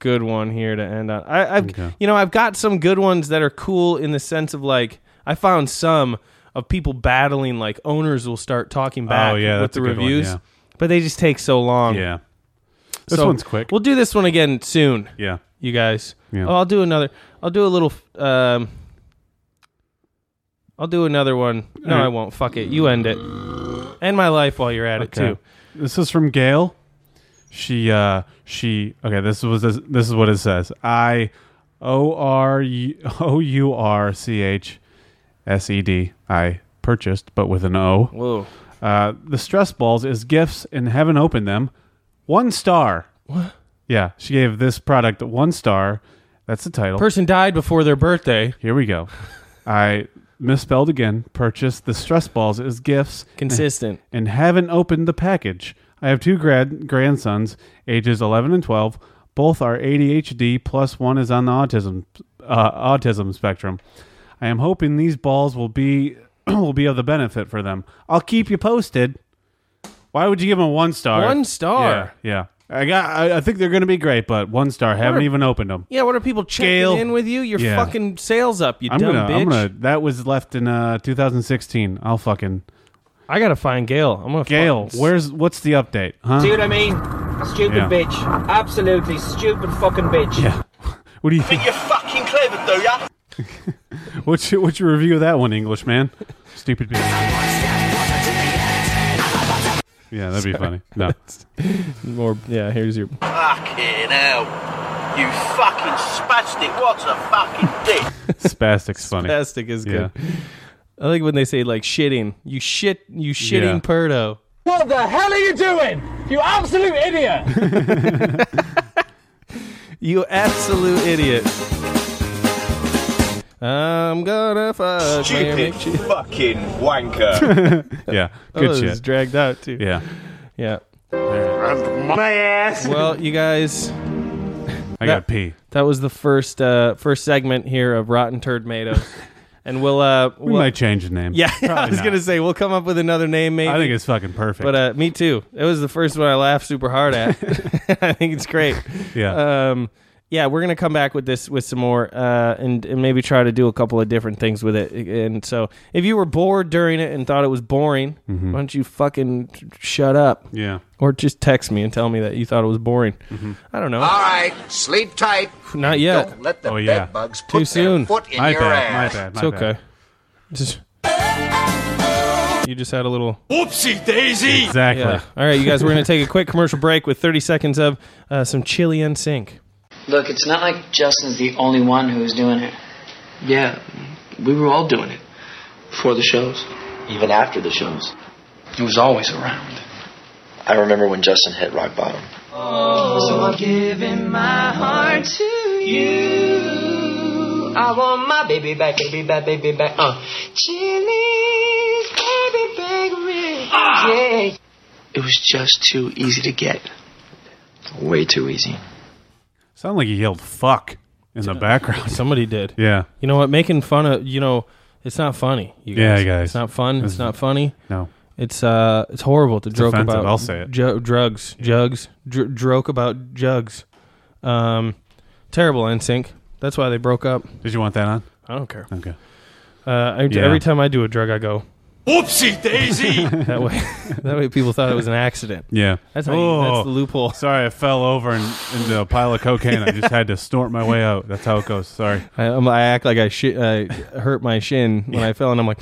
[SPEAKER 2] good one here to end on. I, I've,
[SPEAKER 1] Okay.
[SPEAKER 2] you know, I've got some good ones that are cool in the sense of like I found some of people battling. Like owners will start talking back
[SPEAKER 1] Oh, yeah,
[SPEAKER 2] with
[SPEAKER 1] that's
[SPEAKER 2] the
[SPEAKER 1] a good one,
[SPEAKER 2] reviews,
[SPEAKER 1] yeah.
[SPEAKER 2] but they just take so long.
[SPEAKER 1] Yeah. This
[SPEAKER 2] So,
[SPEAKER 1] one's quick.
[SPEAKER 2] We'll do this one again soon.
[SPEAKER 1] Yeah.
[SPEAKER 2] you guys.
[SPEAKER 1] Yeah.
[SPEAKER 2] Oh, I'll do another. I'll do a little. Um, I'll do another one. No,
[SPEAKER 1] All right.
[SPEAKER 2] I won't. Fuck it. You end it. End my life while you're at it too.
[SPEAKER 1] This is from Gail. She uh she okay, this was this, this is what it says. I O R O U <laughs> R C H S E D. I purchased but with an O.
[SPEAKER 2] Whoa.
[SPEAKER 1] Uh the stress balls is gifts and haven't opened them. One star. What? Yeah, she gave this product one star. That's the title.
[SPEAKER 2] Person died before their birthday.
[SPEAKER 1] Here we go. I misspelled again. Purchased the stress balls as gifts.
[SPEAKER 2] Consistent.
[SPEAKER 1] And, haven't opened the package. I have two grad grandsons, ages 11 and 12. Both are ADHD, plus one is on the autism uh, autism spectrum. I am hoping these balls will be <clears throat> will be of the benefit for them. I'll keep you posted. Why would you give them one star?
[SPEAKER 2] One star.
[SPEAKER 1] Yeah. yeah. I got. I, I think they're going to be great, but one star. Haven't
[SPEAKER 2] are-
[SPEAKER 1] even opened them.
[SPEAKER 2] Yeah, what are people checking
[SPEAKER 1] Gail.
[SPEAKER 2] in with you? Your
[SPEAKER 1] Yeah.
[SPEAKER 2] fucking sales up, you
[SPEAKER 1] I'm
[SPEAKER 2] dumb
[SPEAKER 1] gonna,
[SPEAKER 2] bitch.
[SPEAKER 1] I'm gonna. That was left in uh 2016. I'll fucking
[SPEAKER 2] I gotta find Gail. I'm gonna
[SPEAKER 1] Gail.
[SPEAKER 2] fucking-
[SPEAKER 1] Where's what's the update? Huh?
[SPEAKER 16] See what I mean? Stupid
[SPEAKER 1] Yeah.
[SPEAKER 16] bitch. Absolutely stupid fucking bitch.
[SPEAKER 1] Yeah. What do you think?
[SPEAKER 16] you're fucking clever, do ya?
[SPEAKER 1] What's your, what's your review of that one, English
[SPEAKER 2] <laughs>
[SPEAKER 1] man? Stupid people. Yeah, that'd be funny. No.
[SPEAKER 2] More. Yeah, here's your.
[SPEAKER 8] Fucking hell. You fucking spastic. What a fucking dick.
[SPEAKER 2] <laughs>
[SPEAKER 1] Spastic's funny.
[SPEAKER 2] Spastic is good.
[SPEAKER 1] Yeah.
[SPEAKER 2] I like when they say like shitting. You shit. You shitting
[SPEAKER 1] Yeah.
[SPEAKER 2] Perdo.
[SPEAKER 16] What the hell are you doing? You absolute idiot!
[SPEAKER 2] <laughs> You absolute idiot. I'm gonna fuck.
[SPEAKER 8] Stupid
[SPEAKER 2] Mary Mc-
[SPEAKER 8] fucking wanker.
[SPEAKER 1] Yeah.
[SPEAKER 2] <laughs> Oh,
[SPEAKER 1] Good
[SPEAKER 2] this
[SPEAKER 1] shit.
[SPEAKER 2] is dragged out too.
[SPEAKER 1] yeah.
[SPEAKER 2] Yeah.
[SPEAKER 8] My ass.
[SPEAKER 2] Well, you guys.
[SPEAKER 1] I
[SPEAKER 2] That-
[SPEAKER 1] got pee.
[SPEAKER 2] That was the first uh, first segment here of Rotten <laughs> Tomatoes, and we'll uh
[SPEAKER 1] We
[SPEAKER 2] we'll-
[SPEAKER 1] might change the name.
[SPEAKER 2] Yeah, <laughs> I
[SPEAKER 1] Probably
[SPEAKER 2] was
[SPEAKER 1] not.
[SPEAKER 2] gonna say we'll come up with another name, maybe.
[SPEAKER 1] I think it's fucking perfect.
[SPEAKER 2] but uh, <laughs> me too. It was the first one I laughed super hard at. I think it's great.
[SPEAKER 1] Yeah.
[SPEAKER 2] Um, yeah, we're gonna come back with this with some more, uh, and and maybe try to do a couple of different things with it. And so, if you were bored during it and thought it was boring,
[SPEAKER 1] Mhm.
[SPEAKER 2] why don't you fucking shut up?
[SPEAKER 1] Yeah.
[SPEAKER 2] or just text me and tell me that you thought it was boring. I don't know.
[SPEAKER 10] All right, sleep tight.
[SPEAKER 2] Not yet.
[SPEAKER 10] Don't let the
[SPEAKER 2] Oh, yeah.
[SPEAKER 10] bed bugs
[SPEAKER 2] Too
[SPEAKER 10] put
[SPEAKER 2] soon.
[SPEAKER 10] their foot in
[SPEAKER 2] My
[SPEAKER 10] your
[SPEAKER 2] bad,
[SPEAKER 10] ass.
[SPEAKER 2] my bad, my It's okay. bad. Just- you just had a little
[SPEAKER 10] Oopsie daisy.
[SPEAKER 1] Exactly.
[SPEAKER 2] Yeah. All right, you guys, we're going to take a quick commercial break with 30 seconds of uh, some chili and sync.
[SPEAKER 11] Look, it's not like Justin's the only one who's doing it. Yeah, we were all doing it. Before the shows. Even after the shows. It was always around.
[SPEAKER 23] I remember when Justin hit rock bottom.
[SPEAKER 11] So I've given my heart to you. I want my baby back, baby back, baby back. Uh. Chili's baby back ribs. Yeah. It was just too easy to get.
[SPEAKER 1] Way too easy. Sound like he yelled "fuck" in
[SPEAKER 2] <laughs>
[SPEAKER 1] the background.
[SPEAKER 2] Somebody did.
[SPEAKER 1] Yeah.
[SPEAKER 2] You know what? Making fun of, you know, it's not funny. You
[SPEAKER 1] Yeah,
[SPEAKER 2] guys.
[SPEAKER 1] guys.
[SPEAKER 2] It's not fun. It's,
[SPEAKER 1] It's-
[SPEAKER 2] not funny.
[SPEAKER 1] no.
[SPEAKER 2] It's uh, it's horrible to
[SPEAKER 1] It's
[SPEAKER 2] joke
[SPEAKER 1] offensive,
[SPEAKER 2] about.
[SPEAKER 1] I'll say it.
[SPEAKER 2] ju- drugs, jugs, dr- joke about jugs. Um, terrible NSYNC. That's why they broke up.
[SPEAKER 1] Did you want that on?
[SPEAKER 2] I don't care.
[SPEAKER 1] Okay.
[SPEAKER 2] Uh, I,
[SPEAKER 1] Yeah.
[SPEAKER 2] Every time I do a drug, I go.
[SPEAKER 1] Oopsie daisy.
[SPEAKER 2] <laughs> that way, that way, people thought it was an accident.
[SPEAKER 1] Yeah.
[SPEAKER 2] that's how you,
[SPEAKER 1] Oh.
[SPEAKER 2] that's the loophole.
[SPEAKER 1] Sorry, I fell over and, into a pile of cocaine. I just had
[SPEAKER 2] <laughs>
[SPEAKER 1] to snort my way out. That's how it goes. Sorry.
[SPEAKER 2] I, um, I act like I, shi I hurt my shin when I fell, and I'm like,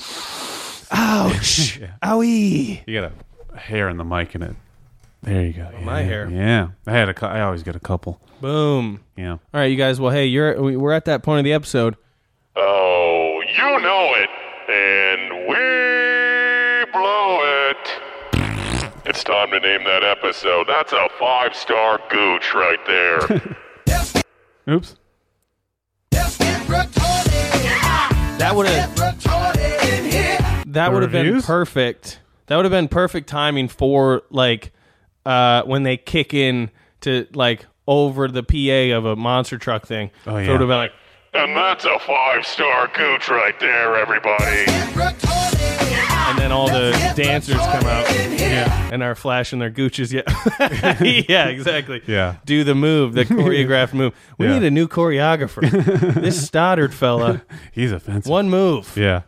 [SPEAKER 2] ouch, owie.
[SPEAKER 1] You got a hair in the mic in it. There you go.
[SPEAKER 2] Oh, my
[SPEAKER 1] Yeah.
[SPEAKER 2] hair.
[SPEAKER 1] Yeah. I had a. cou- I always get a couple.
[SPEAKER 2] boom.
[SPEAKER 1] Yeah. All
[SPEAKER 2] right, you guys. Well, hey, you're we- we're at that point of the episode.
[SPEAKER 9] Oh, you know it, and we blow it. It's time to name that episode. That's a five star gooch right there.
[SPEAKER 1] Oops.
[SPEAKER 2] That would have that
[SPEAKER 1] The
[SPEAKER 2] would have been
[SPEAKER 1] reviews?
[SPEAKER 2] perfect. That would have been perfect timing for like uh, when they kick in to like over the PA of a monster truck thing. Oh
[SPEAKER 9] yeah.
[SPEAKER 2] So it would have been like.
[SPEAKER 9] and that's a five star gooch right there, everybody.
[SPEAKER 2] and then all the dancers come out and are flashing their gooches. Yeah, <laughs> yeah, exactly.
[SPEAKER 1] Yeah.
[SPEAKER 2] do the move,
[SPEAKER 1] <laughs>
[SPEAKER 2] the choreographed move. We
[SPEAKER 1] Yeah.
[SPEAKER 2] need a new
[SPEAKER 1] <laughs>
[SPEAKER 2] choreographer. this Stoddard fella,
[SPEAKER 1] he's offensive.
[SPEAKER 2] One move.
[SPEAKER 1] Yeah.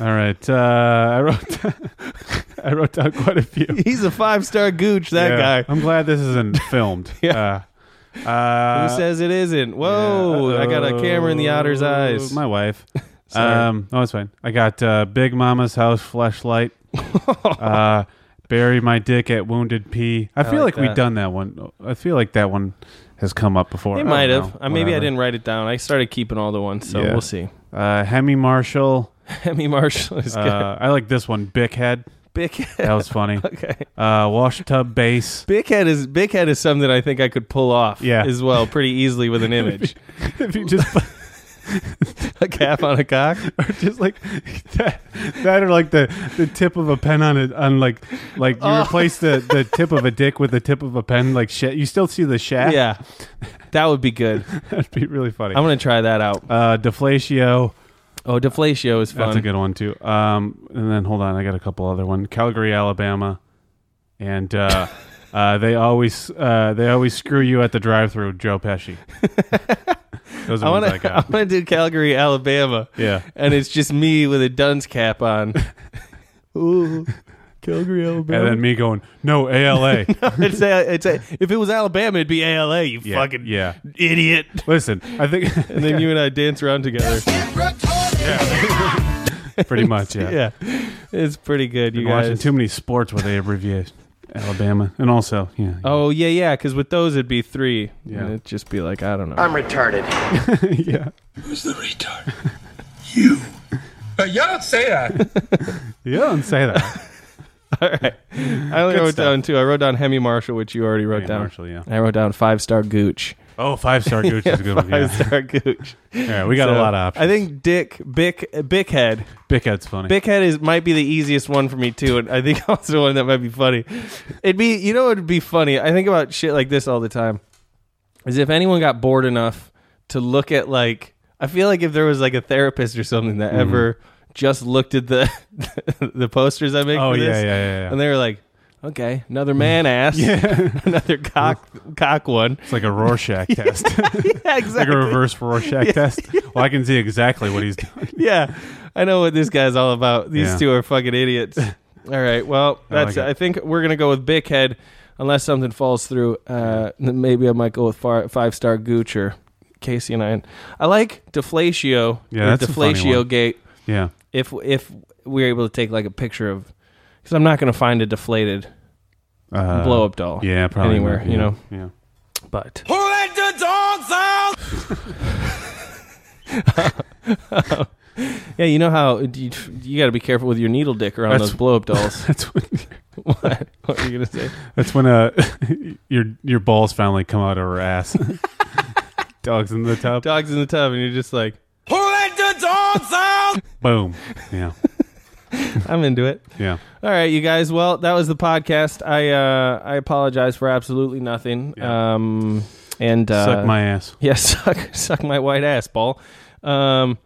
[SPEAKER 1] All right. Uh, I wrote. <laughs> I wrote down quite a
[SPEAKER 2] <laughs>
[SPEAKER 1] few.
[SPEAKER 2] He's a five star gooch. That
[SPEAKER 1] Yeah.
[SPEAKER 2] guy.
[SPEAKER 1] I'm glad this isn't filmed.
[SPEAKER 2] <laughs>
[SPEAKER 1] yeah. Uh, uh,
[SPEAKER 2] Who says it isn't? Whoa! Oh, I got a camera in the otter's eyes.
[SPEAKER 1] My wife.
[SPEAKER 2] <laughs> Sorry.
[SPEAKER 1] um, oh, it's fine. I got uh, Big Mama's House
[SPEAKER 2] <laughs>
[SPEAKER 1] flashlight. uh, bury my dick at Wounded Pea. I,
[SPEAKER 2] I
[SPEAKER 1] feel
[SPEAKER 2] like
[SPEAKER 1] like,
[SPEAKER 2] that.
[SPEAKER 1] we've done that one. I feel like that one has come up before.
[SPEAKER 2] It
[SPEAKER 1] I
[SPEAKER 2] might
[SPEAKER 1] don't
[SPEAKER 2] have.
[SPEAKER 1] know.
[SPEAKER 2] Uh, maybe I
[SPEAKER 1] Whatever.
[SPEAKER 2] didn't write it down. I started keeping all the ones, so
[SPEAKER 1] Yeah.
[SPEAKER 2] we'll see. <laughs>
[SPEAKER 1] Uh, Hemi Marshall.
[SPEAKER 2] Hemi Marshall is good.
[SPEAKER 1] Uh, I like this one. Bickhead.
[SPEAKER 2] Bickhead.
[SPEAKER 1] That was funny.
[SPEAKER 2] <laughs> Okay.
[SPEAKER 1] Uh, wash tub
[SPEAKER 2] <laughs>
[SPEAKER 1] base.
[SPEAKER 2] Bighead is Bighead is something I think I could pull off
[SPEAKER 1] Yeah.
[SPEAKER 2] as well pretty easily
[SPEAKER 1] <laughs>
[SPEAKER 2] with an image.
[SPEAKER 1] if you just
[SPEAKER 2] a cap on a cock,
[SPEAKER 1] or <laughs> just like that, that, or like the, the tip of a pen on it, on like like you
[SPEAKER 2] Oh.
[SPEAKER 1] replace the, the tip of a dick with the tip of a pen, like shit. You still see the shaft.
[SPEAKER 2] <laughs> Yeah, that would be good.
[SPEAKER 1] <laughs> that'd be really funny.
[SPEAKER 2] I'm gonna try that out.
[SPEAKER 1] Uh, Deflatio.
[SPEAKER 2] Oh, Deflatio is fun.
[SPEAKER 1] That's a good one too. Um, and then hold on, I got a couple other one. Calgary, Alabama, and
[SPEAKER 2] <laughs>
[SPEAKER 1] uh, uh, they always uh, they always screw you at the drive-through. Joe
[SPEAKER 2] <laughs>
[SPEAKER 1] Pesci. Those are
[SPEAKER 2] I
[SPEAKER 1] ones
[SPEAKER 2] want
[SPEAKER 1] I
[SPEAKER 2] to. <laughs> I
[SPEAKER 1] got.
[SPEAKER 2] want to do Calgary, Alabama.
[SPEAKER 1] Yeah.
[SPEAKER 2] and it's just me with a dunce
[SPEAKER 1] <laughs>
[SPEAKER 2] cap on. Ooh, Calgary, Alabama.
[SPEAKER 1] And then me going, no
[SPEAKER 2] <laughs>
[SPEAKER 1] ALA.
[SPEAKER 2] No, it's a, it's a, if it was Alabama, it'd be ALA. You
[SPEAKER 1] Yeah,
[SPEAKER 2] fucking
[SPEAKER 1] yeah.
[SPEAKER 2] idiot.
[SPEAKER 1] Listen, I think. <laughs>
[SPEAKER 2] And then you and I dance around together.
[SPEAKER 1] Pretty much, yeah.
[SPEAKER 2] <laughs> yeah, it's pretty good.
[SPEAKER 1] Been
[SPEAKER 2] You
[SPEAKER 1] watching
[SPEAKER 2] guys.
[SPEAKER 1] too many sports where they abbreviate Alabama, and also yeah, <laughs>
[SPEAKER 2] Oh yeah, yeah. Because with those, it'd be three.
[SPEAKER 1] Yeah.
[SPEAKER 2] and it'd just be like I don't know.
[SPEAKER 10] I'm retarded.
[SPEAKER 1] yeah.
[SPEAKER 10] Who's the retard?
[SPEAKER 22] But y'all don't say that.
[SPEAKER 1] you don't say <laughs> that.
[SPEAKER 2] All right, <laughs> I only
[SPEAKER 1] Good
[SPEAKER 2] wrote
[SPEAKER 1] stuff.
[SPEAKER 2] down two. I wrote down Hemi Marshall, which you already wrote
[SPEAKER 1] Hemi
[SPEAKER 2] down.
[SPEAKER 1] Marshall, yeah.
[SPEAKER 2] I wrote down five star Gooch.
[SPEAKER 1] Oh, five
[SPEAKER 2] <laughs>
[SPEAKER 1] star Gooch is a good one. Yeah.
[SPEAKER 2] Five star <laughs> Gooch.
[SPEAKER 1] All right, we got a
[SPEAKER 2] So,
[SPEAKER 1] lot of options.
[SPEAKER 2] I think Dick Bick Bickhead.
[SPEAKER 1] Bickhead's funny.
[SPEAKER 2] Bickhead is might be the easiest one for me too, and I think <laughs> also one that might be funny. It'd be you know it'd be funny. I think about shit like this all the time. Is if anyone got bored enough to look at like I feel like if there was like a therapist or something that
[SPEAKER 1] Mhm.
[SPEAKER 2] ever just looked at the <laughs> the posters I make
[SPEAKER 1] Oh,
[SPEAKER 2] for
[SPEAKER 1] yeah,
[SPEAKER 2] this,
[SPEAKER 1] Oh, yeah, yeah, yeah.
[SPEAKER 2] and they were like, Okay, another man ass. Oh, <laughs> Yeah, another cock cock one.
[SPEAKER 1] It's like a
[SPEAKER 2] <laughs>
[SPEAKER 1] Rorschach test. <laughs>
[SPEAKER 2] yeah,
[SPEAKER 1] Like
[SPEAKER 2] exactly.
[SPEAKER 1] a reverse Rorschach
[SPEAKER 2] <laughs> Yeah.
[SPEAKER 1] test. Well, I can see exactly what he's doing.
[SPEAKER 2] <laughs> yeah, I know what this guy's all about. These
[SPEAKER 1] Yeah.
[SPEAKER 2] two are
[SPEAKER 1] <laughs>
[SPEAKER 2] fucking idiots. All right, well,
[SPEAKER 1] I like
[SPEAKER 2] that's.
[SPEAKER 1] it.
[SPEAKER 2] I, think we're gonna go with Big Head, unless something falls through. Uh, then maybe I might go with five star Gooch or Casey and I. I like Deflatio.
[SPEAKER 1] Yeah,
[SPEAKER 2] or
[SPEAKER 1] that's a funny
[SPEAKER 2] Deflatio
[SPEAKER 1] one.
[SPEAKER 2] Gate.
[SPEAKER 1] Yeah.
[SPEAKER 2] if if we are able to take like a picture of, because I'm not gonna find a deflated
[SPEAKER 1] Uh,
[SPEAKER 2] blow up doll.
[SPEAKER 1] yeah, probably
[SPEAKER 2] anywhere.
[SPEAKER 1] not,
[SPEAKER 2] You
[SPEAKER 1] yeah,
[SPEAKER 2] know.
[SPEAKER 1] yeah.
[SPEAKER 2] But
[SPEAKER 24] Who let the dogs out?
[SPEAKER 2] yeah, you know how you, you got to be careful with your needle dick around
[SPEAKER 1] That's-
[SPEAKER 2] those blow up dolls.
[SPEAKER 1] that's <laughs> what.
[SPEAKER 2] what? <laughs> What are you gonna say?
[SPEAKER 1] That's when uh, <laughs> your your balls finally come out of her
[SPEAKER 2] <laughs>
[SPEAKER 1] ass. <laughs> Dogs in the tub.
[SPEAKER 2] Dogs in the tub, and you're just like,
[SPEAKER 24] Who let the dogs out?
[SPEAKER 1] Boom. Yeah.
[SPEAKER 2] <laughs> I'm into it.
[SPEAKER 1] Yeah.
[SPEAKER 2] All right, you guys. Well, that was the podcast. I uh, I apologize for absolutely nothing. Um, and uh,
[SPEAKER 1] Suck my ass.
[SPEAKER 2] <laughs> Yeah, suck suck my white ass, Paul. Um,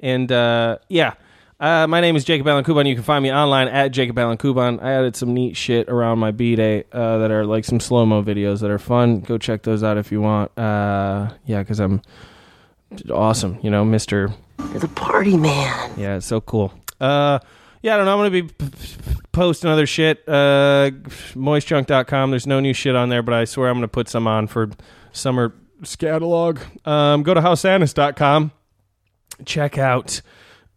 [SPEAKER 2] and uh, yeah. Uh, my name is Jacob Allen Kuban. You can find me online at Jacob Allen Kuban. I added some neat shit around my B day uh, that are like some slow mo videos that are fun. Go check those out if you want. Uh, yeah, because I'm awesome. You know, Mister. You're the party man. Yeah, it's so cool. Uh, yeah, I don't know. I'm gonna be p- p- posting other shit. Uh, moistjunk.com. There's no new shit on there, but I swear I'm gonna put some on for summer catalog. Um, go to houseannis.com. Check out.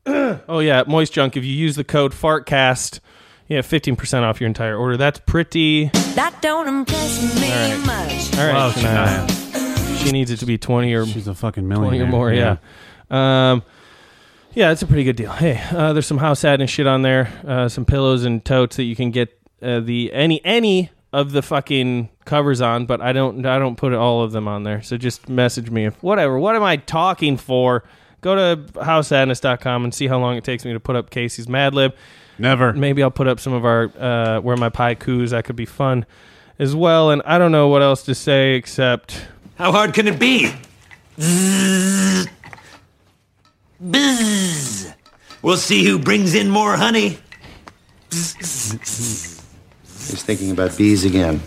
[SPEAKER 2] <clears throat> oh yeah, moist junk. If you use the code fartcast, you have 15% off your entire order. That's pretty.
[SPEAKER 15] That don't impress me much.
[SPEAKER 2] All right,
[SPEAKER 1] Love
[SPEAKER 2] Shania. She needs it to be twenty or
[SPEAKER 1] she's a
[SPEAKER 2] <laughs>
[SPEAKER 1] fucking
[SPEAKER 2] twenty
[SPEAKER 1] millionaire.
[SPEAKER 2] or more. Yeah. Um, yeah, it's a pretty good deal. Hey, uh, there's some house ad and shit on there. Uh, some pillows and totes that you can get uh, the any any of the fucking covers on, but I don't I don't put all of them on there. So just message me if whatever. What am I talking for? Go to housesadness.com and see how long it takes me to put up Casey's Mad Lib.
[SPEAKER 1] Never.
[SPEAKER 2] Maybe I'll put up some of our uh, where my pie coos. That could be fun as well. And I don't know what else to say except
[SPEAKER 24] How hard can it be? Bzzz. Bzzz. We'll see who brings in more honey.
[SPEAKER 25] He's thinking about bees again.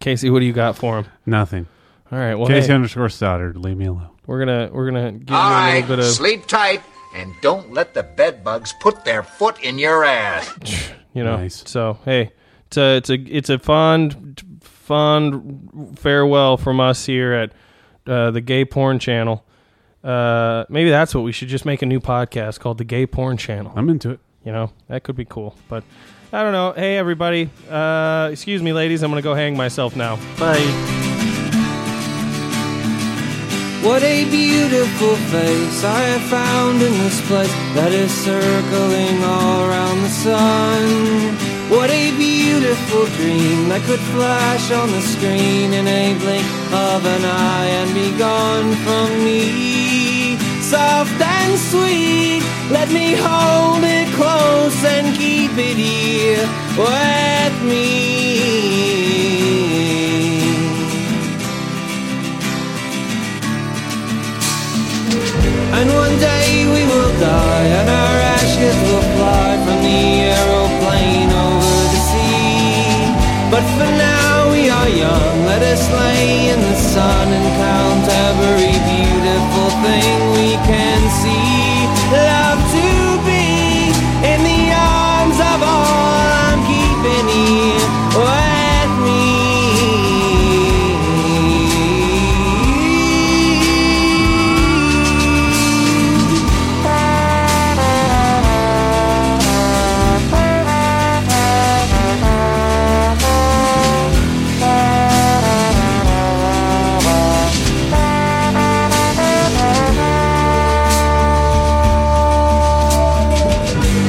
[SPEAKER 2] Casey, what do you got for him?
[SPEAKER 1] Nothing.
[SPEAKER 2] All right. Well,
[SPEAKER 1] Casey
[SPEAKER 2] hey,
[SPEAKER 1] underscore Stoddard. Leave me alone.
[SPEAKER 2] we're gonna we're gonna give
[SPEAKER 26] All
[SPEAKER 2] you a
[SPEAKER 26] right,
[SPEAKER 2] little bit of
[SPEAKER 26] sleep tight and don't let the bed bugs put their foot in your ass.
[SPEAKER 2] <laughs> you know. So hey, it's a it's a it's a fond fond farewell from us here at uh, the Gay Porn Channel. Uh, maybe that's what we should just make a new podcast called the Gay Porn Channel.
[SPEAKER 1] I'm into it.
[SPEAKER 2] You know that could be cool, but I don't know. Hey everybody, uh, excuse me, ladies. I'm gonna go hang myself now. Bye.
[SPEAKER 19] What a beautiful face I have found in this place that is circling all around the sun. What a beautiful dream that could flash on the screen in a blink of an eye and be gone from me. Soft and sweet, let me hold it close and keep it here with me. And one day we will die, and our ashes will fly from the aeroplane over the sea. But for now we are young, let us lay in the sun and count every beautiful thing we can see. Love to be in the arms of all I'm keeping here with me.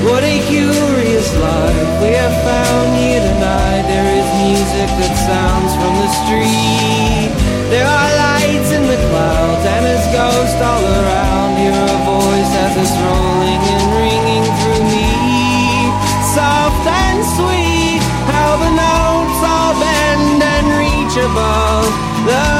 [SPEAKER 19] What a curious life we have found here tonight. There is music that sounds from the street. There are lights in the clouds and his ghost all around. Hear a voice as it's rolling and ringing through me. Soft and sweet, how the notes all bend and reach above the